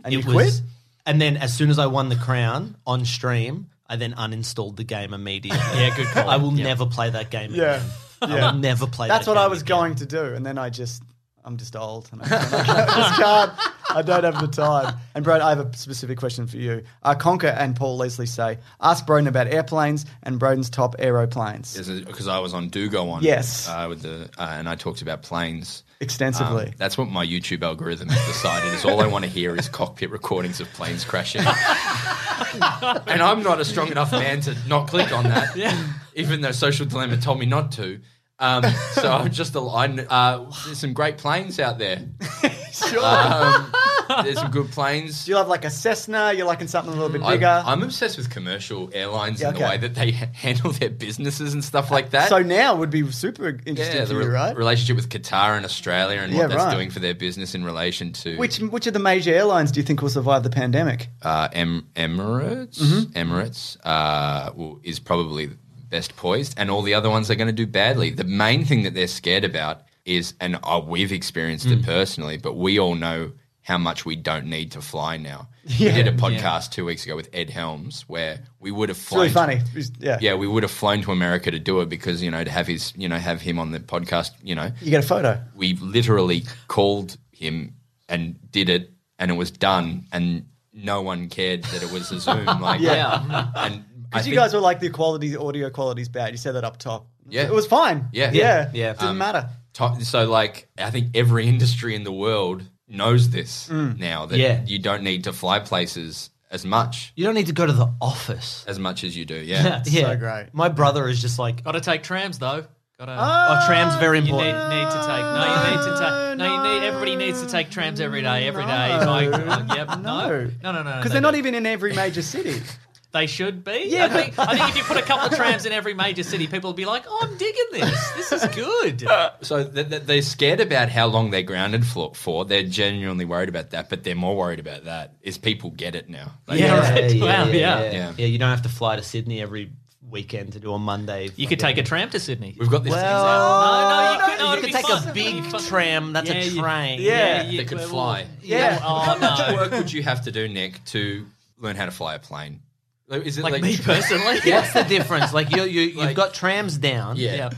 And it you quit? And then as soon as I won the crown on stream, I then uninstalled the game immediately. yeah, good call. I will never play that game Yeah. again. Yeah. I will never play That's that what game I was going to do, and then I just, I'm just old, and I, can't- I can't- just can't. I don't have the time. And Brad, I have a specific question for you. Uh, Conker and Paul Leslie say, ask Broden about airplanes and Broden's top aeroplanes. because uh, I was on Do Go on. Yes. uh, with the uh, and I talked about planes Extensively. Um, that's what my YouTube algorithm has decided. is all I want to hear is cockpit recordings of planes crashing, (laughs) and I'm not a strong enough man to not click on that. even though Social Dilemma told me not to. Um, so I'm just a, I, kn- uh, there's some great planes out there. (laughs) Sure. Um, there's some good planes. Do you love like a Cessna? You're liking something a little bit bigger? I, am obsessed with commercial airlines and Okay. the way that they handle their businesses and stuff like that. so now would be super interesting yeah, the for re- you, right? relationship with Qatar and Australia and Yeah, what that's right. doing for their business in relation to Which which of the major airlines do you think will survive the pandemic? uh, em- Emirates. Mm-hmm. Emirates uh, will, is probably best poised, and all the other ones are going to do badly. The Mm. main thing that they're scared about is, and uh, we've experienced it personally, but we all know how much we don't need to fly (laughs) now. We did a podcast two weeks ago with Ed Helms where we would have It's really flown. funny. Yeah. Yeah, we would have flown to America to do it because you know to have his you know have him on the podcast. You know, You get a photo. we literally called him and did it, and it was done, and no one cared that it was a Zoom. Like, Yeah. and I Because you think- guys were like the quality, audio quality's bad. You said that up top. Yeah. It was fine. Yeah. Yeah. Yeah. Didn't Um, matter. To- so like I think every industry in the world knows this Mm. now that Yeah. you don't need to fly places as much You don't need to go to the office. as much as you do. (laughs) Yeah. great. My brother is just like, Got to take trams though. Got to. oh, tram's very You need, need important. to take. No, you need to take. No, you need. Everybody needs to take trams every day. Every day. Like, like, yep. No. No. No. No. no, Because they they're not don't. even in every major city. They should be. Yeah, I think, I think if you put a couple of trams in every major city, people will be like, "Oh, I'm digging this. This is good." So th- th- they're scared about how long they're grounded for, for. They're genuinely worried about that, but they're more worried about that is people get it now. Like, yeah, yeah, Yeah. yeah. You don't have to fly to Sydney every weekend to do a Monday. You could take a tram to Sydney. We've got this Well, No, no, you could- no, you it'd could be take fun. a big It'd be fun. tram. That's Yeah, a you- train. (laughs) Yeah, that could fly. Yeah. How much Oh, work would you have to do, Nick, to learn how to fly a plane? Like, Is it Like (laughs) me personally? What's the difference? Like you, you, you've got trams down. Yeah.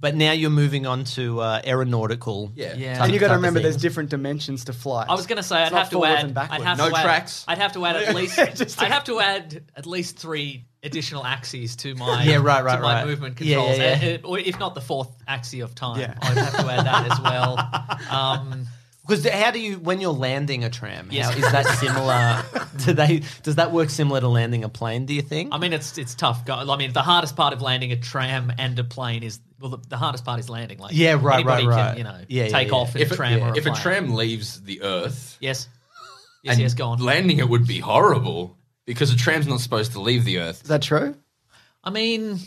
But now you're moving on to uh, aeronautical. Yeah. Yeah. type- And you got to type of remember there's things. different dimensions to flight. I was going to say It's I'd not have to forwards add. and I'd backwards. have to No add, tracks. I'd have to add (laughs) at least. Just- I'd have to add at least three additional axes to my Yeah, right, right, to my right. movement Yeah, controls, yeah, yeah. Uh, uh, or if not the fourth axis of time, Yeah. I'd have to add that as (laughs) well. Um, Because how do you when you're landing a tram? Yes. How is that similar? (laughs) do they does that work similar to landing a plane? Do you think? I mean, it's it's tough. Go- I mean, the hardest part of landing a tram and a plane is well, the, the hardest part is landing. Like Yeah, right, anybody right, Can, right. you know, Yeah, yeah, take yeah. off in If a a, tram or a if a plane. tram leaves the Earth, Yes. Yes, yes, go on. landing it would be horrible because a tram's not supposed to leave the Earth. Is that true? I mean,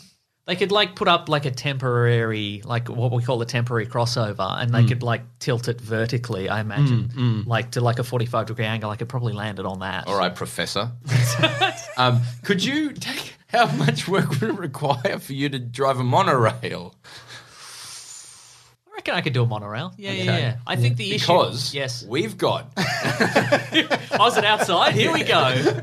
they could like put up like a temporary, like what we call a temporary crossover, and they Hmm. could like tilt it vertically. I imagine, like to like a forty-five degree angle. I could probably land it on that. All right, (laughs) Professor. um, could you take how much work would it require for you to drive a monorail? I reckon I could do a monorail. Yeah, yeah, yeah. I think the issue Because yes, we've got. (laughs) was it outside? Here we (laughs) go.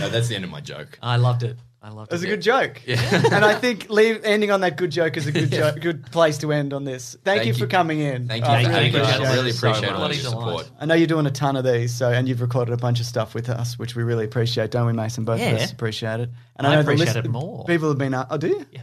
No, that's the end of my joke. I loved it. I loved It was it. a good joke. and I think leave, ending on that good joke is (laughs) a good joke, good place to end on this. Thank, Thank you for you. coming in. Thank you I for really having me. appreciate I it. really So appreciate all much. your support. I know you're doing a ton of these, so and you've recorded a bunch of stuff with us, which we really appreciate, don't we, Mason? Both of Yeah. us appreciate it. And I know the appreciate list- it more. People have been, a- oh, do you? Yeah.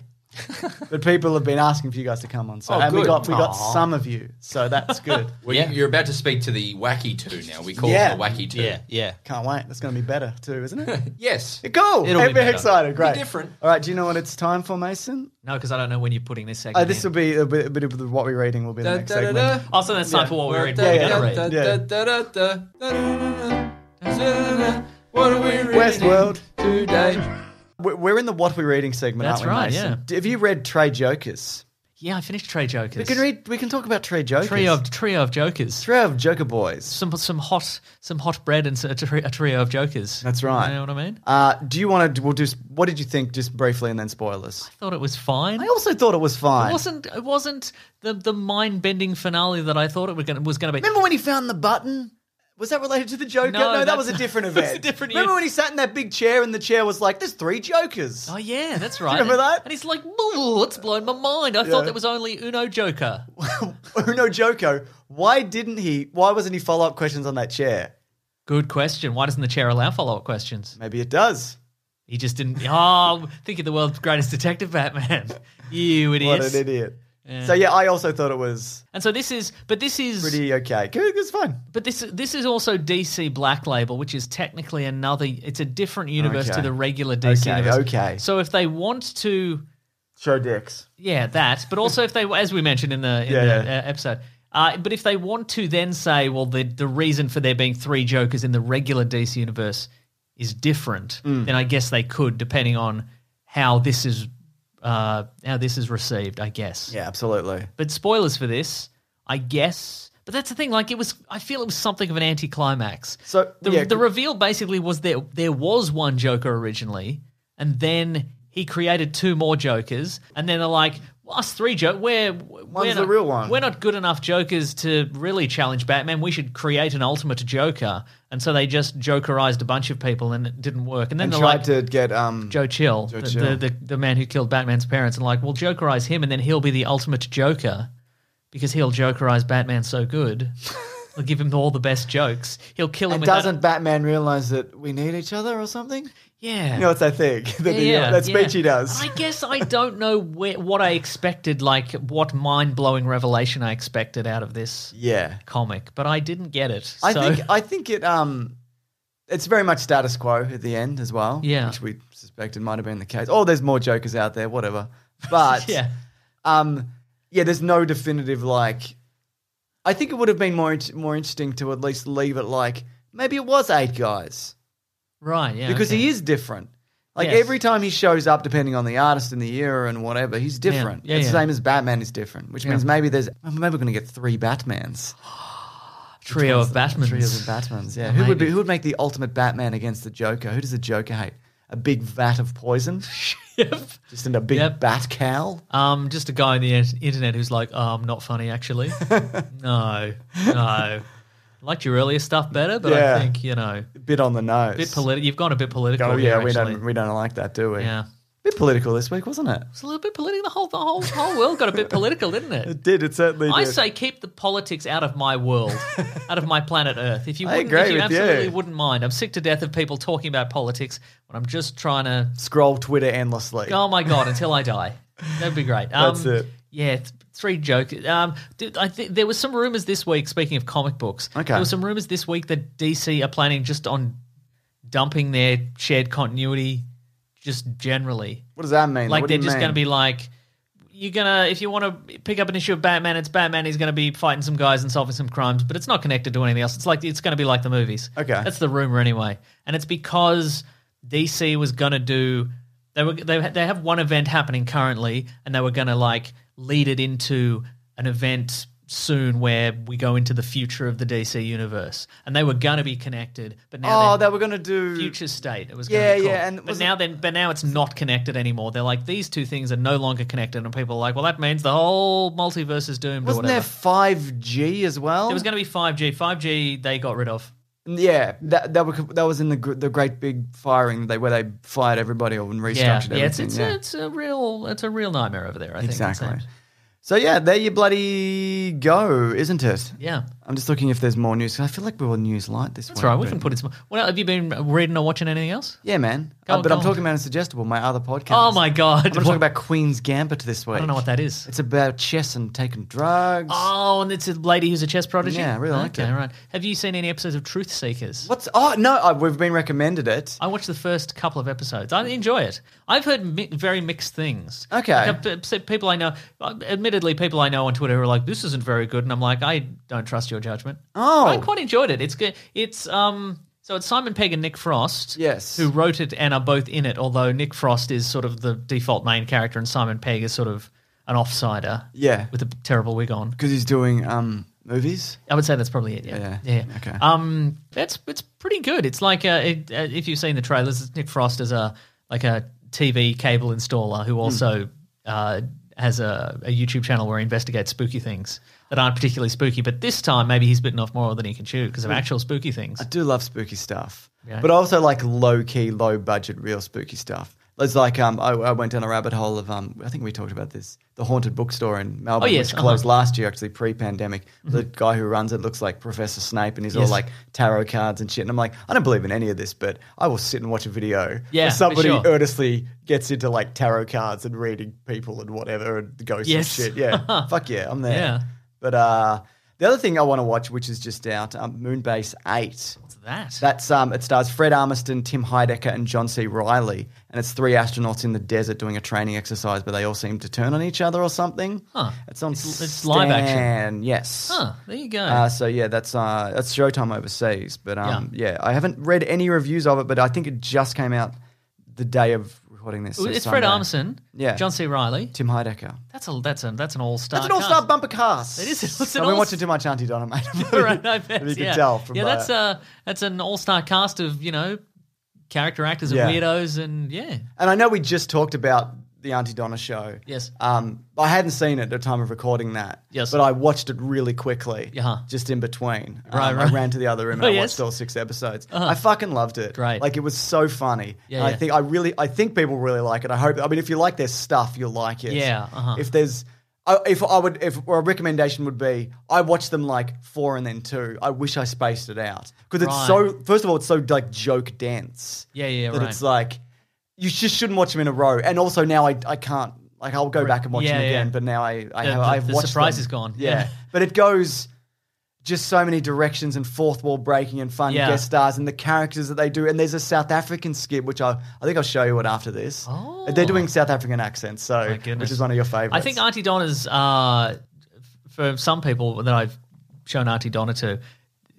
but people have been asking for you guys to come on, so Oh, and we good. got we got Aw. some of you, so that's good. Well, you- You're about to speak to the Wacky Two now. We call Yeah. it the Wacky Two. Yeah, yeah. Can't wait. That's going to be better too, isn't it? Yes. Cool. It'll be Everybody's better. excited. Great. different. All right. Do you know what it's time for, Mason? No, because I don't know when you're putting this segment. Uh, this will be a bit, a bit of the, what we're reading. Will be the next segment. Also, that's time for what Oh, we're Yeah, yeah, going to yeah. read. What are we reading Westworld. today? We- We're in the what we're reading segment, That's aren't we, right, Mason? yeah. D- Have you read Trey Jokers? Yeah, I finished Trey Jokers. We can read. We can talk about Trey Jokers. trio of trio of jokers. trio of Joker boys. some some hot some hot bread and a trio, a trio of jokers. That's right. You know what I mean? Uh, do you want to? We'll do. s- What did you think? Just briefly, and then spoilers. I thought it was fine. I also thought it was fine. it wasn't it wasn't the the mind bending finale that I thought it was going was going to be. Remember when he found the button? Was that related to the Joker? No, that that's- was a (laughs) different that's event. a different- Remember when he sat in that big chair and the chair was like, "There's three Jokers." (laughs) Oh yeah, that's right. remember that? And he's like, "Boo, "It's blown my mind. I Yeah. thought there was only Uno Joker." Uno Oh, Joko. Why didn't he? Why wasn't he follow up questions on that chair? Good question. Why doesn't the chair allow follow up questions? Maybe it does. He just didn't. (laughs) Oh, think of the world's greatest detective, Batman. (laughs) You idiot. What an idiot. So yeah, I also thought it was And so this is, but this is pretty okay. Good, It was fun. But this this is also DC Black Label, which is technically another. It's a different universe Okay. to the regular DC Okay, universe. okay. So if they want to, Show dicks. yeah, that. But also if they, as we mentioned in the in Yeah, the yeah. Uh, episode. Uh, but if they want to then say, well, the, the reason for there being three Jokers in the regular DC universe is different, Mm. then I guess they could, depending on how this is uh, how this is received. I guess. Yeah, absolutely. But spoilers for this, I guess. But that's the thing. Like it was, I feel it was something of an anticlimax. So, the, yeah, the c- reveal basically was there. There was one Joker originally, and then he created two more Jokers, and then they're like, well, us three joke. We're we're the not, real one. We're not good enough jokers to really challenge Batman. We should create an ultimate Joker, and so they just Jokerized a bunch of people, and it didn't work. And then and they're tried like, to get um, Joe Chill, Joe the, Chill. The, the, the man who killed Batman's parents, and like, we'll Jokerize him, and then he'll be the ultimate Joker because he'll Jokerize Batman so (laughs) good. He'll give him all the best jokes. He'll kill him. And with that- doesn't Batman realize that we need each other or something? Yeah. You know, it's that thing (laughs) that, he- that speech he does. I guess I don't know where, what I expected, like what mind blowing revelation I expected out of this Yeah. comic, but I didn't get it. So, I think I think it um it's very much status quo at the end as well. Yeah. Which we suspected might have been the case. Oh, there's more jokers out (laughs) there, whatever. But (laughs) Yeah. um yeah, there's no definitive like I think it would have been more int- more interesting to at least leave it like maybe it was eight guys right, yeah. because okay. he is different. Like Yes. every time he shows up, depending on the artist and the era and whatever, he's Yeah. different. Yeah, it's the yeah. same as Batman is different, which Yeah. means maybe there's maybe we're going to get three Batmans. Trio of Batmans. Trio (laughs) of Batmans. Yeah. Who would be, who would make the ultimate Batman against the Joker? Who does the Joker hate? A big vat of poison. Just in a big bat cowl. Um, just a guy on the in- internet who's like, oh, I'm not funny (laughs) actually. no, no. Liked your earlier stuff better, but Yeah. I think you know, Bit on the nose. bit political. You've gone a bit political. Oh yeah, here, we actually. don't we don't like that, do we? Yeah. Bit political this week, wasn't it? It's a little bit political. The whole the whole whole world got a bit political, didn't it? (laughs) It did. It certainly I did. say keep the politics out of my world, out of my planet Earth. If you, (laughs) I wouldn't, agree if you with you. absolutely wouldn't mind, I'm sick to death of people talking about politics when I'm just trying to. Scroll Twitter endlessly. Oh my god! Until I die, that'd be great. Um, That's it. Yeah, th- three joke. Um, dude, I think there was some rumors this week. Speaking of comic books, Okay. there were some rumors this week that DC are planning just on dumping their shared continuity, just generally. What does that mean? Like What do they're you just mean? going to be like, you're gonna if you want to pick up an issue of Batman, it's Batman. He's going to be fighting some guys and solving some crimes, but it's not connected to anything else. It's like it's going to be like the movies. Okay. that's the rumor anyway, and it's because DC was going to do they were they they have one event happening currently, and they were going to like lead it into an event soon where we go into the future of the DC universe, and they were going to be connected, but now oh, they're they were going to do future state. It was Mm. Yeah, gonna be called. yeah, and but was now then, but now it's not connected anymore. They're like these two things are no longer connected, and people are like, well, that means the whole multiverse is doomed or Wasn't whatever. there five G as well? there was going to be five G. Five G they got rid of. yeah, that that, were, that was in the gr- the great big firing they, where they fired everybody and restructured yeah, everything. yeah, it's it's, yeah. A, it's a real it's a real nightmare over there. I think it Exactly. seems. So yeah, there you bloody go, isn't it? Yeah. I'm just looking if there's more news. 'cause I feel like we were news light this That's week, right. We but- can put it. Some, what else- have you been reading or watching anything else? Yeah, man. Go Uh, on, but go I'm on. talking about Insuggestible, my other podcast. Oh my god! I'm going to talk about Queen's Gambit this (laughs) week. I don't know what that is. It's about chess and taking drugs. Oh, and it's a lady who's a chess prodigy. Yeah, I really liked okay, it. right. Have you seen any episodes of Truth Seekers? What's oh no? I, we've been recommended it. I watched the first couple of episodes. I enjoy it. I've heard mi- very mixed things. Okay. Like, I've- I've said people I know, uh, admittedly, people I know on Twitter who are like, "This isn't very good," and I'm like, "I don't trust your judgment." Oh. But I quite enjoyed it. It's good. It's um. So it's Simon Pegg and Nick Frost, Yes. who wrote it and are both in it. Although Nick Frost is sort of the default main character, and Simon Pegg is sort of an offsider, Yeah, with a terrible wig on. because he's doing um movies. I would say that's probably it. Yeah. Yeah. Okay. Um, that's it's pretty good. It's like uh it, uh, if you've seen the trailers, it's Nick Frost is a like a TV cable installer who Hmm. also uh, has a, a YouTube channel where he investigates spooky things that aren't particularly spooky. But this time, maybe he's bitten off more than he can chew because of Hmm. actual spooky things. I do love spooky stuff, Yeah. but I also like low key, low budget, real spooky stuff. It's like um, I, I went down a rabbit hole of um, I think we talked about this, the haunted bookstore in Melbourne, Oh, yes, which closed uh-huh. Mm-hmm. last year, actually pre pandemic. The guy who runs it looks like Professor Snape, and he's all Yes. like tarot cards and shit. And I'm like, I don't believe in any of this, but I will sit and watch a video Yeah, where for somebody sure. earnestly gets into like tarot cards and reading people and whatever and ghosts Yes. and shit. (laughs) Yeah, fuck yeah, I'm there. Yeah. But uh, the other thing I want to watch, which is just out, um, Moonbase Eight. What's that? That's um, it stars Fred Armiston, Tim Heidecker, and John C. Riley, and it's three astronauts in the desert doing a training exercise, but they all seem to turn on each other or something. Huh. It's on It's- it's live action. Stan, Yes. Huh, there you go. Uh, so yeah, that's uh, that's Showtime overseas. But um, yeah. I haven't read any reviews of it, but I think it just came out the day of recording this. so it's Fred Sunday. Armisen, Yeah. John C. Riley. Tim Heidecker. That's a that's a that's an all star. That's an all-star bumper cast. It is- (laughs) it's an I've been all- watching too much Auntie Donna, (laughs) mate. right, I bet. (laughs) If you can yeah. tell from yeah, my- that's a that's an all star cast of you know character actors and Yeah. weirdos and yeah, And I know we just talked about the Auntie Donna show. Yes. Um, I hadn't seen it at the time of recording that. Yes. But I watched it really quickly. Uh-huh. Just in between. Right, Um, right. I ran to the other room (laughs) and Oh, I yes. watched all six episodes. Uh-huh. I fucking loved it. Great. Like it was so funny. Yeah, And I yeah. think I really I think people really like it. I hope I mean if you like their stuff, you'll like it. Yeah, uh-huh. If there's I- if I would, if or a recommendation would be, I watched them like four and then two. I wish I spaced it out because it's Right. so. First of all, it's so like joke dense. Yeah, yeah, That right. it's like you just shouldn't watch them in a row. And also now I, I can't like I'll go back and watch Yeah, them again, yeah. but now I I The- have the- I've the watched surprise them. is gone. Yeah. Yeah. but it goes just so many directions and fourth wall breaking and fun Yeah. guest stars and the characters that they do. And there's a South African skit which I I think I'll show you it after this. Oh, they're doing South African accents, so which is one of your favorites. I think Auntie Donna's uh, f- for some people that I've shown Auntie Donna to,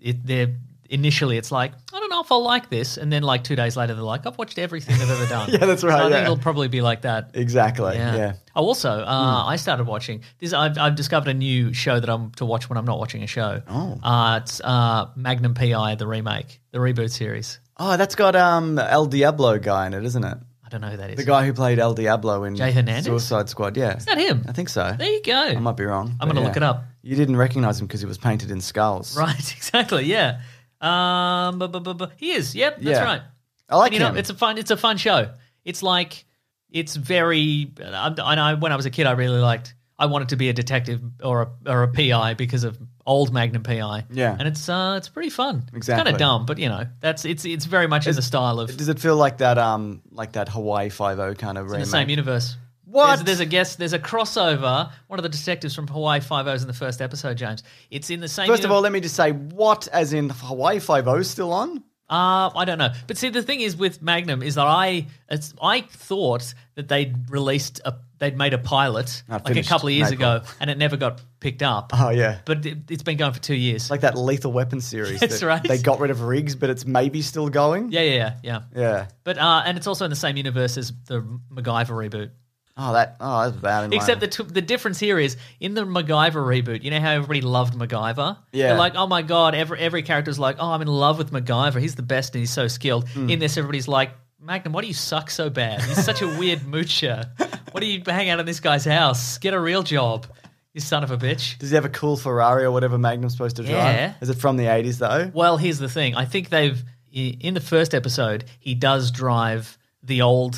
it, they're initially it's like I don't know if I'll like this, and then like two days later they're like I've watched everything I've ever done. (laughs) Yeah, that's right, So I yeah. think it'll probably be like that. exactly. Yeah. yeah. Hmm. Oh, also, uh, I started watching this. I've, I've discovered a new show that I'm to watch when I'm not watching a show. Oh, uh, it's uh, Magnum PI, the remake, the reboot series. Oh, that's got um El Diablo guy in it, isn't it? I don't know who that is. The guy who played El Diablo in Jay Hernandez? Suicide Squad. Yeah, is that him? I think so. There you go. I might be wrong. I'm gonna but look it up. (laughs) You didn't recognize him because he was painted in skulls. Right, (laughs) exactly. Yeah. Um, bu- bu- bu- bu- he is. Yep, that's Yeah. right. I like And, you him. Know, it's a fun. It's a fun show. It's like it's very. I, I know when I was a kid, I really liked. I wanted to be a detective or a or a PI because of old Magnum PI. Yeah. and it's uh, it's pretty fun. Exactly. kind of dumb, but you know, that's it's it's very much in the style of Does it feel like that? Um, like that Hawaii Five O kind of in remake? the same universe. What? There's, there's a guess. There's a crossover. One of the detectives from Hawaii Five O's in the first episode, James. It's in the same. First of universe- all, let me just say, what as in Hawaii Five O still on? Uh, I don't know. But see, the thing is with Magnum is that I it's, I thought that they'd released a they'd made a pilot Ah, like a finished couple of years in ago, and it never got picked up. (laughs) Oh yeah, But it, it's been going for two years. like that Lethal Weapon series. That's that right. They got rid of Riggs, but it's maybe still going. yeah, yeah, yeah, yeah. Yeah. But uh, and it's also in the same universe as the MacGyver reboot. Oh, that. Oh, that's bad. in my- Except the t- the difference here is in the MacGyver reboot. You know how everybody loved MacGyver. Yeah. They're like, oh my god, every every character's like, oh, I'm in love with MacGyver. He's the best and he's so skilled. In this, everybody's like, Magnum, why do you suck so bad? He's such a weird moocher. Why do you hang out in this guy's house? Get a real job, you son of a bitch. Does he have a cool Ferrari or whatever Magnum's supposed to drive? Yeah. Is it from the eighties though? Well, here's the thing. I think they've i- in the first episode he does drive the old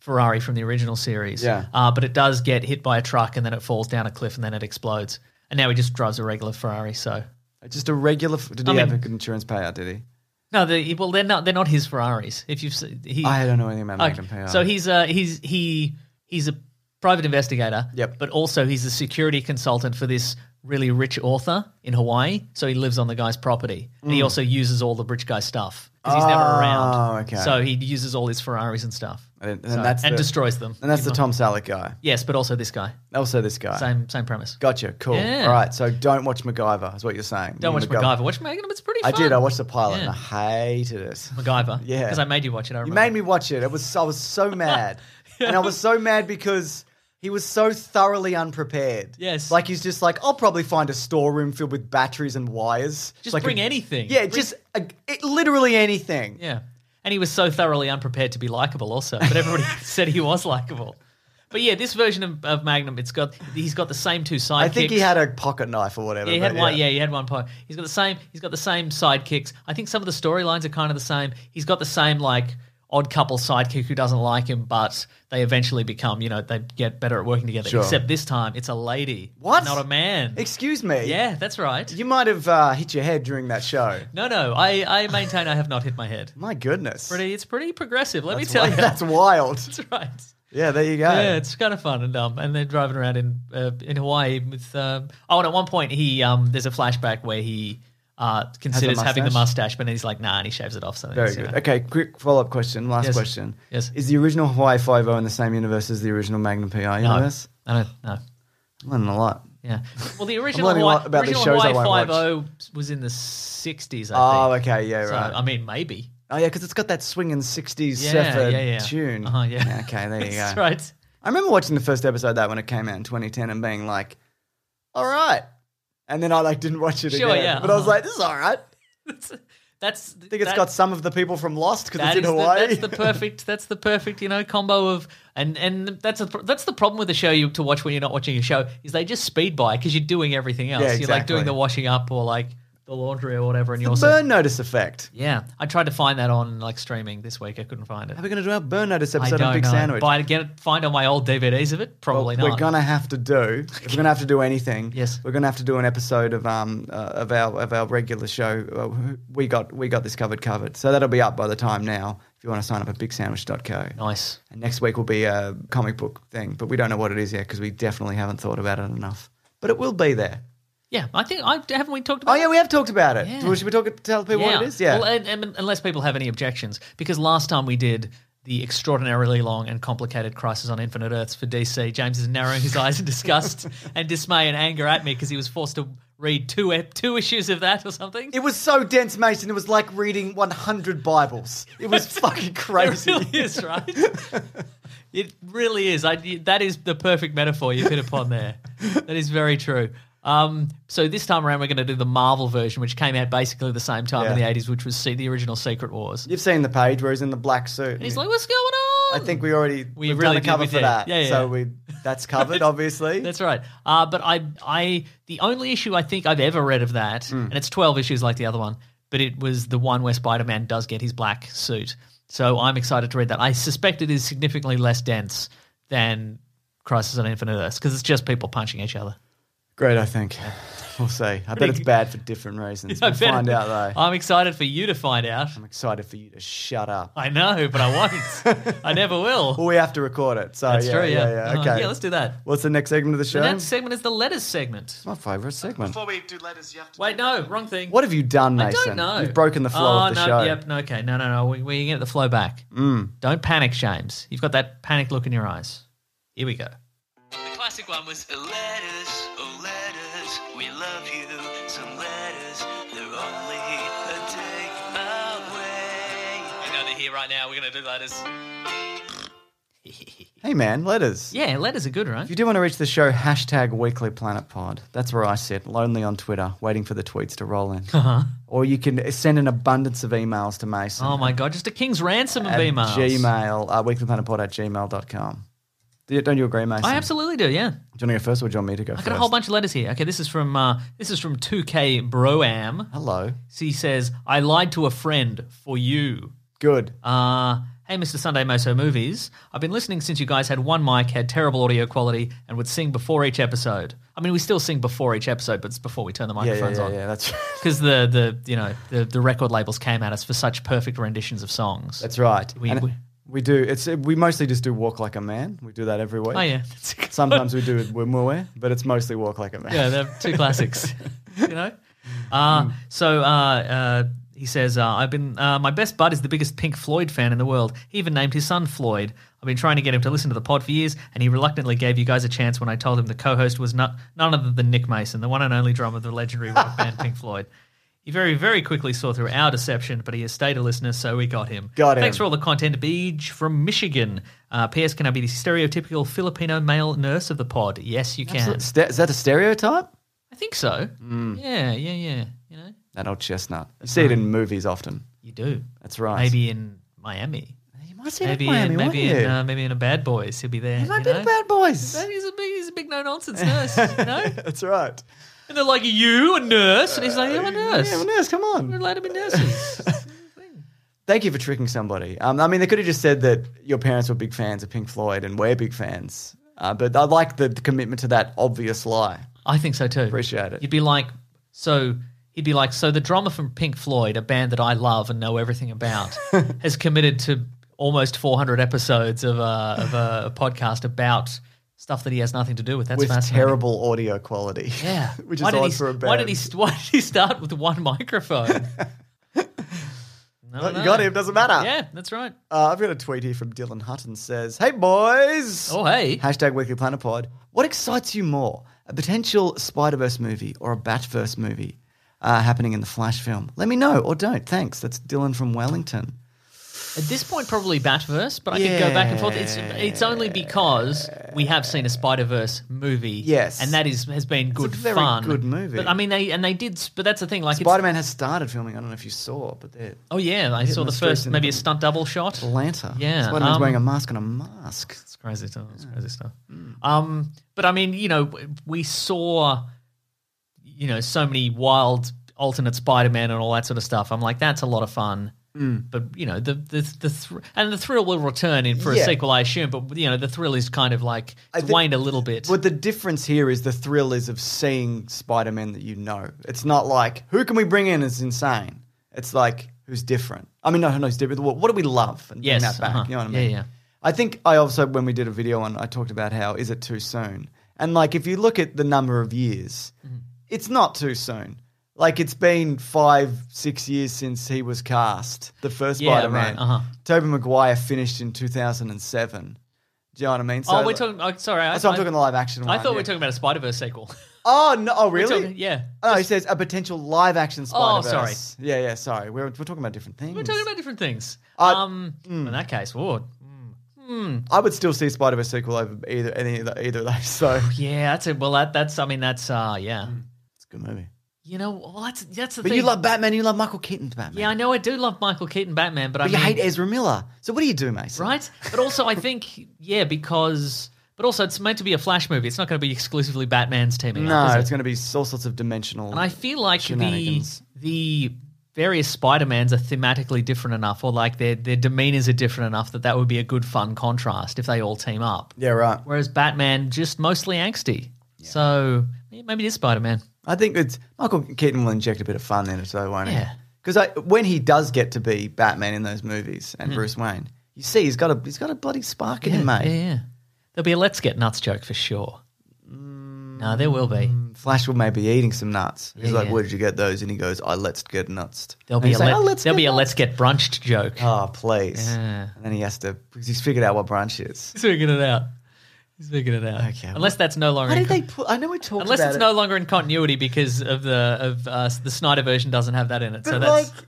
Ferrari from the original series. Yeah. Uh, but it does get hit by a truck and then it falls down a cliff and then it explodes. And now he just drives a regular Ferrari. So Just a regular. f- Did I he mean- have a good insurance payout? Did he? no, they, well they're not they're not his Ferraris. If you've se- he, I don't know anything about Okay, Magnum PI. So he's uh he's he he's a private investigator. Yep. But also he's a security consultant for this really rich author in Hawaii. So he lives on the guy's property, and he Mm. also uses all the rich guy's stuff because he's never Oh, around. okay. So he uses all his Ferraris and stuff. And, and So- that's and the- destroys them. And that's the He mu- Tom Uh, Selleck guy. Yes, but also this guy. Also this guy. Same same premise. Gotcha. Cool. Yeah. All right. So don't watch MacGyver. Is what you're saying. Don't You watch MacGyver. Watch Magnum. It's pretty. I Fun. did. I watched the pilot Yeah. and I (laughs) hated it. MacGyver. Yeah. Because I made you watch it. I You remember. made me watch it. It was I (laughs) was so mad, and I was so mad because he was so thoroughly unprepared. Yes. like he's just like I'll probably find a storeroom filled with batteries and wires. Just like bring a- anything. Yeah, Bring- just a, it, literally anything. Yeah. And he was so thoroughly unprepared to be likable also, but (laughs) everybody said he was likable. But yeah, this version of, of Magnum, it's got he's got the same two sidekicks. I think he had a pocket knife or whatever. Yeah, he had but one. Yeah, he had one part. He's got the same. He's got the same sidekicks. I think some of the storylines are kind of the same. He's got the same like odd couple sidekick who doesn't like him, but they eventually become. You know, they get better at working together. Sure. Except this time, it's a lady. What? Not a man. Excuse me. yeah, that's right. You might have uh, hit your head during that show. No, no. I, I maintain I have not hit my (laughs) head. My goodness. Pretty. It's pretty progressive. Let That's me tell wi- you. (laughs) That's wild. That's right. Yeah, there you go. Yeah, it's kind of fun and dumb. And they're driving around in uh, in Hawaii with. Um, oh, and at one point he um, there's a flashback where he uh, considers having the mustache, but then he's like, nah, and he shaves it off. So Very it's, uh, you good. know. Okay, quick follow up question. Last Yes. question. Yes. Is the original Hawaii Five O in the same universe as the original Magnum PI universe? I don't know. I'm learning a lot. Yeah. Well, the original learning a Hawaii, lot about these original shows I Hawaii won't Five watch. O was in the '60s. I Oh, think. okay, yeah, So, right. I mean, maybe. Oh yeah, because it's got that swinging '60s Yeah, Zephyr yeah, yeah. tune. Uh-huh, yeah. Okay, there you (laughs) go. That's right. I remember watching the first episode of that when it came out in 2010 and being like, "All right," and then I like didn't watch it Sure, again. yeah, but I was uh-huh. like, "This is all right." that's I think it's that- got some of the people from Lost because it's That in is the, Hawaii. that's the perfect. That's the perfect. You know, combo of and and that's a, that's the problem with the show you to watch when you're not watching a show is they just speed by because you're doing everything else. Yeah, You're like exactly. doing the washing up or like the (laughs) laundry or whatever, and (laughs) the you're also burn notice effect. yeah. I tried to find that on like streaming this week. I couldn't find it. How are we going to do our burn notice I episode don't on Big know. Sandwich? Buy get it, find on my old DVDs of it. Probably We're not. gonna have to do. If we're gonna have to do anything. Yes, we're gonna have to do an episode of um uh, of our of our regular show. Uh, we got we got this covered covered. So that'll be up by the time now. If you want to sign up at bigsandwich.co. Nice. And next week will be a comic book thing, but we don't know what it is yet because we definitely haven't thought about it enough. But it will be there. yeah, I think I haven't we talked about. Oh yeah, we have talked about it. Yeah. Well, Should we talk tell people (laughs) what it is? Yeah. Well, uh, and, and unless people have any objections, because last time we did the extraordinarily long and complicated Crisis on Infinite Earths for DC, James is narrowing his eyes in (laughs) disgust and dismay and anger at me because he was forced to read two ep- two issues of that or something. it was so dense, Mason. It was like reading 100 Bibles. (laughs) It was fucking crazy. It really is, right? (laughs) it really is. I, that is the perfect metaphor you've hit upon there. that is very true. Um, so this time around, we're going to do the Marvel version, which came out basically the same time in Yeah. the 80s, which was see, the original Secret Wars. You've seen the page where he's in the black suit. And he's like, what's going on? I think we already We we have really done a did, cover we for did. that. Yeah, yeah, yeah. So we (laughs) that's covered, obviously. That's right. Uh, but I, I, the only issue I think I've ever read of that, Hmm. and it's twelve issues like the other one, but it was the one where Spider-Man does get his black suit. So I'm excited to read that. I suspect it is significantly less dense than Crisis on Infinite Earths because it's just people punching each other. Great, I think. We'll see. I bet Pretty it's good. bad for different reasons. I (laughs) We'll bet- find out though. I'm excited for you to find out. I'm excited for you to shut up. I know, but I (laughs) won't. I never will. Well, we have to record it. So That's Oh, yeah, true. Yeah. yeah, yeah. Uh, Okay. yeah, let's do that. What's the next segment of the The show? next segment is the letters segment. My favorite segment. we do letters, you have to. Wait, no, wrong thing. What have you done, I Mason? don't know. You've broken the flow oh, of no, the show. Yep. No, okay. No. No. No. We, we get the flow back. Mm. Don't panic, James. You've got that panic look in your eyes. Here we go. The classic one was letters, oh letters, we love you. Some letters, they're only a day away. I know they're here right now. We're gonna do letters. Hey man, letters. Yeah, letters are good, right? If you do want to reach the show, hashtag Weekly Planet Pod. That's where I sit, lonely on Twitter, waiting for the tweets to roll in. Uh-huh. Or you can send an abundance of emails to Mason. Oh my god, just a king's ransom of at emails. Gmail, uh, weeklyplanetpod at gmail.com. Do you- Don't you agree, Mason? I absolutely do. Yeah. Do you want to go first or do you want me to go I first? got a whole bunch of letters here. Okay, this is from uh, this is from 2K Broam. Hello. She says, "I lied to a friend for you." Good. Uh, hey, Mr. Sunday Moso Movies. I've been listening since you guys had one mic, had terrible audio quality, and would sing before each episode. I mean, we still sing before each episode, but it's before we turn the Yeah, yeah, microphones yeah, on yeah, that's (laughs) because the the you know the, the record labels came at us for such perfect renditions of songs. that's right. We- And we- we do. It's we mostly just do walk like a man. We do that every week. Oh, yeah. Sometimes we do it when we're aware, but it's mostly walk like a man. Yeah, they're two (laughs) classics. you know. Uh, so uh, uh, he says, uh, "I've been uh, my best bud is the biggest Pink Floyd fan in the world. He even named his son Floyd. I've been trying to get him to listen to the pod for years, and he reluctantly gave you guys a chance when I told him the co-host was not none other than Nick Mason, the one and only drummer of the legendary rock (laughs) band Pink Floyd." He very, very quickly saw through our deception, but he has stayed a listener, so we got him. Got him. Thanks for all the content, Beej from Michigan. Uh, P.S. Can I be the stereotypical Filipino male nurse of the pod? Yes, you can. Absolute- Ste- is that a stereotype? I think so. Yeah, yeah, yeah. You know, That old chestnut. You see it in movies often. you do. That's right. Uh-huh. Maybe in Miami. You might see it Maybe in Miami, in won't maybe you? in uh, maybe in a Bad Boys. He'll be there. He might you be know? the bad boys. Maybe he's a big, he's a big no (laughs) nonsense nurse. you know, (laughs) That's right. and they're like, "You a nurse?" And he's like, (laughs) "Yeah, I'm a nurse. Yeah, well, nurse, come on. We're allowed to be nurses." Thank you for tricking somebody. Um, I mean, they could have just said that your parents were big fans of Pink Floyd and we're big fans. Uh, but I like the, the commitment to that obvious lie. I think so too. Appreciate it. You'd be like, so he'd be like, so the drummer from Pink Floyd, a band that I love and know everything (laughs) about, has committed to almost 400 episodes of a, of uh, a, podcast about stuff that he has nothing to do with. That's with fascinating. terrible audio quality. Yeah. which why is did odd he, for a band. Why did he? Why did he start with one microphone? (laughs) I don't Well, you know. got him. Doesn't matter. Yeah, that's right. (laughs) Uh, I've got a tweet here from Dylan Hutton says, "Hey boys, Oh, hey. hashtag Weekly Planet Pod. What excites you more, a potential Spider Verse movie or a Batverse movie uh, happening in the Flash film? Let me know or don't. Thanks. That's Dylan from Wellington. At this point, probably Batverse, but I could go back and forth. It's it's only because we have seen a Spider Verse movie, Yes. and that is has been good very fun, good movie. But I mean, they and they did, s- but that's the thing. Like it's- Spider Man has started filming. I don't know if you saw, but they're Oh yeah, I hitting saw the streets first in maybe a stunt double shot. Atlanta. Yeah, Spider Man's um, wearing a mask and a mask. It's crazy stuff. It's crazy stuff. Mm. Um, but I mean, you know, w- we saw, you know, so many wild alternate Spider-Man and all that sort of stuff. I'm like, that's a lot of fun. Mm. But you know, the the the thr- and the thrill will return in for a Yeah. sequel, I assume. But you know, the thrill is kind of like I it's think- waned a little bit. But the difference here is the thrill is of seeing Spider Man that you know. It's not like who can we bring in is insane. It's like who's different. I mean, no, who knows different? What, what do we love? And Yes, bring that back. uh-huh. You know what I Yeah, mean? yeah. I think I also when we did a video on, I talked about how is it too soon? And like if you look at the number of years, Mm-hmm. it's not too soon. Like it's been five, six years since he was cast, the first Yeah, Spider-Man. right, uh-huh. Tobey Maguire finished in two thousand and seven. Do you know what I mean? oh, we're like- talking. Oh, sorry, I, That's what I'm I- talking the live action I one, thought we yeah. were talking about a Spider Verse sequel. (laughs) Oh no! Oh We're really? talking- yeah. Oh, he says a potential live action Spider Oh, Verse. sorry. Yeah, yeah. Sorry, we're, we're talking about different things. We're talking about different things. Uh, um, in that case, Ward. Hmm. I would still see Spider Verse sequel over either any of the, either of (laughs) those. So it's Yeah, that's it. Well, that, that's. I mean, that's. uh Yeah. a good movie. You know, well, that's that's the Mm. But thing. you love Batman. You love Michael Keaton's Batman. Yeah, I know I do love Michael Keaton Batman, but, but I you mean, hate Ezra Miller. So what do you do, Mason? right? But also, I think yeah, because but also it's meant to be a Flash movie. It's not going to be exclusively Batman's teaming. up, No, is it? it's going to be all sorts of dimensional. And I feel like the shenanigans. the various Spider Mans are thematically different enough, or like their their demeanors are different enough that that would be a good fun contrast if they all team up. yeah, right. Whereas Batman just mostly angsty. So yeah, maybe it is Spider Man. I think it's Michael Keaton will inject a bit of fun in it, though, won't Yeah. he? Because when he does get to be Batman in those movies and Bruce Wayne, you see he's got a he's got a bloody spark in him, Hmm. yeah, mate. yeah, yeah. There'll be a let's get nuts joke for sure. Mm. no, there will be. Flash will maybe be eating some nuts. He's Yeah, like, yeah. "Where did you get those?" And he goes, "I let's get nuts." There'll And be he's a like, let, "Oh, let's there'll get be a nuts." let's get brunched joke. Oh, please! Yeah. And then he has to because he's figured out what brunch is. He's figuring it out. He's figuring it out. Okay, Unless that's no longer How in did con- they put? I know we talked unless about it's it. no longer in continuity because of the of uh, the Snyder version doesn't have that in it. but so like, that's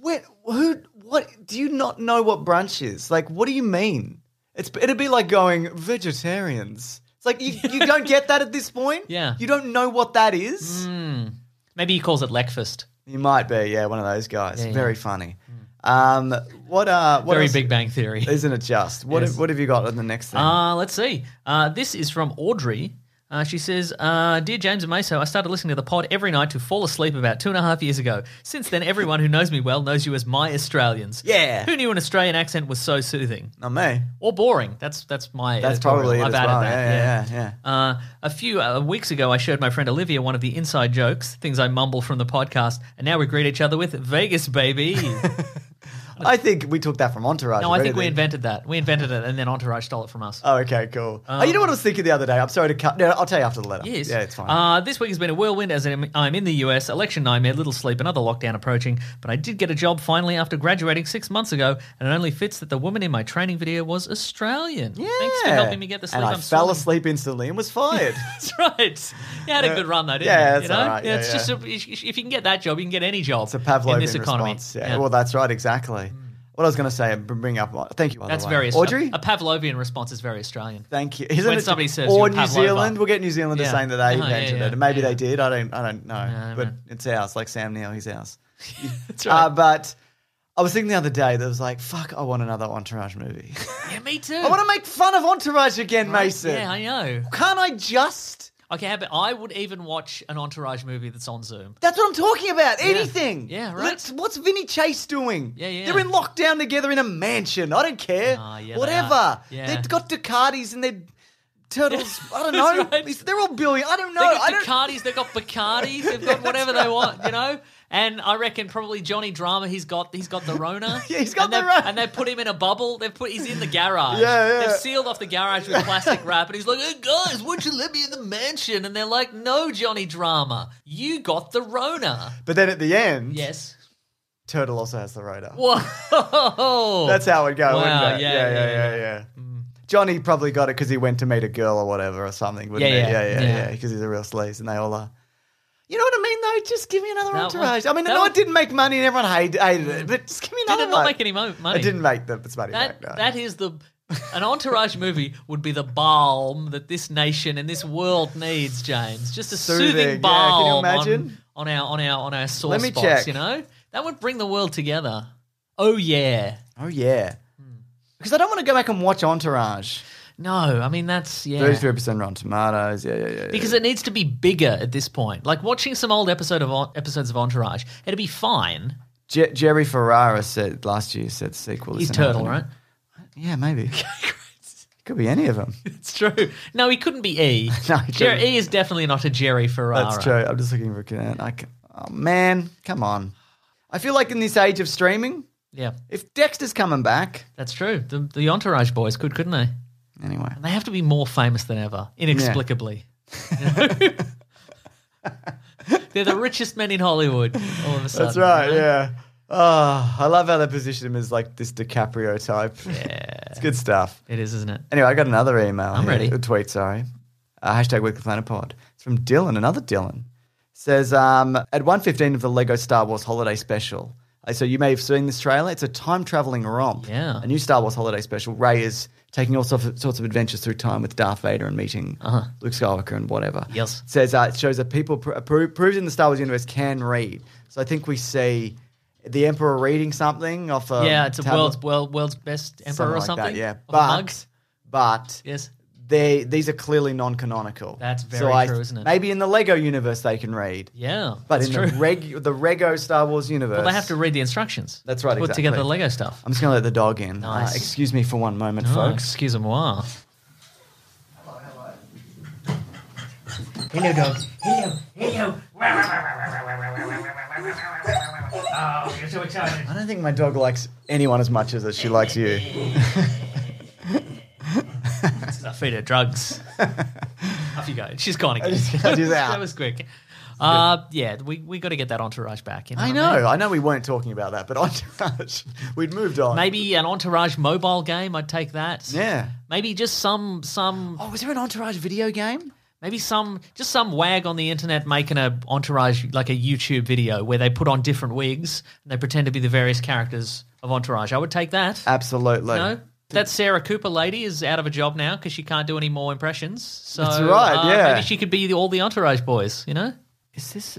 when, who? What? Do you not know what brunch is? Like, what do you mean? It's it'd be like going vegetarians. It's like you, you don't get that at this point. (laughs) Yeah. you don't know what that is. Hmm. maybe he calls it Leckfest. You might be, yeah, one of those guys. Yeah, Very funny. Um, what? Uh, what Very else- Big Bang Theory. Isn't it just? What? Yes. What have you got on the next thing? (laughs) Uh, let's see. Uh, this is from Audrey. Uh, she says, uh, Dear James and Meso, I started listening to the pod every night to fall asleep about two and a half years ago. Since then, everyone who knows me well knows you as my Australians. Yeah. Who knew an Australian accent was so soothing? Not me. Or boring. That's that's my That's editorial. probably it I'm as bad well. at that. Yeah, yeah, yeah, Uh, a few uh, weeks ago, I showed my friend Olivia one of the inside jokes, things I mumble from the podcast, and now we greet each other with Vegas, baby. (laughs) I think we took that from Entourage. no, I think really. we invented that. We invented it, and then Entourage stole it from us. Oh, okay, cool. oh, you know what I was thinking the other day? I'm sorry to cut. No, I'll tell you after the letter. Um, Yes. Yeah, it's fine. Uh, this week has been a whirlwind as I'm I'm in the US, election nightmare, little sleep, another lockdown approaching. But I did get a job finally after graduating six months ago, and it only fits that the woman in my training video was Australian. Yeah. Thanks for Yeah. helping me get the sleep. And I I'm fell swimming. asleep instantly and (laughs) was fired. That's right. You had a good run, though, didn't Yeah, you? that's you know? all right. Yeah, it's yeah. just a, if you can get that job, you can get any job it's a Pavlovian in this economy. Mm. response. Yeah. Well, that's right. Exactly. What I was going to say, bring up. uh, Thank you. by the that's way. very Aust- Audrey. A Pavlovian response is very Australian. Thank you. When it- somebody says or you're New Pavlova. Zealand, we'll get New Zealand Yeah. to saying that they Oh, yeah, mentioned yeah, it. Maybe yeah. they did. I don't. I don't know. No, but no. it's ours, like Sam Neill. He's ours. That's right. Uh, but I was thinking the other day that I was like, "Fuck, I want another Entourage movie. (laughs) yeah, me too. I want to make fun of Entourage again, Mason. Yeah, I know. Can't I just? Okay, but I would even watch an Entourage movie that's on Zoom. That's what I'm talking about. Anything. Yeah, right. Let's- what's Vinny Chase doing? Yeah, yeah. They're in lockdown together in a mansion. I don't care. Ah, yeah, they Whatever. are. Yeah. They've got Ducatis and their (laughs) turtles. I don't That's know. right. They're all billion. I don't know. They've got I don't. Ducatis, they've got Bacardi, (laughs) they've got whatever they want, you know. And I reckon probably Johnny Drama. He's got he's got the Rona. (laughs) Yeah, he's got and the they've- Rona. And they put him in a bubble. They've put he's in the garage. Yeah, yeah. They've sealed off the garage with plastic wrap, and he's like, "Hey guys, would you let me in the mansion?" And they're like, "No, Johnny Drama, you got the Rona." But then at the end, Yes. Turtle also has the rotor. Whoa. That's how it would go, Wow, wouldn't it? yeah, yeah, yeah, Mm. yeah. yeah, yeah. Johnny probably got it because he went to meet a girl or whatever or something, wouldn't Yeah, he? yeah, yeah, yeah, yeah. yeah. Because he's a real sleaze, and they all are. You know what I mean, though? Just give me another That entourage. one- I mean, that I know one- it didn't make money and everyone hated, hated it, but just give me Did another it not one. make any mo- money? It didn't make the, it's money That, back, no. that is the an entourage movie would be the balm that this nation and this world needs, James. Just a soothing, Soothing, yeah, can you balm imagine? On, on our on our on our sore Let me spots, check. you know? That would bring the world together. Oh yeah. Oh yeah. Hmm. Because I don't want to go back and watch Entourage. No, I mean that's yeah. Thirty-three percent Rotten Tomatoes. Yeah, yeah, yeah, yeah. Because it needs to be bigger at this point. Like watching some old episode of En- episodes of Entourage, it'd be fine. Je- Jerry Ferrara said last year said sequel. He's isn't turtle, happening. right? (laughs) Yeah, maybe. Could be any of them. It's true. No, he couldn't be E. (laughs) No, he Jerry, couldn't. E is definitely not a Jerry Ferrara. That's true. I'm just looking for a can. I can- oh man, come on. I feel like in this age of streaming, Yeah, if Dexter's coming back, that's true. The, the Entourage boys could, couldn't they? anyway. And they have to be more famous than ever, inexplicably. You know? (laughs) They're the richest men in Hollywood. All of a sudden, That's right. you know? Yeah. Oh, I love how they position him as like this DiCaprio type. Yeah. (laughs) it's good stuff. It is, isn't it? Anyway, I got another email. I'm here. ready. A tweet, sorry. Uh, hashtag Weekly Planet Pod. It's from Dylan, another Dylan. Says, um, at 1.15 of the Lego Star Wars Holiday Special. Uh, So you may have seen this trailer. It's a time-traveling romp. Yeah. A new Star Wars Holiday Special. Ray is taking all sorts of, sorts of adventures through time with Darth Vader and meeting Luke Skywalker and whatever. Uh-huh. Yes. It says, uh, it shows that people pr- appro- proves in the Star Wars universe can read. So I think we see the Emperor reading something off a yeah, it's a tablet- world's world, world's best emperor or something. Um, like that, yeah, Of but mugs. but Yes. they these are clearly non-canonical. That's very I- true, isn't it? Maybe in the Lego universe they can read, Yeah, but that's in true. the reg the Rego Star Wars universe, well, they have to read the instructions. That's right, to Put exactly. together the Lego stuff. I'm just gonna let the dog in. Uh, Nice. excuse me for one moment, Oh, folks. excuse moi. Hello, dog. Hello, hello. Oh, you're so excited. I don't think my dog likes anyone as much as that she likes you. I feed her (laughs) drugs. Off you go. She's gone again. She's that, out. was, (laughs) that was quick. Uh, yeah, we we got to get that entourage back. You know I what mean? know, I know. We weren't talking about that, but (laughs) entourage. We'd moved on. Maybe an entourage mobile game. I'd take that. Yeah. Maybe just some some. Oh, was there an entourage video game? Maybe some just some wag on the internet making a entourage like a YouTube video where they put on different wigs and they pretend to be the various characters of entourage. I would take that. Absolutely. No, that Sarah Cooper lady is out of a job now because she can't do any more impressions. So That's right, uh, yeah. maybe she could be the, all the entourage boys. You know, Is this?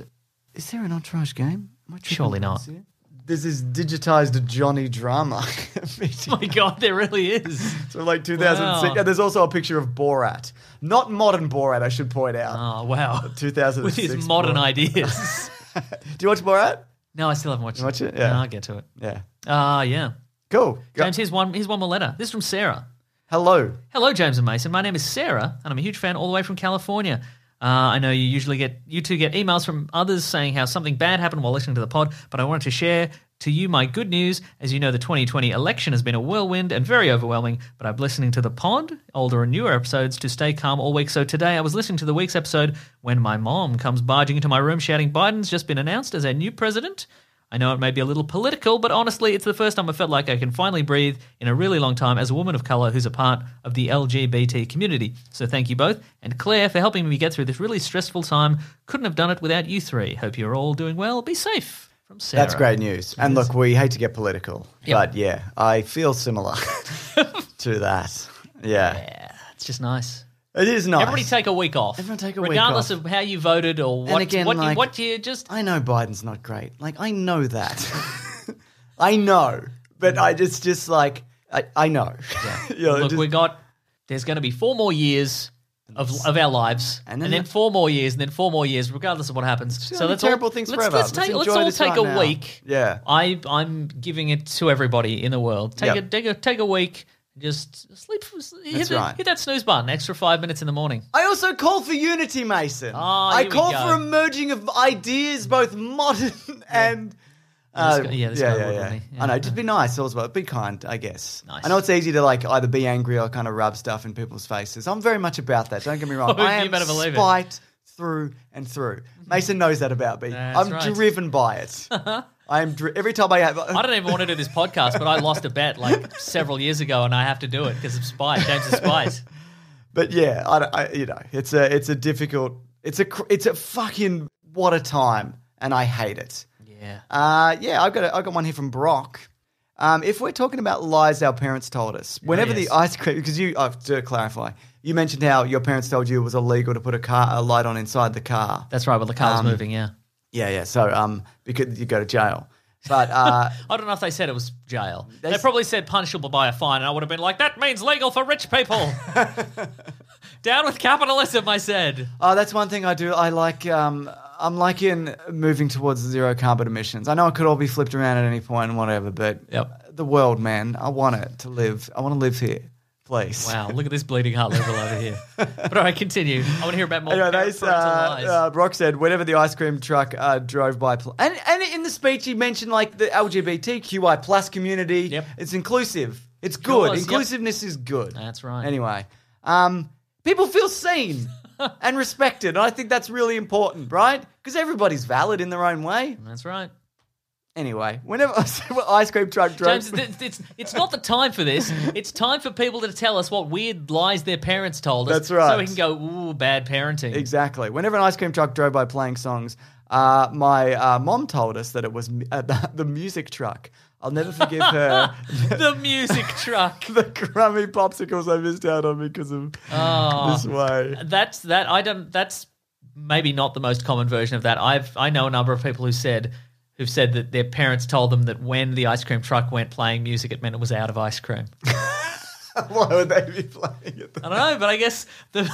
Is there an entourage game? Am I tripping surely balls not. here? This is digitized Johnny drama. (laughs) (laughs) My God, there really is. So like 2006. Wow. And there's also a picture of Borat, not modern Borat, I should point out. Oh (laughs) wow, 2006. with his modern Borat. (laughs) ideas. Do you watch Borat? no, I still haven't watched You watch it? No, Yeah. I'll get to it. Yeah. Ah, yeah. Cool. Go- James, here's one. Here's one more letter. This is from Sarah. Hello. Hello, James and Mason. My name is Sarah, and I'm a huge fan all the way from California. Uh, I know you usually get you two get emails from others saying how something bad happened while listening to the pod, but I wanted to share to you my good news. As you know, the 2020 election has been a whirlwind and very overwhelming, but I've been listening to the pod, older and newer episodes, to stay calm all week. So today I was listening to the week's episode when my mom comes barging into my room shouting, Biden's just been announced as our new president. I know it may be a little political, but honestly, it's the first time I felt like I can finally breathe in a really long time as a woman of color who's a part of the LGBT community. So thank you both and Claire for helping me get through this really stressful time. Couldn't have done it without you three. Hope you're all doing well. Be safe. From Sarah. That's great news. And look, we hate to get political, Yep. but yeah, I feel similar (laughs) to that. Yeah. It's just nice. It is nice. Everybody take a week off. Everyone take a week regardless of off. how you voted or what. and again, what, like, you, what you just I know Biden's not great. Like I know that. (laughs) I know, but I just just like I, I know. (laughs) You know, look. just- we got. There's going to be four more years. Of, of our lives, and And then, then the- four more years, and then four more years, regardless of what happens. It's So gonna be let's terrible all, things let's, forever. Let's Let's take let's enjoy all this take right a now. week. Yeah. I I'm giving it to everybody in the world. Take Yep. a take a take a week. Just sleep. Hit, That's the- right. hit that snooze button. Extra five minutes in the morning. I also call for unity, Mason. Ah, I here we call go. for a merging of ideas, both modern and. Yeah, Uh, this guy- yeah, this guy would, wouldn't he? I know. Yeah, Just be nice, as well. Be kind, I guess. Nice. I know it's easy to like either be angry or kind of rub stuff in people's faces. I'm very much about (laughs) that. Don't get me wrong. Oh, I you am better believe it. spite through and through. Mason knows that about me. That's I'm right. driven (laughs) by it. I am dri- every time I have. I don't even want to do this podcast, but I lost a bet like several years ago, and I have to do it because of spite. James's (laughs) spite. But yeah, I, don't- I you know, it's a it's a difficult, it's a cr- it's a fucking What a time, and I hate it. Yeah. Uh, yeah, I've got a, I've got one here from Brock. Um, if we're talking about lies our parents told us, whenever Oh, yes. the ice cream, because you, uh, to clarify, you mentioned how your parents told you it was illegal to put a car a light on inside the car. That's right, but the car was Um, moving, yeah. Yeah, yeah. So um, because you go to jail, (laughs) but uh, I don't know if they said it was jail. They, probably said punishable by a fine, and I would have been like, that means legal for rich (laughs) people. Down with capitalism, I said. Oh, that's one thing I do. I like. Um, I'm liking moving towards zero carbon emissions. I know it could all be flipped around at any point and whatever, but the world, man, I want it to live. I want to live here, please. Wow, look at this bleeding heart level over here. But all right, continue. I want to hear about more Anyway, parent- they, uh, parental lies. uh, Brock said, whenever the ice cream truck uh, drove by, pl- and and in the speech he mentioned like the LGBTQI plus community. It's inclusive. It's good. was, yep. Inclusiveness is good. That's right. Anyway, um, people (laughs) feel seen and respected, and I think that's really important, right? Because everybody's valid in their own way. That's right. Anyway, whenever (laughs) ice cream truck drove, James, th- it's it's not the time for this. It's time for people to tell us what weird lies their parents told us. That's right. So we can go, ooh, bad parenting. Exactly. Whenever an ice cream truck drove by playing songs, uh, my uh, mom told us that it was mu- uh, (laughs) the, the music truck. I'll never forgive (laughs) her the music truck. (laughs) the crummy popsicles I missed out on because of Oh. this way. That's that. I don't. That's maybe not the most common version of that. I've I know a number of people who said who've said that their parents told them that when the ice cream truck went playing music, it meant it was out of ice cream. (laughs) Why would they be playing it? I don't know, but I guess the.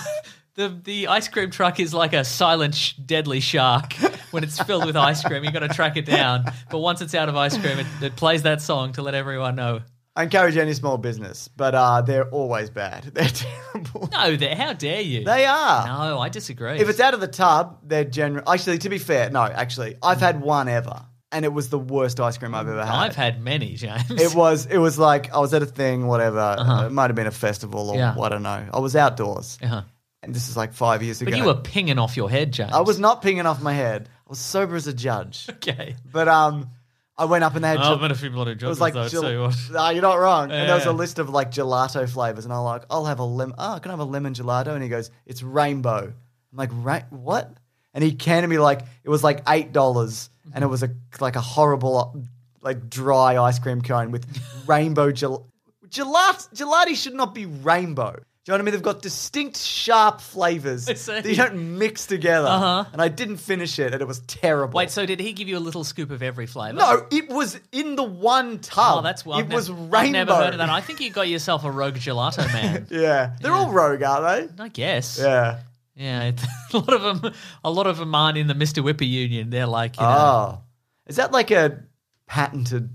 The, the ice cream truck is like a silent, sh- deadly shark. When it's filled with ice cream, you've got to track it down. But once it's out of ice cream, it, it plays that song to let everyone know. I encourage any small business, but uh, they're always bad. (laughs) They're terrible. No, they- how dare you? They are. No, I disagree. If it's out of the tub, they're general. Actually, to be fair, no. Actually, I've had one ever, and it was the worst ice cream I've ever had. I've had many, James. It was it was like I was at a thing, whatever. Uh-huh. It might have been a festival or Yeah. I don't know. I was outdoors, Uh-huh. and this is like five years ago. But you were pinging off your head, James. I was not pinging off my head. I was sober as a judge. okay. But um, I went up and they had. I've met a few bloody It was judges, like though, gel- tell you what. (laughs) Nah, you're not wrong. and there was Yeah. a list of like gelato flavors, and I'm like, I'll have a lemon. Oh, can I have a lemon gelato? And he goes, it's rainbow. I'm like, right, what? And he canned me like it was like eight dollars, Mm-hmm. and it was a like a horrible like dry ice cream (laughs) cone with rainbow gel. Gelat- gelati should not be rainbow. Do you know what I mean? They've got distinct, sharp flavors I see. that you don't mix together. Uh-huh. And I didn't finish it, and it was terrible. Wait, so did he give you a little scoop of every flavour? No, it was in the one tub. Oh, that's well. It I've was nev- rainbow. I've never heard of that. I think you got yourself a rogue gelato (laughs) man. yeah, they're all rogue, aren't I guess. they? Yeah. Yeah. (laughs) it- a lot of them. A lot of them aren't in the Mister Whippy union. They're like, you know, Oh, is that like a patented?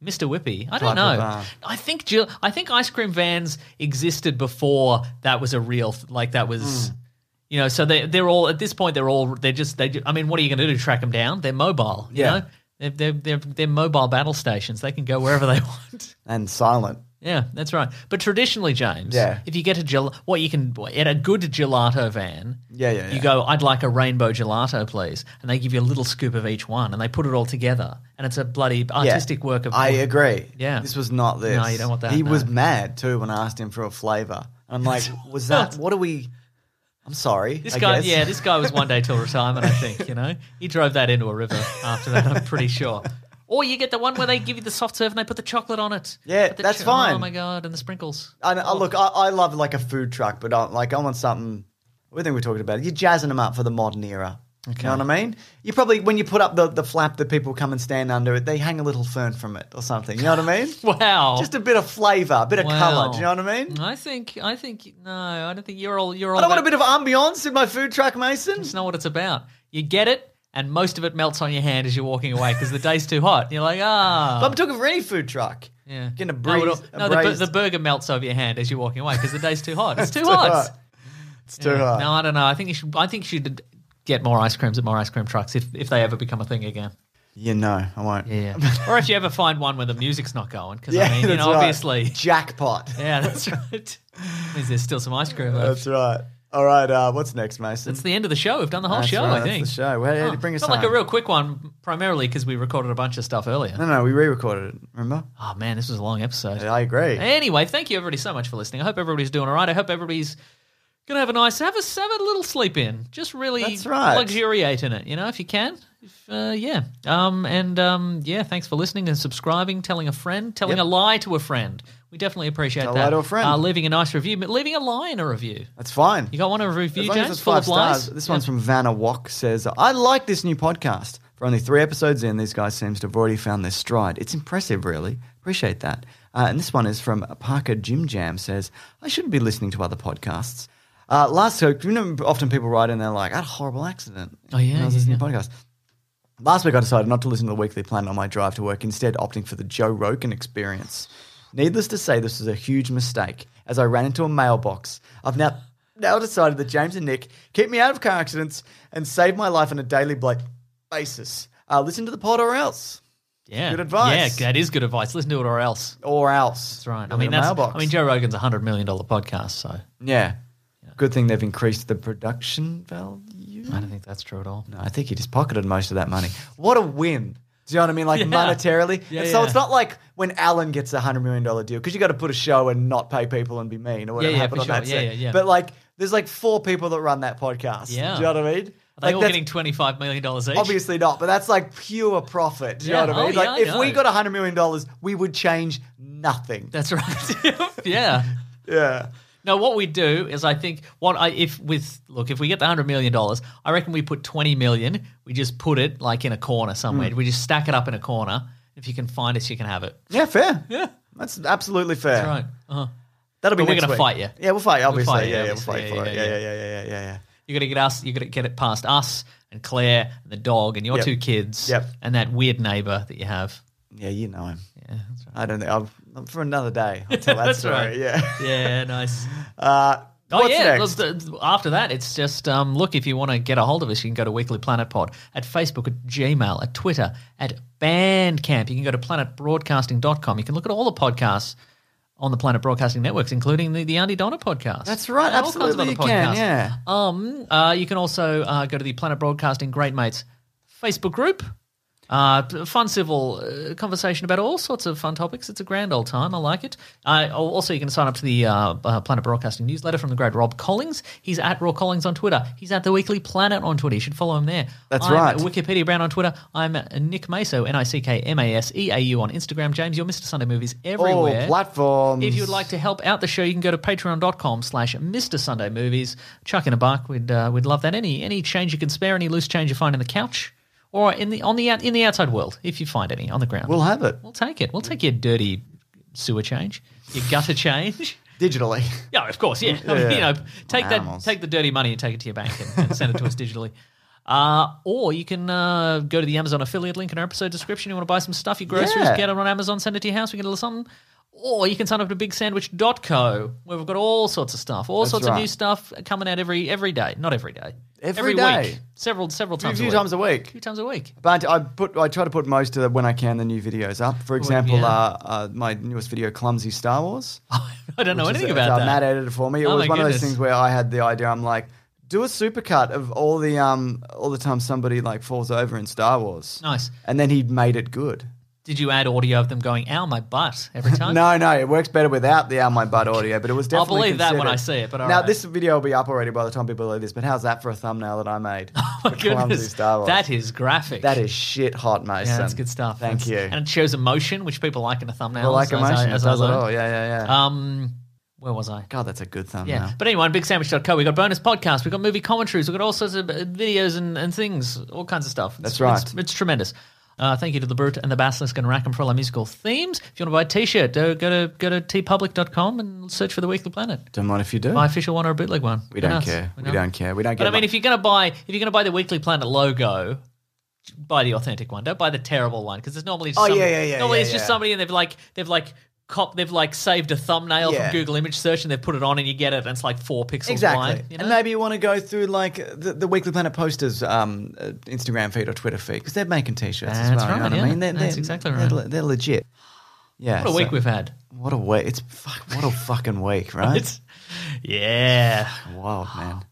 Mister Whippy. I Type don't of, know. uh, I think gel- I think ice cream vans existed before that was a real. th- Like that Hmm. was. You know, so they they're all at this point. They're all they're just they. ju- I mean, what are you going to do? Track them down? They're mobile. You Yeah. know? They're, they're, they're, they're mobile battle stations. They can go wherever they (laughs) want. And silent. Yeah, that's right. But traditionally, James, Yeah. if you get a gel, what you can at a good gelato van, Yeah, yeah, yeah. you go, I'd like a rainbow gelato, please, and they give you a little scoop of each one, and they put it all together, and it's a bloody Yeah. artistic work of. I agree. Yeah. This was not this. No, you don't want that, He no. was mad too when I asked him for a flavour. (laughs) I'm like, was that? What are we? I'm sorry. This I guy, guess. yeah, this guy was one day till retirement. I think you know (laughs) he drove that into a river after that. I'm pretty sure. Or you get the one where they give you the soft serve and they put the chocolate on it. Yeah, Put the that's cho- Oh fine. Uh, my god, and the sprinkles. I, I look, I, I love like a food truck, but I, like I want something. We think we're talking about it. You're jazzing them up for the modern era. You know what I mean? You probably when you put up the, the flap that people come and stand under it, they hang a little fern from it or something. You know what (laughs) I mean? Wow. Just a bit of flavour, a bit of Wow. colour. Do you know what I mean? I think I think no, I don't think you're all you're all. I don't want a that- bit of ambiance in my food truck, Mason. (laughs) It's not what it's about. You get it, and most of it melts on your hand as you're walking away because the day's too hot. You're like, ah. But I'm talking for any food truck. yeah. Getting a No, breeze. it'll- no, the, bu- the burger melts over your hand as you're walking away because the day's too (laughs) hot. It's too hot. It's too Yeah. hot. No, I don't know. I think you should. I think you should get more ice creams at more ice cream trucks if, if they ever become a thing again. You know, I won't. Yeah. (laughs) or if you ever find one where the music's not going, because (laughs) Yeah, I mean, you that's know, right. (laughs) obviously, Jackpot. yeah, that's right. Means there's still some ice cream left. That's right. All right. Uh, what's next, Mason? That's the end of the show. We've done the whole That's show. right, I that's think the show. Well, yeah, Oh, bring us felt like home. a real quick one, primarily because we recorded a bunch of stuff earlier. No, no, we re-recorded it. Remember? Oh man, this was a long episode. I agree. Anyway, thank you everybody so much for listening. I hope everybody's doing all right. I hope everybody's Gonna have a nice, have a, have a little sleep in. Just really That's right. luxuriate in it, you know, if you can. If, uh, yeah. Um, and um, yeah, thanks for listening and subscribing, telling a friend, telling Yep. a lie to a friend. We definitely appreciate Tell a that. lie to a friend. Uh, leaving a nice review, but leaving a lie in a review. That's fine. You got one in a review, As long as James, it's full five of lies. stars. This one's from Vanna Wok says, I like this new podcast. For only three episodes in, these guys seems to have already found their stride. It's impressive, really. Appreciate that. Uh, and this one is from Parker Jim Jam says, I shouldn't be listening to other podcasts. Uh, last week, you know, often people write in, they're like, I had a horrible accident. Oh, yeah, when I was yeah, listening to podcasts. Last week, I decided not to listen to the Weekly Planet on my drive to work, instead, opting for the Joe Rogan experience. Needless to say, this was a huge mistake as I ran into a mailbox. I've now, now decided that James and Nick keep me out of car accidents and save my life on a daily bla- basis. Uh, listen to the pod or else. Yeah. Good advice. Yeah, that is good advice. Listen to it or else. Or else. That's right. I Live mean, in a that's, mailbox. I mean, Joe Rogan's a $100 million podcast, so. Yeah. Good thing they've increased the production value. I don't think that's true at all. No, I think he just pocketed most of that money. What a win. Do you know what I mean? Like Yeah. monetarily. Yeah, and so yeah. it's not like when Alan gets a $100 million deal because you got to put a show and not pay people and be mean or whatever yeah, happened for on sure. that Yeah, set. yeah, yeah. But like, there's like four people that run that podcast. Yeah. Do you know what I mean? Are they Like, all that's- getting $25 million each? Obviously not, but that's like pure profit. Do you Yeah. know what I mean? Oh, yeah, like, I if we know. got $100 million, we would change nothing. That's right. (laughs) (laughs) yeah. Yeah. No, what we do is I think what I if with look if we get the hundred million dollars, I reckon we put twenty million. We just put it like in a corner somewhere. Mm. We just stack it up in a corner. If you can find us, you can have it. Yeah, fair. Yeah. That's absolutely fair. That's right. Uh-huh. That'll be But we're next gonna week. fight you. Yeah, we'll fight, We'll obviously. you, Yeah, yeah, obviously. we'll fight for it. Yeah, yeah, yeah, yeah, yeah. You're gonna get us. You're gonna get it past us and Claire and the dog and your Yep. two kids. Yep. And that weird neighbor that you have. Yeah, you know him. Yeah, I don't know. I'm, for another day. I'll tell (laughs) that That's story. right. Yeah. Yeah, nice. Uh, Oh what's yeah. next? let's- uh, after that, it's just um, look. If you want to get a hold of us, you can go to Weekly Planet Pod at Facebook, at Gmail, at Twitter, at Bandcamp. You can go to planetbroadcasting.com. You can look at all the podcasts on the Planet Broadcasting networks, including the the Andy Donna podcast. That's right. And all kinds of Absolutely, other you can. podcasts. Yeah. Um, uh, you can also uh, go to the Planet Broadcasting Great Mates Facebook group. Uh, p- fun civil uh, conversation about all sorts of fun topics. It's a grand old time. I like it. Uh, al- also, you can sign up to the uh, uh, Planet Broadcasting newsletter from the great Rob Collins. He's at Raw Collins on Twitter. He's at The Weekly Planet on Twitter. You should follow him there. That's I'm right. Wikipedia Brown on Twitter. I'm Nick Maso, N I C K M A S E A U on Instagram. James, you're Mr. Sunday Movies everywhere. All platforms. If you'd like to help out the show, you can go to patreon.com slash Mr. Sunday Movies. Chuck in a buck. We'd uh, we'd love that. Any any change you can spare, any loose change you find in the couch or in the on the out, in the outside world, if you find any on the ground. We'll have it. We'll take it. We'll take your dirty sewer change, your gutter change. (laughs) Digitally. (laughs) Yeah, of course, yeah. I Yeah, mean, yeah. you know, take that Animals. take the dirty money and take it to your bank and, and send it to us digitally. (laughs) Uh, or you can uh, go to the Amazon affiliate link in our episode description. You want to buy some stuff, your groceries, Yeah. get it on Amazon, send it to your house, we get a little something. Or you can sign up to bigsandwich.co where we've got all sorts of stuff, all That's sorts of right. new stuff coming out every every day, not every day, Every week, day. several several A times, few a week. times a week. few times a week. (laughs) But I put I try to put most of the, when I can the new videos up. For example, yeah. uh, uh, my newest video, Clumsy Star Wars. I don't know which is- anything uh, about uh, that. Matt edited it for me. It Oh, was my one of those goodness. things where I had the idea. I'm like, do a supercut of all the um all the time somebody like falls over in Star Wars. Nice. And then he made it good. Did you add audio of them going ow my butt every (laughs) time? No, no, it works better without the out my butt audio, but it was I'll definitely. believe that when considered. I see it, but all now right. this video will be up already by the time people hear this. But how's that for a thumbnail that (laughs) I made? Oh (laughs) my goodness, Star Wars. that is graphic. that is shit hot, Mason. Yeah, that's good stuff. Thank That's- you. And it shows emotion, which people like in a thumbnail. I like as I- emotion. as it I does it learned. all. Yeah, yeah, yeah. Um, where was I? God, that's a good thumbnail. Yeah. But anyway, on bigsandwich.co, we got bonus podcasts, we got movie commentaries, we got all sorts of uh, videos and, and things, all kinds of stuff. That's It's- right. It's, it's tremendous. Uh, thank you to the Brute and the Basilisk and Rackham for all our musical themes. If you want to buy a t-shirt, uh, go to go to tpublic.com and search for the Weekly Planet. Don't mind if you do. Buy an official one or a bootleg one. we Who don't knows? care. Who We knows? don't care. We don't But care. I mean, if you're gonna buy if you're gonna buy the Weekly Planet logo, buy the authentic one. Don't buy the terrible one because it's normally just Oh, some- yeah, yeah, yeah, normally yeah, it's just yeah. somebody and they've like they've like cop they've like saved a thumbnail Yeah. from Google image search and they've put it on and you get it and it's like four pixels Exactly, wide. You know? and maybe you want to go through like the, the Weekly Planet posters um, uh, Instagram feed or Twitter feed because they're making T-shirts as That's well. you know right, what yeah. I mean, they're, That's they're- exactly they're right. le- they're legit. Yeah, what a week so- we've had. What a week! It's fuck. What a fucking (laughs) week, right? It's- yeah. wild, man.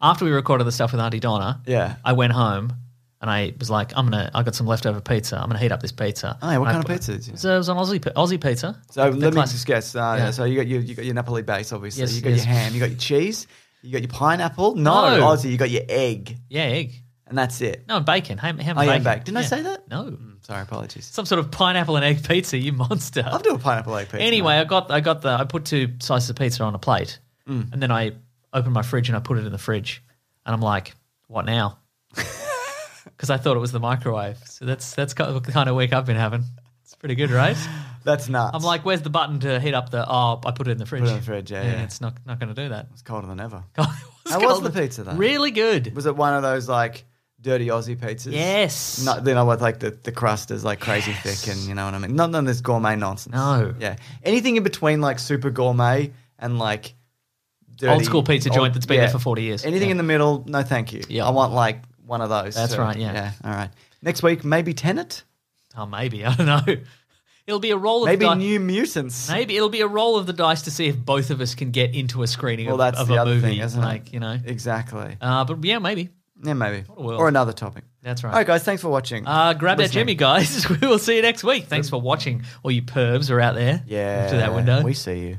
After we recorded the stuff with Auntie Donna, Yeah. I went home and I was like, I'm gonna I got some leftover pizza. I'm gonna heat up this pizza. Oh, yeah, what And I kind of put- pizza did you- So it was an Aussie pi- Aussie pizza. So The let me classic- just guess. Uh, Yeah. So you got your you got your Napoli base, obviously. Yes, you got yes. your ham. You got your cheese. You got your pineapple? No, No. Aussie. You got your egg, Yeah, egg. and that's it. No, and bacon. Ham, ham Oh, and yeah, bacon. bacon. Didn't I say that? No. Sorry, apologies. Some sort of pineapple and egg (laughs) pizza, you monster. I'll do a pineapple egg pizza. Anyway, I got I got the I put two slices of pizza on a plate, Mm. and then I opened my fridge and I put it in the fridge, and I'm like, what (laughs) now? Because I thought it was the microwave. So that's that's kind of the kind of week I've been having. It's pretty good, (laughs) right? That's nuts. I'm like, where's the button to heat up the? Oh, I put it in the fridge. Put it in the fridge, yeah, yeah. It's not not going to do that. (laughs) It's colder than ever. How was the pizza though? Really good. Was it one of those like dirty Aussie pizzas? Yes. No, you know with like the, the crust is like crazy thick and you know what I mean. Not none of this gourmet nonsense. No. Yeah. Anything in between like super gourmet and like dirty, Old school pizza joint that's been there for 40 years. Anything Yeah. in the middle, no thank you. I want like one of those. That's So, right, yeah. Yeah. All right. Next week, maybe Tenet. Oh, maybe (laughs) I don't know. It'll be a roll of Maybe the di- New Mutants. Maybe it'll be a roll of the dice to see if both of us can get into a screening Well, of, that's of the a other movie. thing, isn't like, it? you know. Exactly. Uh, but yeah, maybe. Yeah, maybe. What a world. Or another topic. That's All right. right, guys. Thanks for watching. Uh, grab that Listening. Jimmy, guys. (laughs) we will see you next week. Thanks for watching. All you pervs are out there. Yeah. To that window. We see you.